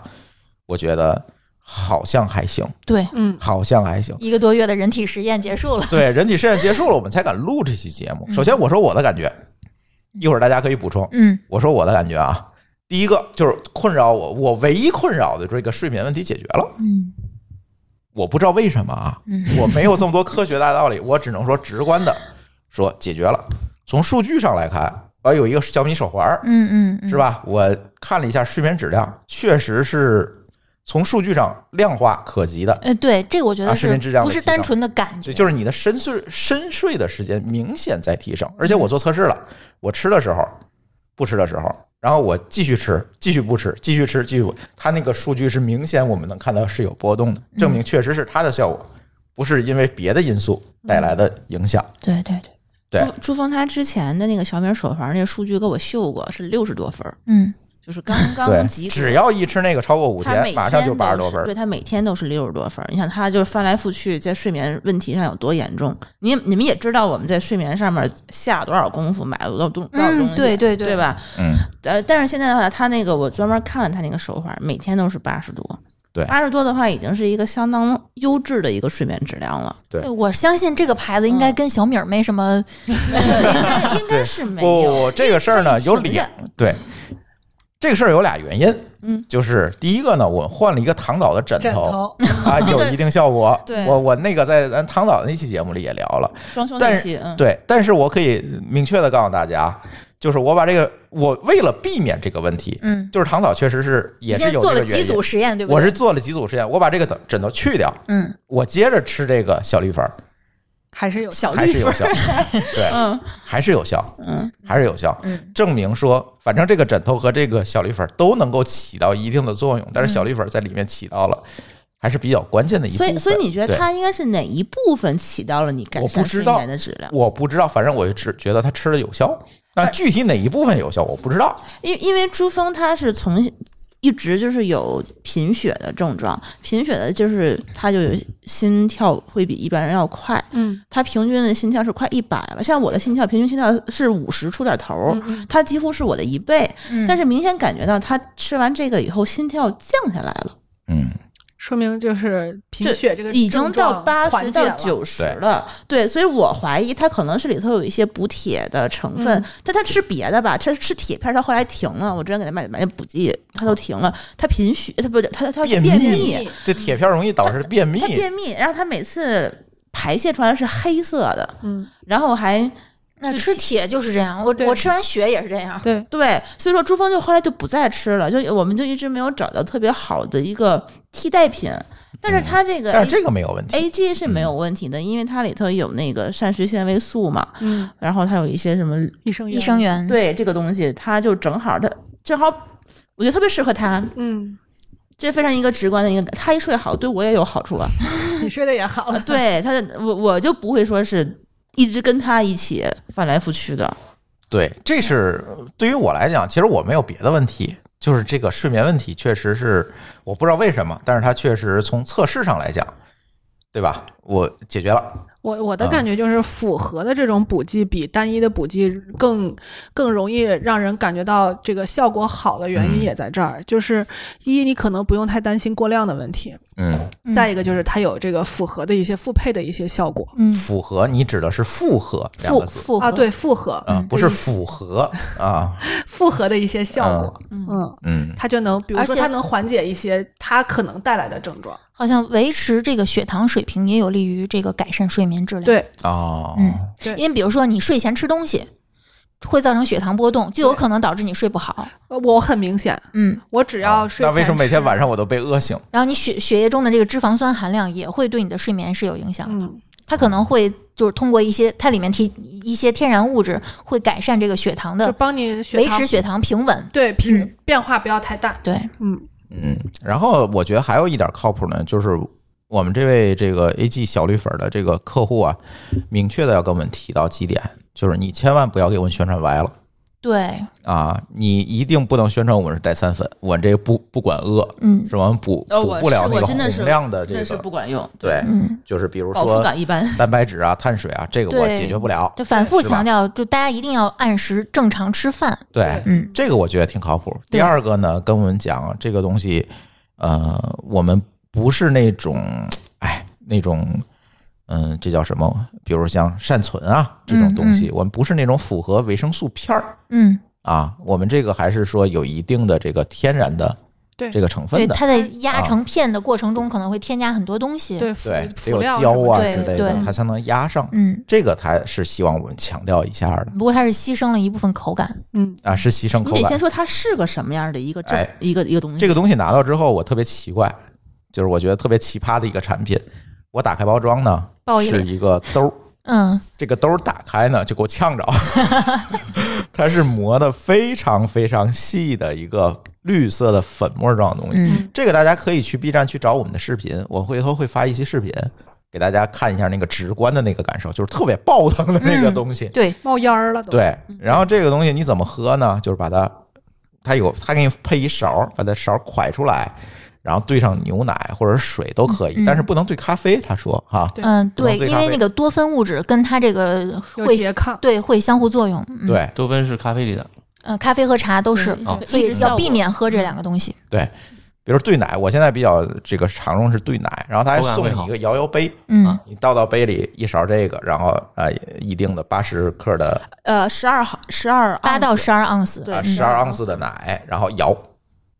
Speaker 1: 我觉得好像还行，
Speaker 4: 对，。
Speaker 5: 嗯，
Speaker 1: 好像还行
Speaker 4: 一个多月的人体实验结束了。
Speaker 1: 对，人体实验结束了，我们才敢录这期节目。首先，我说我的感觉，一会儿大家可以补充。
Speaker 4: 嗯
Speaker 1: 我说我的感觉啊，第一个就是困扰我，我唯一困扰的这个睡眠问题解决了。
Speaker 4: 嗯
Speaker 1: 我不知道为什么啊，
Speaker 4: 嗯
Speaker 1: 我没有这么多科学大道理，我只能说直观的说解决了。从数据上来看，我有一个小米手环儿，
Speaker 4: 嗯嗯，
Speaker 1: 是？吧？我看了一下睡眠质量，确实是从数据上量化可及的，
Speaker 4: 呃，对，这个我觉
Speaker 1: 啊
Speaker 4: 得
Speaker 1: 视
Speaker 4: 是
Speaker 1: 频质量
Speaker 4: 不
Speaker 1: 的
Speaker 4: 是
Speaker 1: 提
Speaker 4: 单
Speaker 1: 升
Speaker 4: 纯的感
Speaker 1: 所
Speaker 4: 觉，
Speaker 1: 以就是你的深睡深睡的时间明显在提升。而且我做测试了，我吃的时候，不吃的时候，然后我继续吃，继续不吃，继续吃，继续不，它那个数据是明显我们能看到是有波动的，
Speaker 3: 嗯
Speaker 1: 证明确实是它的效果，不是因为别的因素
Speaker 3: 嗯
Speaker 1: 带来的影响。
Speaker 4: 对对对，
Speaker 1: 对
Speaker 3: 朱朱峰他之前的那个小米手环那个数据给我秀过，是六十多分儿，
Speaker 4: 嗯，
Speaker 3: 就 是刚刚
Speaker 1: 对，
Speaker 3: 及格。
Speaker 1: 只要一吃那个超过五
Speaker 3: 他
Speaker 1: 天，
Speaker 3: 每天
Speaker 1: 马上就
Speaker 3: 都
Speaker 1: 八十多分
Speaker 3: 是对
Speaker 1: 儿。
Speaker 3: 他每天都是六十多分儿。你想他就是翻来覆去在睡眠问题上有多严重？你你们也知道我们在睡眠上面下多少功夫，买了多少东多少东西，
Speaker 4: 嗯，对对
Speaker 3: 对
Speaker 4: 对，？
Speaker 3: 吧？
Speaker 1: 嗯，
Speaker 3: 呃，但是现在的话，他那个我专门看了他那个手法，每天都是八十多。
Speaker 1: 对
Speaker 3: 八十多的话已经是一个相当优质的一个睡眠质量了，
Speaker 4: 对我相信这个牌子应该跟小米儿没什么，
Speaker 3: 应该是没
Speaker 1: 不
Speaker 3: 有。
Speaker 1: 不不，这个事儿呢有
Speaker 3: 因为你
Speaker 1: 两
Speaker 3: 停
Speaker 1: 对，这个事儿有俩原因。
Speaker 3: 嗯，
Speaker 1: 就是第一个呢，我换了一个躺倒的枕
Speaker 5: 枕
Speaker 1: 头
Speaker 5: 头，
Speaker 1: 啊，有一定效果。
Speaker 3: 对
Speaker 1: 我我那个在咱躺倒的那期节目里也聊了。
Speaker 3: 装修
Speaker 1: 但
Speaker 3: 那
Speaker 1: 是
Speaker 3: 期，嗯，
Speaker 1: 对，但是我可以明确的告诉大家，就是我把这个，我为了避免这个问题，
Speaker 4: 嗯，
Speaker 1: 就是糖草确实是也
Speaker 4: 你现
Speaker 1: 是有
Speaker 4: 在做
Speaker 1: 这
Speaker 4: 了
Speaker 1: 个
Speaker 4: 几
Speaker 1: 原因
Speaker 4: 组。实验，对不对？
Speaker 1: 我是做了几组实验，我把这个枕枕头去掉，
Speaker 4: 嗯，
Speaker 1: 我接着吃这个小绿粉儿，
Speaker 5: 还是有
Speaker 3: 小
Speaker 1: 还
Speaker 3: 绿
Speaker 1: 是
Speaker 3: 分
Speaker 1: 有
Speaker 3: 儿，
Speaker 1: 效， 对，
Speaker 3: 嗯
Speaker 1: 还是有效，
Speaker 3: 嗯，
Speaker 1: 还是有效。
Speaker 4: 嗯
Speaker 1: 证明说，反正这个枕头和这个小绿粉儿都能够起到一定的作用，但是小绿粉儿在里面起到了，还是比较关键的一部
Speaker 3: 嗯所以
Speaker 1: 分。
Speaker 3: 所以你觉得
Speaker 1: 对
Speaker 3: 它应该是哪一部分起到了你改
Speaker 1: 我不
Speaker 3: 善
Speaker 1: 知
Speaker 3: 睡
Speaker 1: 道
Speaker 3: 眠的质量？
Speaker 1: 我不知道，反正我就只觉得它吃的有效，但具体哪一部分有效我不知道。
Speaker 3: 因因为珠峰他是从一直就是有贫血的症状，贫血的就是他就有心跳会比一般人要快，
Speaker 5: 嗯
Speaker 3: 他平均的心跳是快一百了，像我的心跳平均心跳是五十出点头儿，
Speaker 5: 嗯
Speaker 3: 他几乎是我的一倍，
Speaker 4: 嗯
Speaker 3: 但是明显感觉到他吃完这个以后心跳降下来了，
Speaker 1: 嗯，
Speaker 5: 说明就是贫血这个
Speaker 3: 已经
Speaker 5: 症
Speaker 3: 到
Speaker 5: 状
Speaker 3: 八十
Speaker 5: 缓解
Speaker 3: 到
Speaker 5: 了
Speaker 3: 九十
Speaker 1: 对
Speaker 3: 了，对，所以我怀疑他可能是里头有一些补铁的成分，
Speaker 5: 嗯
Speaker 3: 但他吃别的吧，他吃铁片，他后来停了，我之前给他买买的补剂，他都停了，他贫血，他不是他他
Speaker 1: 便
Speaker 3: 便
Speaker 1: 秘
Speaker 3: 秘，
Speaker 1: 这铁片容易导致便秘
Speaker 3: 他，便秘，然后他每次排泄出来是黑色的，
Speaker 5: 嗯，
Speaker 3: 然后还
Speaker 4: 那
Speaker 3: 就
Speaker 4: 吃铁就是这样，我
Speaker 5: 对
Speaker 4: 我吃完血也是这样，
Speaker 5: 对，
Speaker 3: 对，所以说珠峰就后来就不再吃了，就我们就一直没有找到特别好的一个替代品，但是他这个
Speaker 1: 嗯
Speaker 3: A,、
Speaker 1: 但是这个没有问题。
Speaker 3: A G 是没有问题的，因为它里头有那个膳食纤维素嘛，
Speaker 5: 嗯，
Speaker 3: 然后它有一些什么
Speaker 5: 益生
Speaker 4: 益生，元，
Speaker 3: 对这个东西，它就正好它正好，我觉得特别适合他，
Speaker 5: 嗯，
Speaker 3: 这非常一个直观的一个，他一睡好，对我也有好处 啊。
Speaker 5: 你睡得也好了，
Speaker 3: 对他，我我就不会说是一直跟他一起翻来覆去的。
Speaker 1: 对，这是对于我来讲，其实我没有别的问题，就是这个睡眠问题确实是我不知道为什么，但是它确实从测试上来讲，对吧？我解决了。
Speaker 5: 我我的
Speaker 1: 啊
Speaker 5: 感觉就是复合的这种补剂比单一的补剂更更容易让人感觉到这个效果好的原因
Speaker 1: 嗯
Speaker 5: 也在这儿，就是一你可能不用太担心过量的问题，
Speaker 1: 嗯，
Speaker 4: 嗯
Speaker 5: 再一个就是它有这个复合的一些复配的一些效果
Speaker 4: 嗯，
Speaker 1: 符合你指的是复合两
Speaker 4: 复
Speaker 1: 个字
Speaker 4: 复
Speaker 5: 啊，
Speaker 4: 合，
Speaker 5: 对复合
Speaker 1: 啊，不
Speaker 5: 嗯
Speaker 1: 是符合啊。
Speaker 5: 复合的一些效果，嗯，
Speaker 1: 嗯，
Speaker 5: 它就能比如
Speaker 4: 而
Speaker 5: 说
Speaker 4: 且
Speaker 5: 它能缓解一些它可能带来的症状，
Speaker 4: 好像维持这个血糖水平也有利于这个改善睡眠质量。，
Speaker 5: 对，
Speaker 1: 哦，
Speaker 4: 嗯
Speaker 5: 对
Speaker 4: 因为比如说你睡前吃东西，会造成血糖波动，就有可能导致你睡不好。
Speaker 5: 呃我很明显，
Speaker 4: 嗯，
Speaker 5: 我只要睡
Speaker 1: 啊那为什么每天晚
Speaker 5: 上？
Speaker 1: 上我都被饿醒？
Speaker 4: 然后你血血液中的这个脂肪酸含量也会对你的睡眠是有影响的。
Speaker 5: 嗯，
Speaker 4: 它可能会就是通过一些它里面提一些天然物质，会改善这个血糖
Speaker 5: 就
Speaker 4: 的
Speaker 5: 帮你血
Speaker 4: 嗯维
Speaker 5: 糖
Speaker 4: 持血糖平稳。
Speaker 5: 对平、
Speaker 4: 嗯
Speaker 5: 变化不要太大，
Speaker 4: 对，
Speaker 5: 嗯
Speaker 1: 嗯，然后我觉得还有一点靠谱呢，就是我们这位这个 A G 小绿粉的这个客户啊，明确的要跟我们提到几点，就是你千万不要给我们宣传歪了
Speaker 4: 对，
Speaker 1: 啊，你一定不能宣传我们是代餐粉，我们这个不不管饿，
Speaker 4: 嗯
Speaker 1: 是我们补
Speaker 3: 呃
Speaker 1: 补
Speaker 3: 我
Speaker 1: 不了
Speaker 3: 是
Speaker 1: 那
Speaker 3: 我
Speaker 1: 个
Speaker 3: 真的是
Speaker 1: 宏量的
Speaker 3: 但
Speaker 1: 这
Speaker 3: 是不
Speaker 1: 个，
Speaker 3: 管用，
Speaker 1: 对，
Speaker 4: 嗯，
Speaker 1: 就是比如
Speaker 3: 饱腹
Speaker 1: 说
Speaker 3: 感一般。
Speaker 1: 蛋白质啊、碳水啊，这个我
Speaker 4: 对
Speaker 1: 解决不了，
Speaker 4: 就反复
Speaker 1: 是吧
Speaker 4: 强调，就大家一定要按时正常吃饭。
Speaker 1: 对，
Speaker 4: 嗯，
Speaker 1: 这个我觉得挺靠谱。
Speaker 4: 对
Speaker 1: 第二个呢，跟我们讲这个东西，呃，我们不是那种，哎，那种，嗯、这叫什么？比如像善存啊这种东西，
Speaker 5: 嗯
Speaker 1: 我们不是那种符合维生素片儿
Speaker 4: 嗯，
Speaker 1: 啊，我们这个还是说有一定的这个天然的
Speaker 5: 对
Speaker 1: 这个成
Speaker 4: 对，
Speaker 1: 分的，
Speaker 4: 它在压
Speaker 1: 啊
Speaker 4: 成片的过程中可能会添加很多东西。，
Speaker 5: 嗯对辅
Speaker 1: 对，得
Speaker 5: 辅
Speaker 1: 有
Speaker 5: 料
Speaker 1: 胶
Speaker 5: 什么
Speaker 1: 啊
Speaker 5: 的
Speaker 4: 对
Speaker 1: 之类的
Speaker 4: 对，
Speaker 1: 它才能压上。
Speaker 4: 嗯，
Speaker 1: 这个它是希望我们强调一下的
Speaker 4: 不过它是牺牲了一部分口感。
Speaker 5: 嗯，
Speaker 1: 啊，是牺牲
Speaker 3: 你
Speaker 1: 口
Speaker 3: 得
Speaker 1: 感
Speaker 3: 先。说它是个什么样的一个症，
Speaker 1: 哎
Speaker 3: 一个一个东西。
Speaker 4: 嗯
Speaker 1: 这个东西拿到之后，我特别奇怪，就是我觉得特别奇葩的一个产品。我打开包装呢，
Speaker 4: 报应
Speaker 1: 是一个兜儿，
Speaker 4: 嗯，
Speaker 1: 这个兜儿打开呢就给我呛 着，它是磨的非常非常细的一个绿色的粉末状的东西。
Speaker 4: 嗯
Speaker 1: 这个大家可以去 B 站去找我们的视频，我回头会发一期视频给大家看一下那个直观的那个感受，就是特别爆腾的那个
Speaker 4: 嗯
Speaker 1: 东西。
Speaker 4: 对，嗯
Speaker 5: 冒烟儿了都。
Speaker 1: 对，然后这个东西你怎么喝呢？就是把它它有它给你配一勺儿，把它勺儿蒯出来，然后兑上牛奶或者水都可以，
Speaker 4: 嗯
Speaker 1: 但是不能兑咖啡。他说哈，
Speaker 5: 对
Speaker 4: 嗯，
Speaker 1: 不能
Speaker 4: 对，
Speaker 1: 对
Speaker 4: 因
Speaker 1: 咖
Speaker 4: 为
Speaker 1: 啡
Speaker 4: 那个多酚物质跟它这个
Speaker 5: 有
Speaker 4: 会
Speaker 5: 拮抗。
Speaker 4: 对会相互作用。嗯，
Speaker 1: 对，
Speaker 2: 多酚是咖啡里的，
Speaker 4: 呃，咖啡和茶都是，
Speaker 2: 哦
Speaker 4: 所以要避免喝这两个东西。
Speaker 1: 比如说兑奶，我现在比较这个常用是兑奶，然后他还
Speaker 2: 口感
Speaker 1: 送
Speaker 2: 会
Speaker 1: 你
Speaker 2: 好
Speaker 1: 一个摇摇杯，啊
Speaker 4: 嗯
Speaker 1: 你倒到杯里一勺这个，然后呃一定的八十克的
Speaker 6: 呃，十二毫十二
Speaker 4: 八到十二盎司，
Speaker 6: 对
Speaker 1: 啊
Speaker 6: 嗯
Speaker 1: 十二盎司的奶，然后摇，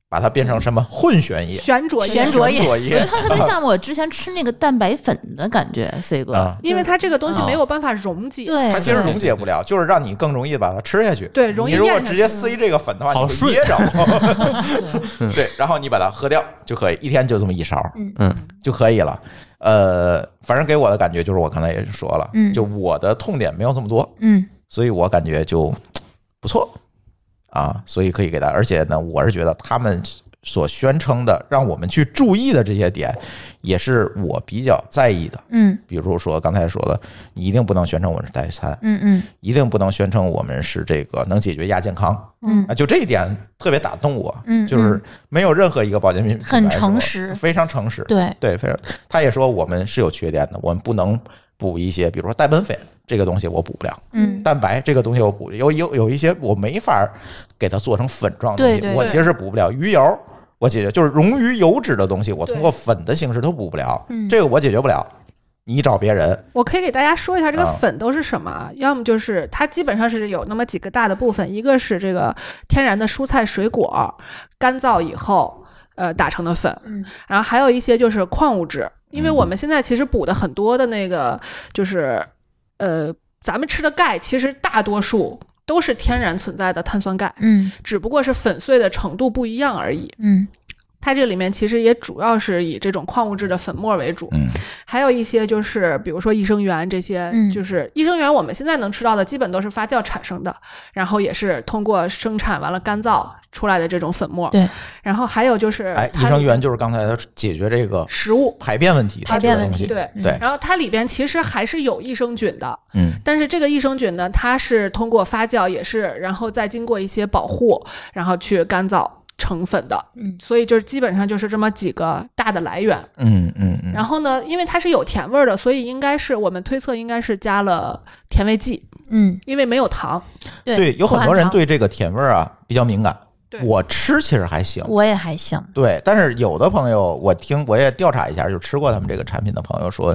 Speaker 1: 把它变成什么混悬液、
Speaker 5: 悬浊液
Speaker 4: 旋浊液
Speaker 1: 浊液
Speaker 3: 它特别像我之前吃那个蛋白粉的感觉，C 哥，
Speaker 1: 啊
Speaker 5: 因为它这个东西
Speaker 2: 哦
Speaker 5: 没有办法溶解，
Speaker 4: 对
Speaker 1: 它其实溶解不了，就是让你更容易把它吃下去。
Speaker 5: 对容易
Speaker 1: 你如果
Speaker 5: 咽下
Speaker 1: 直
Speaker 5: 去嗯
Speaker 1: 接塞这个粉的话，
Speaker 2: 好
Speaker 1: 你会
Speaker 2: 顺
Speaker 1: 噎 着。对，然后你把它喝掉就可以，一天就这么一勺
Speaker 2: 嗯，
Speaker 1: 就可以了。呃，反正给我的感觉就是我刚才也说了，
Speaker 4: 嗯
Speaker 1: 就我的痛点没有这么多，
Speaker 4: 嗯
Speaker 1: 所以我感觉就不错啊，所以可以给大家。而且呢，我是觉得他们所宣称的让我们去注意的这些点，也是我比较在意的。
Speaker 4: 嗯
Speaker 1: 比如说刚才说的，你一定不能宣称我们是代餐，
Speaker 4: 嗯嗯
Speaker 1: 一定不能宣称我们是这个能解决亚健康
Speaker 4: 嗯
Speaker 1: 啊，就这一点特别打动我。
Speaker 4: 嗯，
Speaker 1: 就是没有任何一个保健品品牌
Speaker 4: 很
Speaker 1: 说
Speaker 4: 诚实
Speaker 1: 非常诚实。
Speaker 4: 对，
Speaker 1: 对，非常。他也说我们是有缺点的，我们不能补一些，比如说带苯粉这个东西我补不了，
Speaker 4: 嗯
Speaker 1: 蛋白这个东西我补有有有一些我没法给它做成粉状的东西，
Speaker 4: 对对
Speaker 1: 我
Speaker 5: 对
Speaker 1: 其实是补不了。鱼油我解决，就是溶于油脂的东西，我通
Speaker 5: 对
Speaker 1: 过粉的形式都补不了，
Speaker 4: 嗯
Speaker 1: 这个我解决不了。你找别人，
Speaker 5: 我可以给大家说一下这个
Speaker 1: 啊
Speaker 5: 粉都是什么，啊、要么就是它基本上是有那么几个大的部分，一个是这个天然的蔬菜水果干燥以后呃打成的粉，
Speaker 4: 嗯
Speaker 5: 然后还有一些就是矿物质，因为我们现在其实补的很多的那个就是呃咱们吃的钙，其实大多数都是天然存在的碳酸钙，
Speaker 4: 嗯
Speaker 5: 只不过是粉碎的程度不一样而已。
Speaker 4: 嗯
Speaker 5: 它这里面其实也主要是以这种矿物质的粉末为主，
Speaker 1: 嗯，
Speaker 5: 还有一些就是，比如说益生元这些，
Speaker 4: 嗯
Speaker 5: 就是益生元我们现在能吃到的，基本都是发酵产生的，然后也是通过生产完了干燥出来的这种粉末。
Speaker 4: 对，
Speaker 5: 然后还有就是，
Speaker 1: 哎，益生元就是刚才他解决这个
Speaker 5: 食物。
Speaker 1: 排便问题的
Speaker 4: 排
Speaker 1: 这
Speaker 4: 便
Speaker 1: 个
Speaker 4: 问
Speaker 1: 东
Speaker 4: 题
Speaker 1: 西，
Speaker 5: 对
Speaker 1: 对
Speaker 5: 然后它里边其实还是有益生菌的，
Speaker 1: 嗯，
Speaker 5: 但是这个益生菌呢，它是通过发酵，也是然后再经过一些保护，然后去干燥成粉的。
Speaker 4: 嗯
Speaker 5: 所以就是基本上就是这么几个大的来源。
Speaker 1: 嗯嗯嗯，
Speaker 5: 然后呢，因为它是有甜味儿的，所以应该是我们推测应该是加了甜味剂，
Speaker 4: 嗯，
Speaker 5: 因为没有糖。
Speaker 4: 对
Speaker 1: 对，有很多人
Speaker 4: 含糖
Speaker 1: 对这个甜味儿啊比较敏感
Speaker 5: 对。
Speaker 1: 我吃其实还行，
Speaker 4: 我也还行，
Speaker 1: 对，但是有的朋友，我听我也调查一下，就吃过他们这个产品的朋友说，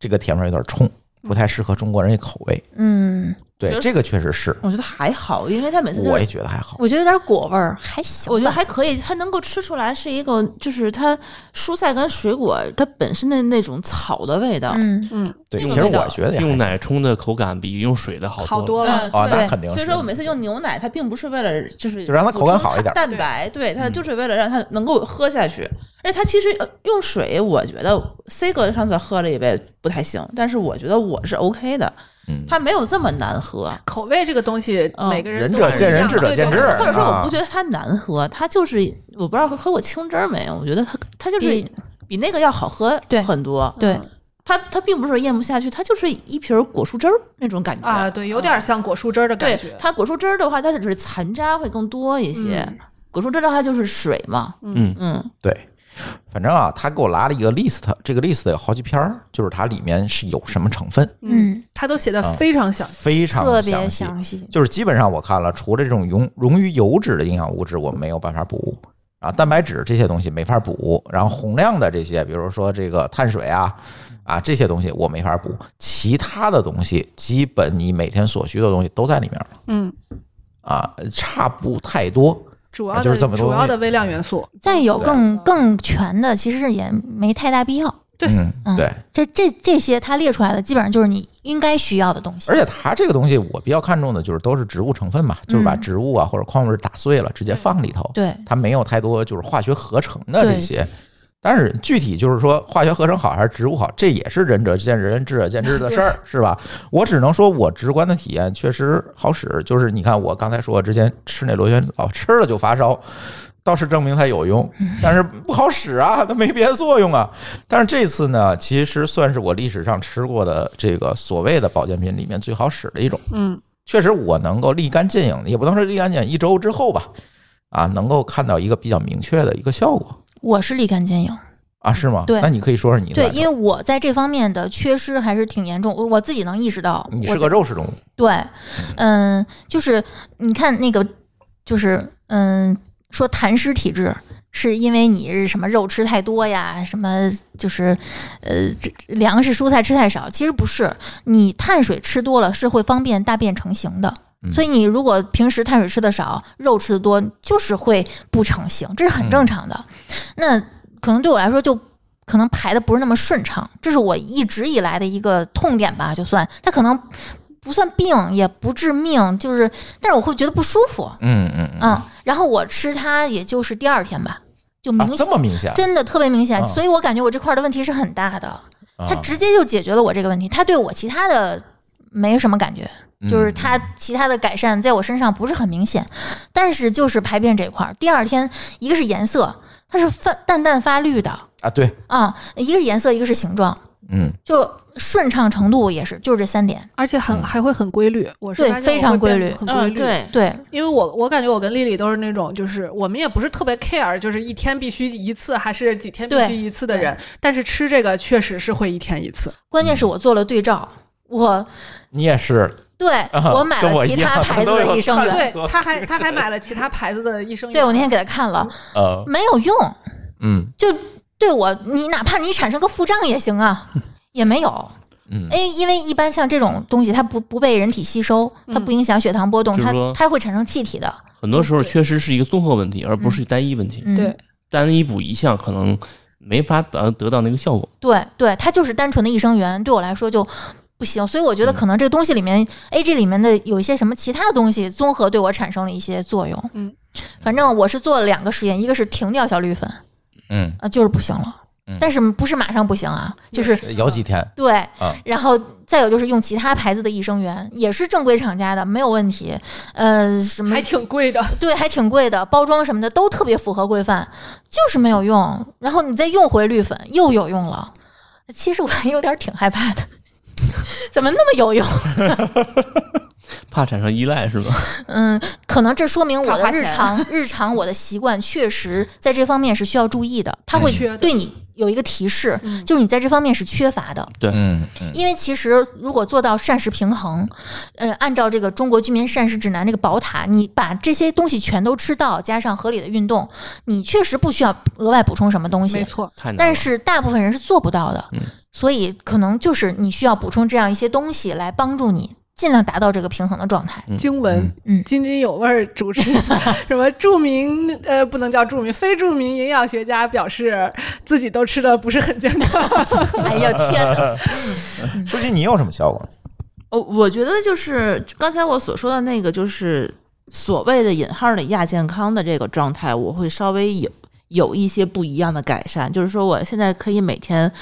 Speaker 1: 这个甜味儿有点冲，不太适合中国人的口味。
Speaker 4: 嗯，
Speaker 1: 对，这个确实是，
Speaker 3: 我觉得还好，因为它每次就
Speaker 1: 我也
Speaker 3: 是。
Speaker 1: 觉得还好。
Speaker 4: 我觉得有点果味儿，还行吧，
Speaker 3: 我觉得还可以，它能够吃出来是一个，就是它蔬菜跟水果它本身的那种草的味道，
Speaker 4: 嗯
Speaker 5: 嗯，
Speaker 1: 对，
Speaker 3: 那
Speaker 1: 其
Speaker 3: 个
Speaker 1: 实
Speaker 3: 味道
Speaker 1: 我觉得也还
Speaker 2: 用
Speaker 1: 行
Speaker 2: 奶冲的口感比用水的好
Speaker 5: 好
Speaker 2: 多
Speaker 5: 多了。
Speaker 3: 嗯
Speaker 1: 啊，那
Speaker 3: 对
Speaker 1: 肯定是。
Speaker 3: 所以说我每次用牛奶，它并不是为了就是
Speaker 1: 就让它口感好一点嗯
Speaker 3: 补充蛋白对它就是为了让它能够喝下去。而且它其实呃用水，我觉得 C 哥上次喝了一杯不太行，但是我觉得我是 OK 的，
Speaker 1: 嗯，
Speaker 3: 它没有这么难喝。
Speaker 5: 口味这个东西，
Speaker 3: 嗯
Speaker 5: 每个
Speaker 1: 仁
Speaker 5: 都
Speaker 1: 者
Speaker 5: 不一
Speaker 1: 见仁
Speaker 5: 样
Speaker 1: 智者
Speaker 5: 对
Speaker 1: 见
Speaker 5: 对
Speaker 1: 智
Speaker 5: 对
Speaker 3: 或者说我不
Speaker 1: 啊
Speaker 3: 觉得它难喝，它就是我不知道喝过清汁儿没有，我觉得它它就是
Speaker 4: 比
Speaker 3: 比那个要好喝
Speaker 4: 对
Speaker 3: 很多。
Speaker 4: 对，嗯
Speaker 3: 它它并不是咽不下去，它就是一瓶果蔬汁儿那种感觉
Speaker 5: 啊，对，有点像果蔬汁儿的
Speaker 3: 嗯对
Speaker 5: 感觉。
Speaker 3: 它果蔬汁儿的话，它只是残渣会更多一些。
Speaker 5: 嗯
Speaker 3: 果蔬汁儿的话就是水嘛，
Speaker 2: 嗯
Speaker 3: 嗯，
Speaker 1: 对，反正啊，他给我拉了一个 list，这个 list 有好几篇儿，就是它里面是有什么成分，
Speaker 5: 嗯，它都写的非常详细。
Speaker 1: 非常
Speaker 4: 特别
Speaker 1: 详细。
Speaker 4: 详细，
Speaker 1: 就是基本上我看了，除了这种溶溶于油脂的营养物质，我们没有办法补啊，蛋白质这些东西没法补，然后宏量的这些，比如说这个碳水啊啊这些东西我没法补，其他的东西基本你每天所需的东西都在里面了
Speaker 5: 嗯，
Speaker 1: 啊，差不太多。
Speaker 5: 主要
Speaker 1: 哎就是
Speaker 5: 的
Speaker 1: 这么多
Speaker 5: 主
Speaker 1: 东
Speaker 5: 要
Speaker 1: 西
Speaker 5: 的微量元素。
Speaker 4: 再有
Speaker 1: 对
Speaker 4: 更
Speaker 3: 嗯
Speaker 4: 更全的，其实也没太大必要。
Speaker 5: 对
Speaker 1: 嗯，
Speaker 4: 嗯
Speaker 1: 对，
Speaker 4: 这这这些它列出来的，基本上就是你应该需要的东西。
Speaker 1: 而且它这个东西我比较看重的就是都是植物成分嘛，就是把
Speaker 4: 嗯
Speaker 1: 植物啊或者矿物质打碎了直接放里头，
Speaker 4: 对，
Speaker 1: 它没有太多就是化学合成的
Speaker 4: 对
Speaker 1: 这些。但是具体就是说化学合成好还是植物好，这也是仁者见仁，智者见智的事儿，是吧？我只能说我直观的体验确实好使，就是你看我刚才说之前吃那螺旋藻，吃了就发烧。倒是证明它有用，但是不好使啊，它没别的作用啊。但是这次呢，其实算是我历史上吃过的这个所谓的保健品里面最好使的一种。
Speaker 5: 嗯，
Speaker 1: 确实我能够立竿见影，也不能说立竿见影，一周之后吧，啊，能够看到一个比较明确的一个效果
Speaker 4: 我是立竿见影。
Speaker 1: 啊，是吗？
Speaker 4: 对
Speaker 1: 那你可以说说你的
Speaker 4: 对，
Speaker 1: 感受
Speaker 4: 因为我在这方面的缺失还是挺严重，我我自己能意识到。
Speaker 1: 你
Speaker 4: 我
Speaker 1: 是个肉食动物，
Speaker 4: 对，嗯，就是你看那个，就是嗯，说痰湿体质。是因为你是什么肉吃太多呀，什么就是，呃，这这粮食蔬菜吃太少。其实不是，你碳水吃多了是会方便大便成型的。
Speaker 1: 嗯
Speaker 4: 所以你如果平时碳水吃的少，肉吃的多，就是会不成型，这是很正常的。那可能对我来说就。可能排的不是那么顺畅，这是我一直以来的一个痛点吧，就算它可能不算病，也不致命，就是，但是我会觉得不舒服，
Speaker 1: 嗯嗯嗯，
Speaker 4: 嗯，然后我吃它也就是第二天吧，就明
Speaker 1: 啊，
Speaker 4: 显、
Speaker 1: 这么明显，
Speaker 4: 真的特别明显，
Speaker 1: 啊
Speaker 4: 所以我感觉我这块儿的问题是很大的，它
Speaker 1: 啊
Speaker 4: 直接就解决了我这个问题，它对我其他的没什么感觉，就是
Speaker 1: 嗯
Speaker 4: 它其他的改善在我身上不是很明显，但是就是排便这一块儿，第二天一个是颜色，它是发淡淡发绿的
Speaker 1: 啊，对，
Speaker 4: 啊、一个是颜色，一个是形状，
Speaker 1: 嗯，
Speaker 4: 就顺畅程度也是，就是这三点，
Speaker 5: 而且很
Speaker 1: 嗯
Speaker 5: 还会很规律。我是
Speaker 4: 对
Speaker 5: 发现
Speaker 4: 非
Speaker 5: 我
Speaker 4: 常
Speaker 5: 会变
Speaker 4: 规
Speaker 5: 得
Speaker 4: 律
Speaker 5: 很规
Speaker 3: 嗯，
Speaker 5: 律。，
Speaker 3: 对，
Speaker 4: 对，
Speaker 5: 因为我我感觉我跟丽丽都是那种，就是我们也不是特别 care，就是一天必须一次还是几天必
Speaker 4: 对
Speaker 5: 须一次的人，但是吃这个确实是会一天一次。
Speaker 4: 关键是我做了对照，我。
Speaker 1: 你也是，
Speaker 4: 对、
Speaker 1: 啊
Speaker 4: 我买
Speaker 1: 跟我
Speaker 4: 了
Speaker 1: 一
Speaker 4: 其他
Speaker 1: 样
Speaker 4: 牌子
Speaker 1: 都有
Speaker 4: 的益生
Speaker 1: 看
Speaker 4: 元，
Speaker 1: 对
Speaker 5: 对，他还他还买了其他牌子的益生元。
Speaker 4: 对我那天给他看了，
Speaker 1: 呃，
Speaker 4: 没有用，
Speaker 1: 嗯
Speaker 4: 就对我你哪怕你产生个腹胀也行啊，也没有。哎
Speaker 1: 嗯，
Speaker 4: 因为因为一般像这种东西，它不不被人体吸收，它
Speaker 5: 嗯
Speaker 4: 不影响血糖波动，
Speaker 2: 就是
Speaker 4: 它
Speaker 2: 说
Speaker 4: 它会产生气体的。
Speaker 2: 很多时候确实是一个综合问题，而不是单一问题。
Speaker 4: 嗯，
Speaker 5: 对
Speaker 2: 单一补一项可能没法达得到那个效果。
Speaker 4: 对对，它就是单纯的益生元，对我来说就。不行，所以我觉得可能这个东西里面、a G 里面的有一些什么其他的东西综合对我产生了一些作用。
Speaker 5: 嗯，
Speaker 4: 反正我是做了两个实验，一个是停掉小绿粉，
Speaker 1: 嗯，
Speaker 4: 啊，就是不行了
Speaker 1: 嗯。
Speaker 4: 但是不是马上不行啊？就是
Speaker 1: 有几天，
Speaker 4: 对，
Speaker 1: 啊
Speaker 4: 然后再有就是用其他牌子的益生元，也是正规厂家的，没有问题。呃，什么
Speaker 5: 还挺贵的，
Speaker 4: 对，还挺贵的，包装什么的都特别符合规范，就是没有用。然后你再用回绿粉，又有用了。其实我还有点挺害怕的， 怎么那么有用？
Speaker 2: 怕产生依 赖是吧？
Speaker 4: 嗯，可能这说明我
Speaker 3: 怕花
Speaker 4: 的日
Speaker 3: 钱
Speaker 4: 常日常我的习惯确实在这方面是需要注意的，它会
Speaker 5: 是缺的
Speaker 4: 对你有一个提示，
Speaker 5: 嗯
Speaker 4: 就是你在这方面是缺乏的。
Speaker 1: 嗯嗯
Speaker 4: 因为其实如果做到膳食平衡，呃，按照这个中国居民膳食指南那个宝塔，你把这些东西全都吃到，加上合理的运动，你确实不需要额外补充什么东
Speaker 5: 没
Speaker 4: 西。
Speaker 5: 错。
Speaker 2: 太难了。
Speaker 4: 但是大部分人是做不到的，
Speaker 2: 嗯
Speaker 4: 所以可能就是你需要补充这样一些东西来帮助你尽量达到这个平衡的状态。
Speaker 5: 经文，
Speaker 4: 嗯
Speaker 5: 津津有味儿主持 什么著名呃，不能叫著名，非著名营养学家表示自己都吃的不是很健康。
Speaker 4: 哎呀天哪！
Speaker 1: 嗯，舒淇，你有什么效果？
Speaker 3: 哦，我觉得就是刚才我所说的那个，就是所谓的引号的亚健康的这个状态，我会稍微有有一些不一样的改善，就是说我现在可以每天。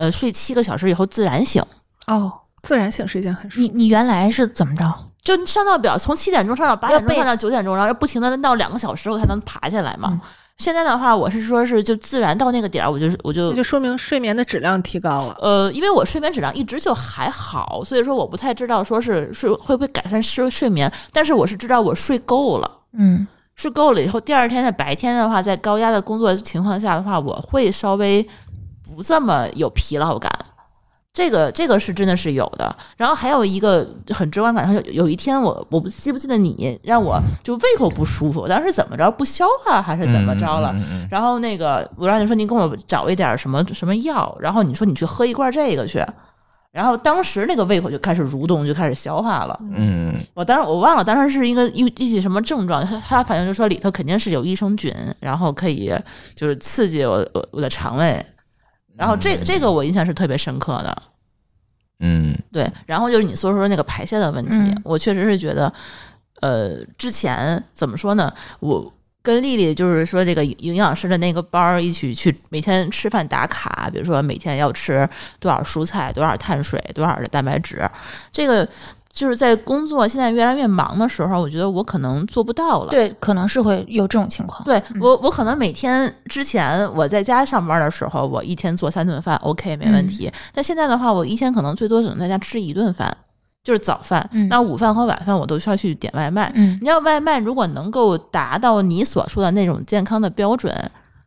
Speaker 3: 呃，睡七个小时以后自然醒，
Speaker 5: 哦，自然醒是一件很舒
Speaker 4: 你你原来是怎么着？
Speaker 3: 就上到表从七点钟上到八
Speaker 4: 要
Speaker 3: 点钟，
Speaker 4: 被
Speaker 3: 上到九点钟，然后不停的闹两个小时，我才能爬起来嘛。
Speaker 4: 嗯
Speaker 3: 现在的话，我是说是就自然到那个点儿，我就我就
Speaker 5: 那就说明睡眠的质量提高了。
Speaker 3: 呃，因为我睡眠质量一直就还好，所以说我不太知道说是睡会不会改善睡睡眠，但是我是知道我睡够了。
Speaker 4: 嗯
Speaker 3: 睡够了以后，第二天的白天的话，在高压的工作情况下的话，我会稍微不这么有疲劳感。这个这个是真的是有的，然后还有一个很直观感受，有有一天我我不记不记得你让我就胃口不舒服，我当时怎么着不消化还是怎么着了，
Speaker 1: 嗯嗯
Speaker 3: 然后那个我让你说你给我找一点什么什么药，然后你说你去喝一罐这个去，然后当时那个胃口就开始蠕动，就开始消化了。
Speaker 1: 嗯嗯
Speaker 3: 我当时我忘了，当时是一个一一起什么症状，他他反正就说里头肯定是有益生菌，然后可以就是刺激我我我的肠胃，然后这
Speaker 1: 嗯
Speaker 3: 这个我印象是特别深刻的。
Speaker 1: 嗯
Speaker 3: 对，然后就是你所说那个排泄的问题，
Speaker 4: 嗯
Speaker 3: 我确实是觉得，呃，之前怎么说呢？我跟丽丽就是说这个营养师的那个班儿一起去，每天吃饭打卡，比如说每天要吃多少蔬菜、多少碳水、多少的蛋白质，这个就是在工作现在越来越忙的时候，我觉得我可能做不到了。
Speaker 4: 对，可能是会有这种情况。
Speaker 3: 对我，我可能每天之前我在家上班的时候，我一天做三顿饭，OK，没问题。但现在的话，我一天可能最多只能在家吃一顿饭，就是早饭。
Speaker 4: 嗯
Speaker 3: 那午饭和晚饭我都需要去点外卖。
Speaker 4: 嗯，
Speaker 3: 你要外卖如果能够达到你所说的那种健康的标准，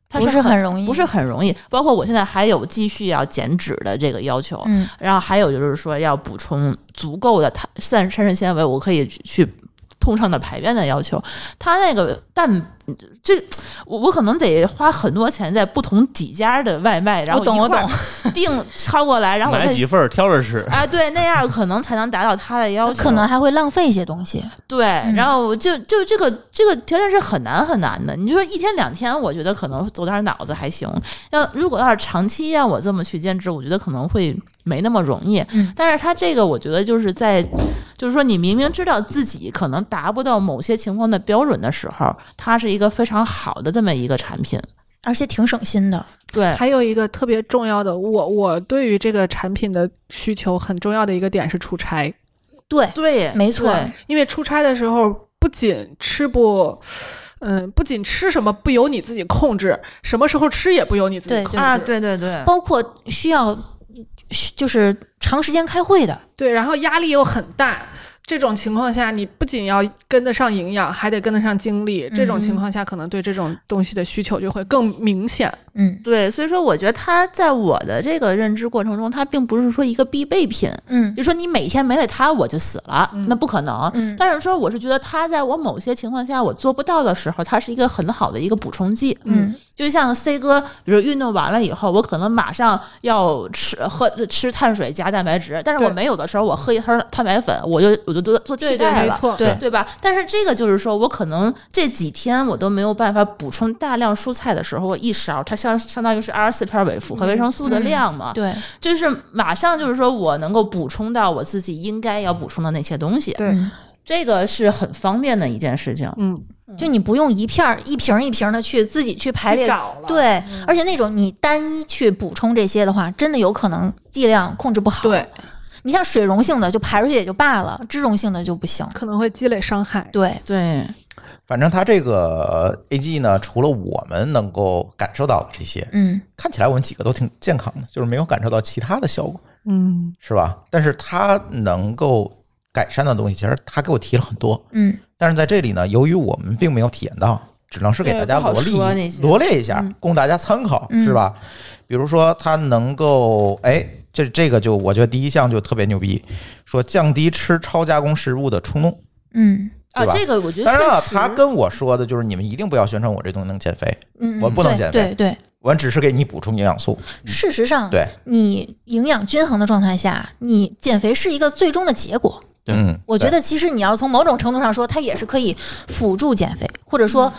Speaker 3: 它
Speaker 4: 不
Speaker 3: 是
Speaker 4: 是很容易，
Speaker 3: 不是很容易。包括我现在还有继续要减脂的这个要求，
Speaker 4: 嗯
Speaker 3: 然后还有就是说要补充足够的碳膳膳食纤维，我可以去去通畅的排便的要求。它那个蛋，这我我可能得花很多钱在不同几家的外卖，然后
Speaker 4: 我懂
Speaker 3: 一块儿
Speaker 4: 我
Speaker 3: 订抄过来，然后我
Speaker 2: 买
Speaker 3: 再
Speaker 2: 几份儿挑着吃。
Speaker 3: 啊对那样可能才能达到它的要求。
Speaker 4: 可能嗯还会浪费一些东西。
Speaker 3: 对，然后就就这个这个条件是很难很难的。你就说一天两天，我觉得可能走点脑子还行。要如果要是长期让我这么去兼职，我觉得可能会没那么容易。
Speaker 4: 嗯
Speaker 3: 但是他这个，我觉得就是在，就是说你明明知道自己可能达不到某些情况的标准的时候，它是一个非常好的这么一个产品。
Speaker 4: 而且挺省心的，
Speaker 3: 对，
Speaker 5: 还有一个特别重要的，我我对于这个产品的需求很重要的一个点是出差，
Speaker 4: 对，
Speaker 3: 对，
Speaker 4: 没错
Speaker 3: 对
Speaker 5: 因为出差的时候不仅吃不，嗯，不仅吃什么不由你自己控制，什么时候吃也不由你自己
Speaker 4: 对
Speaker 5: 控制。
Speaker 3: 啊，对对对，
Speaker 4: 包括需要就是长时间开会的，
Speaker 5: 对，然后压力又很大，这种情况下，你不仅要跟得上营养，还得跟得上精力。这种情况下，可能对这种东西的需求就会更明显。
Speaker 4: 嗯
Speaker 3: 对，所以说我觉得它在我的这个认知过程中，它并不是说一个必备品。
Speaker 4: 嗯
Speaker 3: 就说你每天没了它我就死了，
Speaker 5: 嗯
Speaker 3: 那不可能。
Speaker 4: 嗯
Speaker 3: 但是说我是觉得它在我某些情况下我做不到的时候，它是一个很好的一个补充剂。
Speaker 4: 嗯
Speaker 3: 就像 C 哥，比如运动完了以后，我可能马上要吃喝吃碳水加蛋白质，但是我
Speaker 5: 对
Speaker 3: 没有的时候，我喝一盒碳白粉，我就我就做做替代
Speaker 5: 没
Speaker 3: 了。
Speaker 5: 错，
Speaker 2: 对
Speaker 3: 对吧？但是这个就是说，我可能这几天我都没有办法补充大量蔬菜的时候，我一勺，它相相当于是二十四片尾符和维生素的
Speaker 4: 嗯
Speaker 3: 量嘛。
Speaker 4: 对，
Speaker 3: 就是马上就是说我能够补充到我自己应该要补充的那些东西，
Speaker 5: 对
Speaker 4: 嗯
Speaker 3: 这个是很方便的一件事情。
Speaker 5: 嗯，
Speaker 4: 就你不用一片儿一瓶儿一瓶的去自己去排列
Speaker 5: 去找了
Speaker 4: 对，而且那种你单一去补充这些的话，真的有可能剂量控制不好。
Speaker 5: 对，
Speaker 4: 你像水溶性的就排出去也就罢了，脂溶性的就不行。
Speaker 5: 可能会积累伤害。
Speaker 4: 对，
Speaker 3: 对，
Speaker 1: 反正它这个 A G 呢，除了我们能够感受到的这些，
Speaker 4: 嗯，
Speaker 1: 看起来我们几个都挺健康的，就是没有感受到其他的效果，
Speaker 5: 嗯，
Speaker 1: 是吧？但是它能够改善的东西，其实他给我提了很多，
Speaker 4: 嗯，
Speaker 1: 但是在这里呢，由于我们并没有体验到，只能是给大家罗
Speaker 3: 对不好说那
Speaker 1: 列
Speaker 3: 些
Speaker 1: 罗列一下，
Speaker 3: 嗯
Speaker 1: 供大家参考，
Speaker 4: 嗯
Speaker 1: 是吧？比如说，它能够，哎，这这个就我觉得第一项就特别牛逼，说降低吃超加工食物的冲动。
Speaker 4: 嗯，
Speaker 3: 啊，
Speaker 1: 对吧
Speaker 3: 这个我觉得
Speaker 1: 当然了，
Speaker 3: 确实
Speaker 1: 他跟我说的就是你们一定不要宣传我这东西能减肥，
Speaker 4: 嗯，
Speaker 1: 我不能
Speaker 4: 对
Speaker 1: 减
Speaker 4: 对对，
Speaker 1: 我只是给你补充营养素。
Speaker 4: 事实
Speaker 3: 嗯
Speaker 4: 上，
Speaker 1: 对，
Speaker 4: 你营养均衡的状态下，你减肥是一个最终的结果。
Speaker 2: 对
Speaker 1: 嗯，
Speaker 4: 我觉得其实你要从某种程度上说，它也是可以辅助减肥，或者说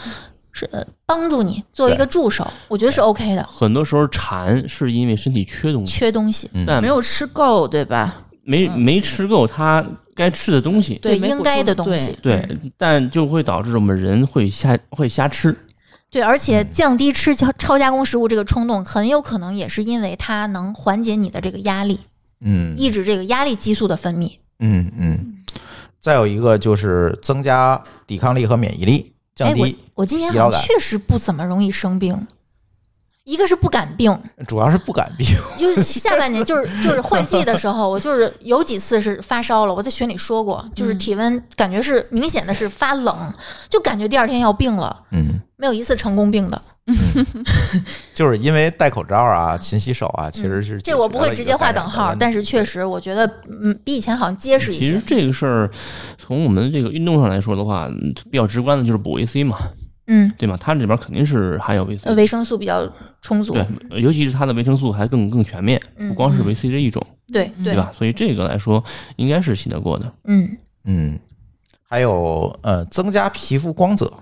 Speaker 4: 是呃帮助你做一个助手，我觉得是 OK 的。
Speaker 2: 很多时候馋是因为身体缺东西，
Speaker 4: 缺东西，
Speaker 1: 嗯
Speaker 2: 但
Speaker 3: 没有吃够，对吧？
Speaker 2: 没没吃够它该吃的东西。
Speaker 3: 对没补
Speaker 4: 应该
Speaker 3: 充
Speaker 4: 的东
Speaker 3: 对
Speaker 4: 西，
Speaker 2: 对，但就会导致我们人会瞎会瞎吃。
Speaker 4: 对，而且降低吃超超加工食物这个冲动，很有可能也是因为它能缓解你的这个压力，
Speaker 1: 嗯
Speaker 4: 抑制这个压力激素的分泌。
Speaker 1: 嗯嗯，再有一个就是增加抵抗力和免疫力，降
Speaker 4: 哎，我
Speaker 1: 低，
Speaker 4: 我今年
Speaker 1: 疲劳
Speaker 4: 好
Speaker 1: 感
Speaker 4: 像确实不怎么容易生病，一个是不敢病，
Speaker 1: 主要是不敢 病。
Speaker 4: 就是下半年，就是就是换季的时候，我就是有几次是发烧了。我在群里说过，就是体温感觉是明显的是发冷，就感觉第二天要病了，
Speaker 1: 嗯。
Speaker 4: 没有一次成功病的。
Speaker 1: 就是因为戴口罩啊、勤洗手啊，其实是
Speaker 4: 嗯这我不会直接画等号，但是确实我觉得，嗯，比以前好像结实一
Speaker 2: 其实
Speaker 4: 些。
Speaker 2: 这个事儿，从我们这个运动上来说的话，嗯比较直观的就是补维 C 嘛，
Speaker 4: 嗯，
Speaker 2: 对吗？它里边肯定是含有维 C，
Speaker 4: 呃，维生素比较充足。
Speaker 2: 对，呃尤其是它的维生素还更更全面，
Speaker 4: 嗯
Speaker 2: 不光是维 C 这一种，
Speaker 4: 对
Speaker 2: 对
Speaker 4: 对，
Speaker 2: 吧？所以这个来说，应该是信得过的。
Speaker 4: 嗯，
Speaker 1: 嗯，还有呃，增加皮肤光泽，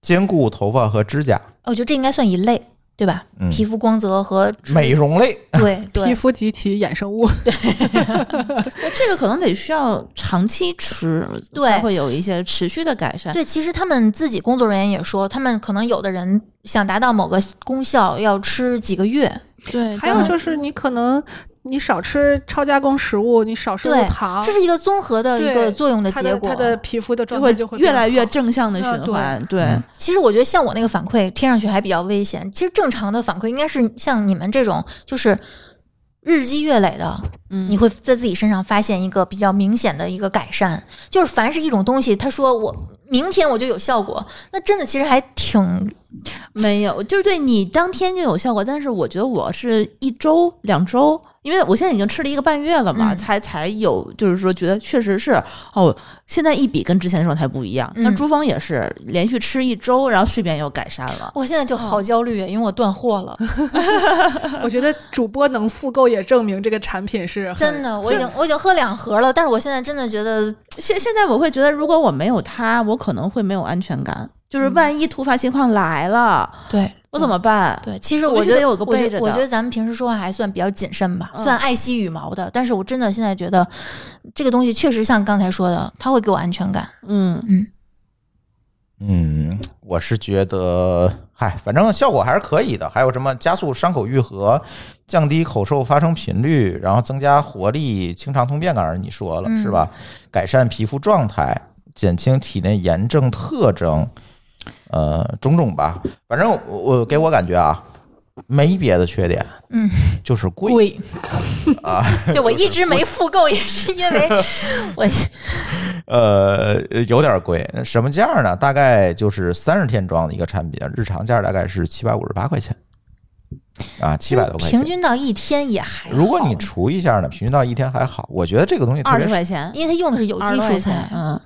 Speaker 1: 兼顾头发和指甲，
Speaker 4: 我觉哦得这应该算一类，对吧？
Speaker 1: 嗯
Speaker 4: 皮肤光泽和
Speaker 1: 美容类，
Speaker 4: 对
Speaker 5: 皮
Speaker 4: 对
Speaker 5: 肤及其衍生物，
Speaker 3: 那这个可能得需要长期吃，
Speaker 4: 对
Speaker 3: 才会有一些持续的改善。
Speaker 4: 对，其实他们自己工作人员也说，他们可能有的人想达到某个功效，要吃几个月。
Speaker 3: 对
Speaker 5: 还有就是你可能你少吃超加工食物，你少摄入
Speaker 4: 对
Speaker 5: 糖，
Speaker 4: 这是一个综合的一个
Speaker 5: 哦对
Speaker 4: 作用的
Speaker 5: 它
Speaker 4: 结
Speaker 5: 的
Speaker 4: 果。
Speaker 5: 它的皮肤的状
Speaker 3: 就
Speaker 5: 态
Speaker 3: 会
Speaker 5: 就会
Speaker 3: 越
Speaker 5: 变
Speaker 3: 来越
Speaker 5: 好
Speaker 3: 正向的
Speaker 5: 啊
Speaker 3: 循
Speaker 5: 对
Speaker 3: 环，对
Speaker 1: 嗯
Speaker 4: 其实我觉得像我那个反馈听上去还比较危险。其实正常的反馈应该是像你们这种，就是日积月累的，
Speaker 3: 嗯
Speaker 4: 你会在自己身上发现一个比较明显的一个改善。就是凡是一种东西，他说我明天我就有效果，那真的其实还挺
Speaker 3: 没有，就是对你当天就有效果，但是我觉得我是一周两周，因为我现在已经吃了一个半月了嘛，
Speaker 4: 嗯
Speaker 3: 才才有就是说觉得确实是哦，现在一比跟之前的状态不一样。那
Speaker 4: 嗯
Speaker 3: 珠峰也是连续吃一周，然后睡眠又改善了。
Speaker 4: 我现在就好
Speaker 5: 哦
Speaker 4: 焦虑，因为我断货 了。
Speaker 5: 我觉得主播能复购也证明这个产品是很
Speaker 4: 真的，我已经我已经喝两盒了，但是我现在真的觉得，
Speaker 3: 现现在我会觉得，如果我没有它，我可能会没有安全感，就是
Speaker 4: 嗯
Speaker 3: 万一突发情况来了，
Speaker 4: 对
Speaker 3: 我怎么办？
Speaker 4: 嗯对，其实
Speaker 3: 我
Speaker 4: 我
Speaker 3: 必须
Speaker 4: 觉得
Speaker 3: 得有个
Speaker 4: 我觉
Speaker 3: 备着的
Speaker 4: 我觉得咱们平时说话还算比较谨慎吧，
Speaker 3: 嗯
Speaker 4: 算爱惜羽毛的。但是我真的现在觉得，这个东西确实像刚才说的，它会给我安全感。
Speaker 3: 嗯，
Speaker 1: 嗯，我是觉得，嗨，反正效果还是可以的。还有什么加速伤口愈合、降低口臭发生频率，然后增加活力、清肠通便感，你说了、
Speaker 4: 嗯
Speaker 1: 是吧？改善皮肤状态，减轻体内炎症特征，呃，种种吧。反正我我给我感觉啊，没别的缺点，
Speaker 4: 嗯，
Speaker 1: 就是贵。
Speaker 4: 贵 啊！对，我一直没复购，也是因 为我
Speaker 1: 呃，有点贵，什么价呢？大概就是三十天装的一个产品，日常价大概是七百五十八块钱，啊，七百多块
Speaker 4: 平
Speaker 1: 钱。
Speaker 4: 均到一天也还好。
Speaker 1: 如果你除一下呢，平均到一天还好。我觉得这个东西特
Speaker 3: 二
Speaker 1: 别
Speaker 3: 十
Speaker 1: 是，
Speaker 3: 块钱，
Speaker 4: 因为它用的是有机
Speaker 3: 20块
Speaker 4: 蔬
Speaker 3: 钱
Speaker 4: 菜，
Speaker 3: 嗯，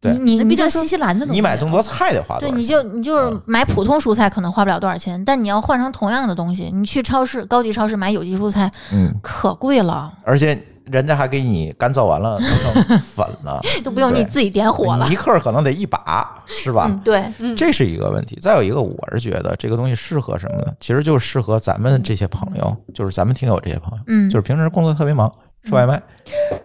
Speaker 1: 对
Speaker 4: 你你
Speaker 3: 那
Speaker 4: 你
Speaker 3: 毕
Speaker 4: 就
Speaker 3: 竟
Speaker 4: 说
Speaker 3: 新西兰的东西
Speaker 1: 你买这么多菜得花多
Speaker 4: 对，
Speaker 1: 少钱？
Speaker 4: 你就你就是
Speaker 1: 嗯
Speaker 4: 买普通蔬菜可能花不了多少钱，但你要换成同样的东西，你去超市高级超市买有机蔬菜
Speaker 1: 嗯，
Speaker 4: 可贵了，
Speaker 1: 而且人家还给你干燥完了，弄成粉了，
Speaker 4: 都不用
Speaker 1: 对
Speaker 4: 你自己点 火了
Speaker 1: 你。一克可能得一把，是吧？
Speaker 4: 嗯，对，
Speaker 1: 这是一个问题。再有一个，我是觉得这个东西适合什么呢？其实就适合咱们这些朋友，就是咱们听友这些朋友，
Speaker 4: 嗯
Speaker 1: 就是平时工作特别忙，吃外卖，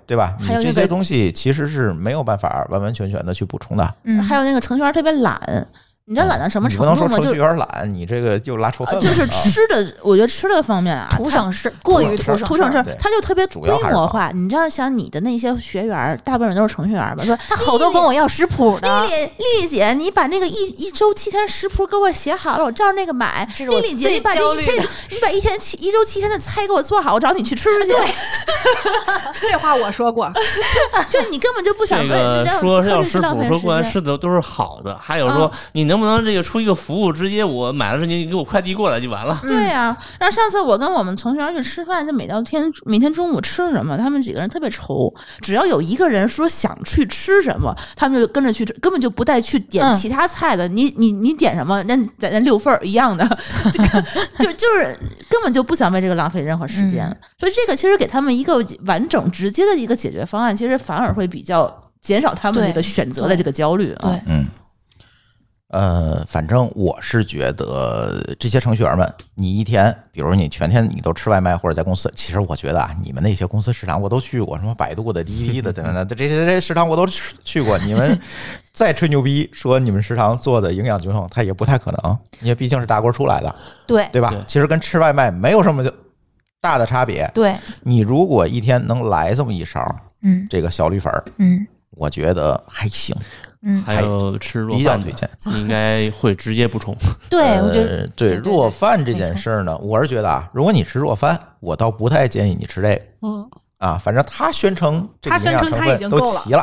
Speaker 1: 对吧？你
Speaker 3: 嗯还有
Speaker 1: 这
Speaker 3: 那个
Speaker 1: 些东西其实是没有办法完完全全的去补充的。
Speaker 4: 嗯，
Speaker 3: 还有那个程序员特别懒，你知道懒到什么
Speaker 1: 你
Speaker 3: 程
Speaker 1: 不能
Speaker 3: 度
Speaker 1: 说
Speaker 3: 吗？
Speaker 1: 程
Speaker 3: 就
Speaker 1: 序员懒，你这个就拉仇恨了。
Speaker 3: 呃，就是
Speaker 1: 啊
Speaker 3: 吃的，我觉得吃的方面啊，
Speaker 4: 图
Speaker 3: 它
Speaker 4: 省事，过于图
Speaker 1: 图
Speaker 4: 省
Speaker 3: 图省事
Speaker 4: 事。
Speaker 3: 儿
Speaker 1: 对，
Speaker 3: 它就特别
Speaker 1: 主
Speaker 3: 规
Speaker 1: 要还是
Speaker 3: 模
Speaker 1: 忙
Speaker 3: 化。你这样想，你的那些学员儿大部分人都是程序员儿吧？说
Speaker 4: 他好多跟我要食谱的
Speaker 3: 丽，丽丽丽姐，你把那个一一周七天食谱给我写好了，我照那个买。
Speaker 4: 这是我
Speaker 3: 丽丽姐，
Speaker 4: 最
Speaker 3: 你把
Speaker 4: 焦
Speaker 3: 这
Speaker 4: 虑
Speaker 3: 一天
Speaker 4: 的，
Speaker 3: 你把一天七一周七天的菜给我做好，我找你去吃 去。
Speaker 5: 这话我说过，
Speaker 3: 就你根本就不想
Speaker 2: 这
Speaker 3: 问，
Speaker 2: 个
Speaker 3: 你这样
Speaker 2: 说
Speaker 3: 特
Speaker 2: 是要
Speaker 3: 别是
Speaker 2: 食
Speaker 3: 浪
Speaker 2: 谱，
Speaker 3: 费
Speaker 2: 说
Speaker 3: 时
Speaker 2: 不完
Speaker 3: 间。哦
Speaker 2: 吃的都是好的。还有说，你能不能这个出一个服务，直接我买了这你给我快递过来就完了。
Speaker 3: 对呀、然后上次我跟我们程序员去吃饭，就每到天每天中午吃什么，他们几个人特别愁。只要有一个人说想去吃什么，他们就跟着去吃，根本就不带去点
Speaker 4: 嗯
Speaker 3: 其他菜的。你你你点什么？那咱那六份儿一样的， 就就就是根本就不想为这个浪费任何时间。
Speaker 4: 嗯
Speaker 3: 所以这个其实给他们一个完整直接的一个解决方案，其实反而会比较减少他们
Speaker 4: 对
Speaker 3: 这个选择的这个焦虑啊
Speaker 4: 对。
Speaker 1: 嗯，呃，反正我是觉得这些程序员们，你一天，比如你全天你都吃外卖或者在公司，其实我觉得啊，你们那些公司食堂我都去过，什么百度的、滴滴的等等的，这些这些食堂我都去去过。你们再吹牛逼说你们食堂做的营养均衡，它也不太可能，因为毕竟是大锅出来的，
Speaker 4: 对
Speaker 1: 对吧？
Speaker 2: 对
Speaker 1: 其实跟吃外卖没有什么大的差别。
Speaker 4: 对，
Speaker 1: 你如果一天能来这么一勺
Speaker 4: 嗯
Speaker 1: 这个小绿粉儿，
Speaker 4: 嗯
Speaker 1: 我觉得还行，
Speaker 4: 嗯，
Speaker 2: 还有吃弱
Speaker 1: 比较
Speaker 2: 饭
Speaker 1: 推
Speaker 2: 哎的，
Speaker 1: 荐。
Speaker 2: 你应该会直接补充。
Speaker 4: 对，
Speaker 5: 哎
Speaker 4: 我觉
Speaker 1: 呃
Speaker 4: 得
Speaker 1: 对
Speaker 4: 对对
Speaker 1: 弱饭这
Speaker 4: 没
Speaker 1: 件
Speaker 4: 错
Speaker 1: 事儿呢，我是觉得啊，如果你吃弱饭，我倒不太建议你吃这个
Speaker 5: 嗯，
Speaker 1: 啊。反正他宣称这个营
Speaker 5: 他宣
Speaker 1: 养
Speaker 5: 称
Speaker 1: 成
Speaker 5: 他已
Speaker 1: 分
Speaker 5: 经
Speaker 1: 都
Speaker 5: 够了哦
Speaker 1: 齐了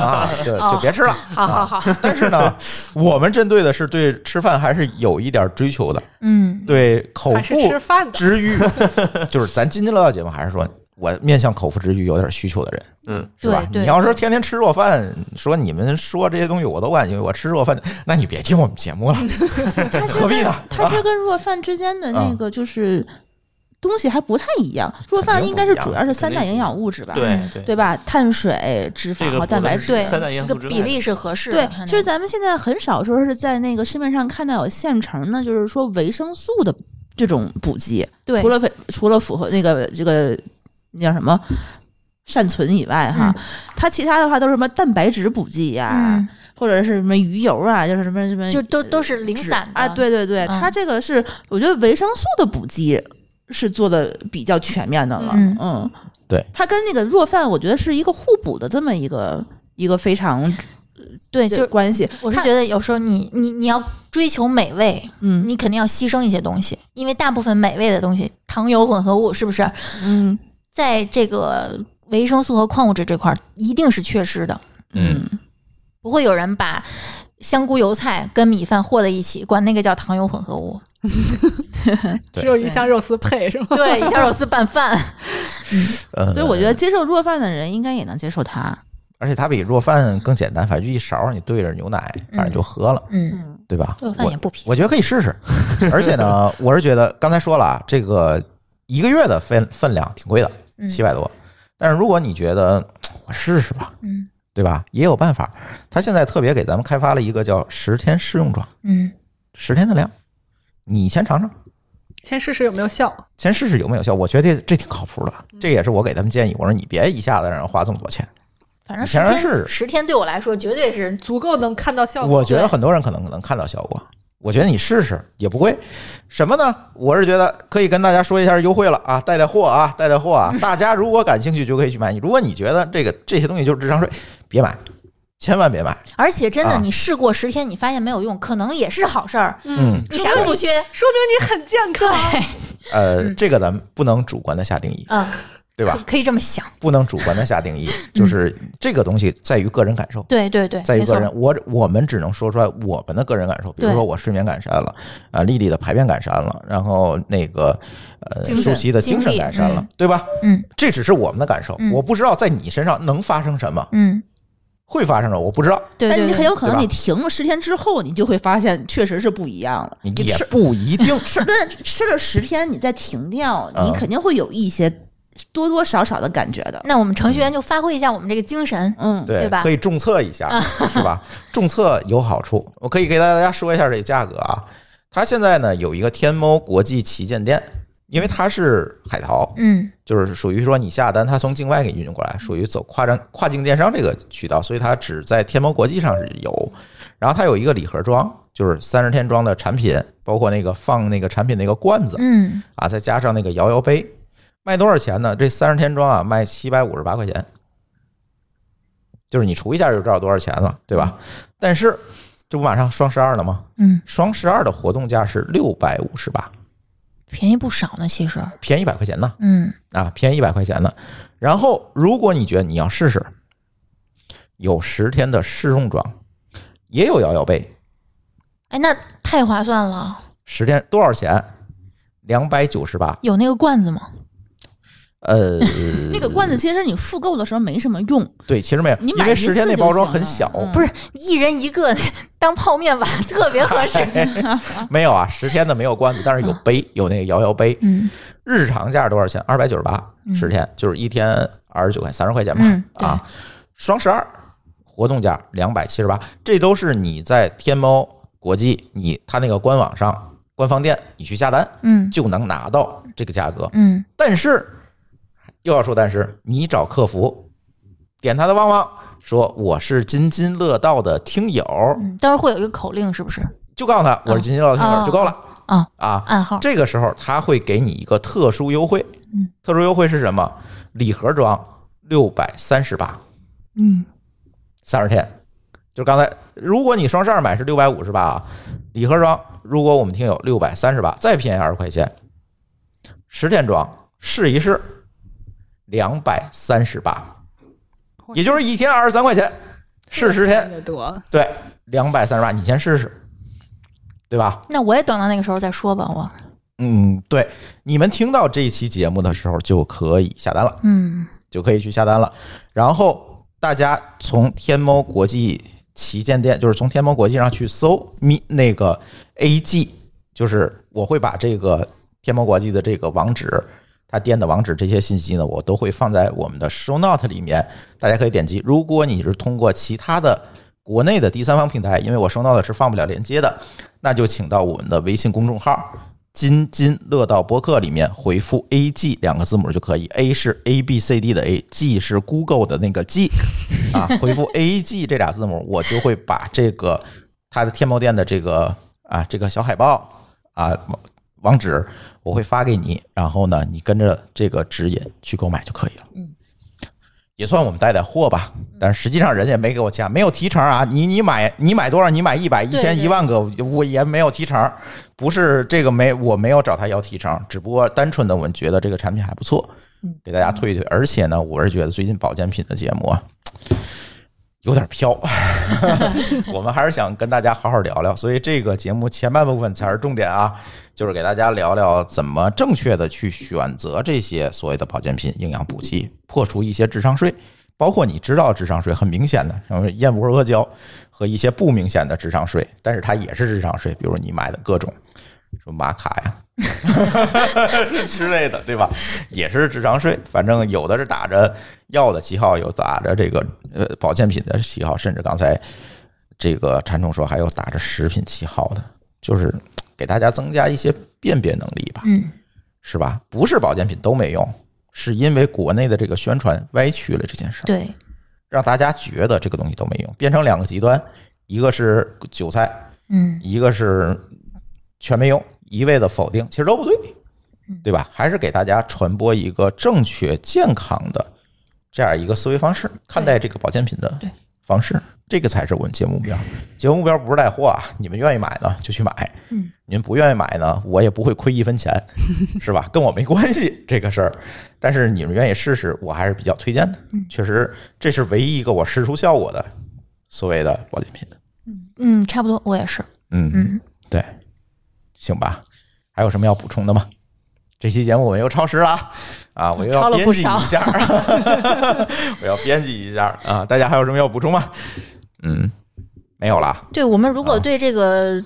Speaker 1: 啊，就就别 吃了。
Speaker 5: 好好好，
Speaker 1: 但是呢，我们针对的是对吃饭还是有一点追求的，
Speaker 4: 嗯
Speaker 1: 对口
Speaker 5: 还是
Speaker 1: 腹
Speaker 5: 吃饭的
Speaker 1: 之欲， 就是咱津津乐道节目还是说。我面向口腹之欲有点需求的人，
Speaker 2: 嗯，
Speaker 1: 是吧
Speaker 4: 对？对
Speaker 1: 你要是天天吃弱饭，说你们说这些东西我都感觉我吃弱饭，那你别听我们节 目了，何必呢？
Speaker 3: 它这跟弱饭之间的那
Speaker 1: 啊
Speaker 3: 个就是东西还不太一样，弱饭应该是主要是三大营养物质吧，
Speaker 2: 对对
Speaker 3: 对吧？碳水、脂
Speaker 2: 这
Speaker 3: 肪
Speaker 2: 个
Speaker 3: 和
Speaker 2: 不
Speaker 3: 蛋白
Speaker 2: 能
Speaker 3: 质。
Speaker 4: 对，
Speaker 2: 三大营
Speaker 4: 一
Speaker 2: 养
Speaker 4: 个
Speaker 2: 素之
Speaker 4: 比
Speaker 2: 外
Speaker 4: 例是合适的。
Speaker 3: 对
Speaker 4: 它，那
Speaker 3: 其实
Speaker 4: 个
Speaker 3: 咱们现在很少说是在那个市面上看到有现成的，就是说维生素的这种补剂，
Speaker 4: 对
Speaker 3: 除了维除了符合那个这个那叫什么善存以外，哈，它其他的话都是什么蛋白质补剂呀、
Speaker 4: 嗯，
Speaker 3: 或者是什么鱼油啊，就是什么什么
Speaker 4: 就都都是零
Speaker 3: 脂
Speaker 4: 散的
Speaker 3: 啊，对对对，它
Speaker 4: 嗯
Speaker 3: 这个是我觉得维生素的补剂是做的比较全面的了，
Speaker 4: 嗯
Speaker 3: 嗯，
Speaker 1: 对
Speaker 3: 它跟那个弱饭我觉得是一个互补的这么一个一个非常呃
Speaker 4: 对，
Speaker 6: 的
Speaker 4: 哎就是
Speaker 6: 关系。
Speaker 4: 我是
Speaker 6: 看
Speaker 4: 觉得有时候你你你要追求美味，
Speaker 6: 嗯
Speaker 4: 你肯定要牺牲一些东西，因为大部分美味的东西，糖油混合物是不是
Speaker 6: 嗯，
Speaker 4: 在这个维生素和矿物质这块儿一定是缺失的？
Speaker 1: 嗯，
Speaker 4: 不会有人把香菇油菜跟米饭和在一起，管那个叫糖油混合 物。
Speaker 1: 对
Speaker 5: 只有鱼香肉丝配是吗？
Speaker 4: 对，一下肉丝拌饭，
Speaker 5: 嗯
Speaker 1: 呃
Speaker 3: 所以我觉得接受弱饭的人应该也能接受它。
Speaker 1: 而且它比弱饭更简单，反正就一勺，你兑着牛奶，反正就喝了，
Speaker 4: 嗯，
Speaker 1: 对吧？
Speaker 4: 肉饭
Speaker 1: 我
Speaker 4: 也不便宜。
Speaker 1: 我觉得可以 试试。而且呢，我是觉得刚才说了啊，这个一个月的分分量挺贵的，
Speaker 4: 嗯
Speaker 1: 七百多。但是如果你觉得我试试吧，
Speaker 4: 嗯
Speaker 1: 对吧？也有办法。他现在特别给咱们开发了一个叫十天试用装，
Speaker 4: 嗯，
Speaker 1: 十天的量，你先尝尝，
Speaker 5: 先试试有没有效。
Speaker 1: 先试试有没有效。我觉得这挺靠谱的，
Speaker 4: 嗯
Speaker 1: 这也是我给他们建议。我说你别一下子让人花这么多钱。
Speaker 4: 反正
Speaker 1: 你
Speaker 4: 十
Speaker 1: 先
Speaker 4: 天
Speaker 1: 试试
Speaker 4: 十天对我来说绝对是
Speaker 5: 足够能看到效果。
Speaker 1: 我觉得很多人可能能看到效果。我觉得你试试也不贵，什么呢？我是觉得可以跟大家说一下优惠了啊，带带货啊，带带货啊！大家如果感兴趣就可以去买。你如果你觉得这个这些东西就是智商税，别买，千万别买。
Speaker 4: 而且真
Speaker 1: 啊
Speaker 4: 的，你试过十天，你发现没有用，可能也是好事儿。
Speaker 1: 嗯，
Speaker 4: 你啥都不缺，
Speaker 5: 说明你很健康。
Speaker 1: 呃，这个咱们不能主观的下定义，
Speaker 4: 嗯，
Speaker 1: 对吧
Speaker 4: 可？可以这么想。
Speaker 1: 不能主观的下定义，就是这个东西在于个人感受。
Speaker 4: 对对对，
Speaker 1: 在于
Speaker 4: 没错
Speaker 1: 个人，我我们只能说出来我们的个人感受，比如
Speaker 4: 对
Speaker 1: 说我睡眠改善了，啊，丽丽的排便改善了，然后那个呃，
Speaker 3: 精神
Speaker 1: 舒淇的精
Speaker 4: 精
Speaker 1: 神
Speaker 4: 力
Speaker 1: 改善了
Speaker 4: 嗯，
Speaker 1: 对吧？
Speaker 4: 嗯
Speaker 1: 这只是我们的感受，
Speaker 4: 嗯
Speaker 1: 我不知道在你身上能发生什么，
Speaker 4: 嗯，
Speaker 1: 会发生什么，我不知道，
Speaker 4: 对对
Speaker 3: 但
Speaker 4: 对，
Speaker 3: 你很有可能
Speaker 1: 对吧
Speaker 3: 你停了十天之后，你就会发现确实是不一样了。
Speaker 1: 你
Speaker 3: 你
Speaker 1: 也
Speaker 3: 吃
Speaker 1: 不一 定。
Speaker 3: 吃，但是吃了十天，你再停掉，你
Speaker 1: 嗯
Speaker 3: 肯定会有一些多多少少的感觉的。
Speaker 4: 那我们程序员就发挥一下我们这个精神，
Speaker 3: 嗯，
Speaker 1: 对，
Speaker 4: 对吧嗯
Speaker 1: 可以重测一下，是吧？重测有好处，我可以给大家说一下这个价格啊。它现在呢有一个天猫国际旗舰店，因为它是海淘，
Speaker 4: 嗯
Speaker 1: 就是属于说你下单，它从境外给你运过来，属于走跨站跨境电商这个渠道，所以它只在天猫国际上是有。然后它有一个礼盒装，就是三十天装的产品，包括那个放那个产品那个罐子
Speaker 4: 嗯，
Speaker 1: 啊，再加上那个摇摇杯，卖多少钱呢？这三十天装啊，卖七百五十八块钱，就是你除一下就知道多少钱了，对吧？但是这不马上双十二了吗？
Speaker 4: 嗯，
Speaker 1: 双十二的活动价是六百五十八，
Speaker 4: 便宜不少呢，其实，
Speaker 1: 便宜一百块钱呢。
Speaker 4: 嗯
Speaker 1: 啊，便宜一百块钱的。然后，如果你觉得你要试试，有十天的试用装，也有摇摇杯，
Speaker 4: 哎，那太划算了，
Speaker 1: 十天多少钱？两百九十八。
Speaker 4: 有那个罐子吗？
Speaker 1: 呃，
Speaker 3: 那个罐子其实你复购的时候没什么用，
Speaker 1: 对，其实没有，
Speaker 3: 你
Speaker 1: 因
Speaker 3: 买
Speaker 1: 为
Speaker 3: 一
Speaker 1: 十天
Speaker 3: 次
Speaker 1: 那
Speaker 3: 就
Speaker 1: 包装
Speaker 3: 行
Speaker 1: 很
Speaker 3: 了
Speaker 1: 小，
Speaker 3: 嗯
Speaker 4: 不是，一人一个当泡面碗 特别合适。
Speaker 3: 哎 嗯
Speaker 1: 没有啊，十天的没有罐子，但是 有杯，有那个摇摇杯。
Speaker 4: 嗯
Speaker 1: 日常价多少钱？二百九十八，十天就是一天二十九块，三十块钱吧。
Speaker 4: 嗯对
Speaker 1: 啊，双十二活动价两百七十八，这都是你在天猫国际你它那个官网上官方店你去下单
Speaker 4: 嗯
Speaker 1: 就能拿到这个价格。
Speaker 4: 嗯
Speaker 1: 但是又要说，但是你找客服点他的旺旺。说我是津津乐道的听友，
Speaker 4: 嗯，到时候会有一个口令，是不是？
Speaker 1: 就告诉他我是津津乐道的听友
Speaker 4: 哦
Speaker 1: 就够了
Speaker 4: 哦
Speaker 1: 啊。
Speaker 4: 暗号。
Speaker 1: 这个时候他会给你一个特殊优惠，
Speaker 4: 嗯
Speaker 1: 特殊优惠是什么？礼盒装六百三十八，
Speaker 4: 嗯
Speaker 1: 三十天。就刚才，如果你双十二买是六百五十八啊，礼盒装如果我们听友六百三十八，再便宜二十块钱，十天装试一试，两百三十八，也就是一天二十三块钱，试十天，
Speaker 5: 得多，
Speaker 1: 对，两百三十八，你先试试，对吧？
Speaker 4: 那我也等到那个时候再说吧，我。
Speaker 1: 嗯，对，你们听到这一期节目的时候就可以下单了，
Speaker 4: 嗯
Speaker 1: 就可以去下单了。然后大家从天猫国际旗舰店，就是从天猫国际上去搜咪那个 AG，就是我会把这个天猫国际的这个网址。它店的网址这些信息呢，我都会放在我们的 show note 里面，大家可以点击。如果你是通过其他的国内的第三方平台，因为我 show note 是放不了链接的，那就请到我们的微信公众号“津津乐道播客”里面回复 “A G” 两个字母就可以。A 是 A B C D 的 A，G 是 Google 的那个 G 啊，回复 A G 这俩字母，我就会把这个它的天猫店的这个啊这个小海报啊网址我会发给你，然后呢，你跟着这个指引去购买就可以了。嗯，也算我们带带货吧。但是实际上人家没给我价，没有提成啊！你你买你买多少？你买一百、一
Speaker 3: 对
Speaker 1: 千、
Speaker 3: 对
Speaker 1: 一万个，我也没有提成。不是这个没我没有找他要提成，只不过单纯的我们觉得这个产品还不错，给大家推一推。而且呢，我是觉得最近保健品的节目啊。有点飘， 我们还是想跟大家好好聊聊，所以这个节目前半部分才是重点啊，就是给大家聊聊怎么正确的去选择这些所谓的保健品、营养补剂，破除一些智商税，包括你知道智商税很明显的，像是燕窝阿胶和一些不明显的智商税，但是它也是智商税，比如你买的各种什么玛卡呀。 之类的，对吧？也是智商税，反正有的是打着药的旗号，有打着这个呃保健品的旗号，甚至刚才这个禅冲说还有打着食品旗号的，就是给大家增加一些辨别能力吧，
Speaker 4: 嗯，
Speaker 1: 是吧？不是保健品都没用，是因为国内的这个宣传歪曲了这件事儿，
Speaker 4: 对，
Speaker 1: 让大家觉得这个东西都没用，变成两个极端，一个是韭菜，
Speaker 4: 嗯
Speaker 1: 一个是全没用，一味的否定，其实都不对，
Speaker 4: 嗯
Speaker 1: 对吧？还是给大家传播一个正确、健康的这样一个思维方式，看待这个保健品的方式，这个才是我们节目目标。节目目标不是带货啊，你们愿意买呢就去买，
Speaker 4: 嗯，
Speaker 1: 你们不愿意买呢，我也不会亏一分 钱，是吧？跟我没关系这个事儿，但是你们愿意试试，我还是比较推荐的。
Speaker 4: 嗯
Speaker 1: 确实，这是唯一一个我试出效果的所谓的保健品。
Speaker 4: 嗯，差不多，我也是，
Speaker 1: 嗯
Speaker 4: 嗯，
Speaker 1: 对，行吧。还有什么要补充的吗？这期节目我又超时了啊啊！我又
Speaker 4: 超
Speaker 1: 要
Speaker 4: 了
Speaker 1: 编
Speaker 4: 不
Speaker 1: 辑
Speaker 4: 少
Speaker 1: 一下， 我要编辑一下啊！大家还有什么要补充吗？嗯，没有了。
Speaker 4: 对我们如
Speaker 1: 好
Speaker 3: 啊
Speaker 4: 果对这个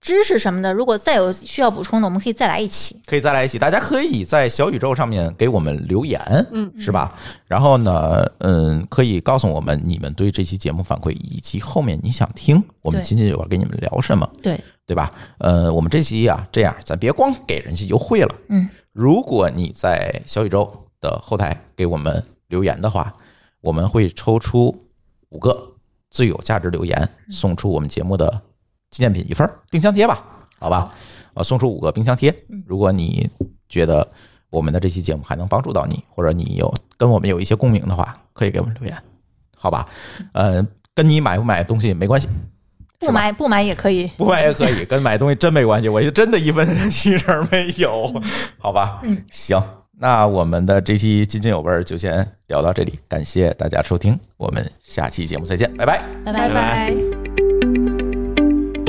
Speaker 4: 知识什么的，如果再有需要补充的，我们可以再来一期。
Speaker 1: 可以再来一起，大家可以在小宇宙上面给我们留言，
Speaker 5: 嗯，
Speaker 1: 是吧？然后呢，嗯，可以告诉我们你们对这期节目反馈，以及后面你想听我们
Speaker 4: 对
Speaker 1: 津津有味给你们聊什么，
Speaker 4: 对
Speaker 1: 对吧？呃，我们这期啊，这样咱别光给人家优惠了，
Speaker 4: 嗯，
Speaker 1: 如果你在小宇宙的后台给我们留言的话，我们会抽出五个最有价值留言，送出我们节目的纪念品一份儿，冰箱贴吧，好吧？呃，送出五个冰箱贴。如果你觉得我们的这期节目还能帮助到你，或者你有跟我们有一些共鸣的话，可以给我们留言，好吧？呃，跟你买不买东西没关系，
Speaker 4: 不买不买也可以。
Speaker 1: 不买也可以，跟买东西真没关系，我就真的一分提成没有，好吧？嗯，行，那我们的这期津津有味儿就先聊到这里，感谢大家收听，我们下期节目再见，拜拜。
Speaker 3: 拜拜。
Speaker 5: 拜。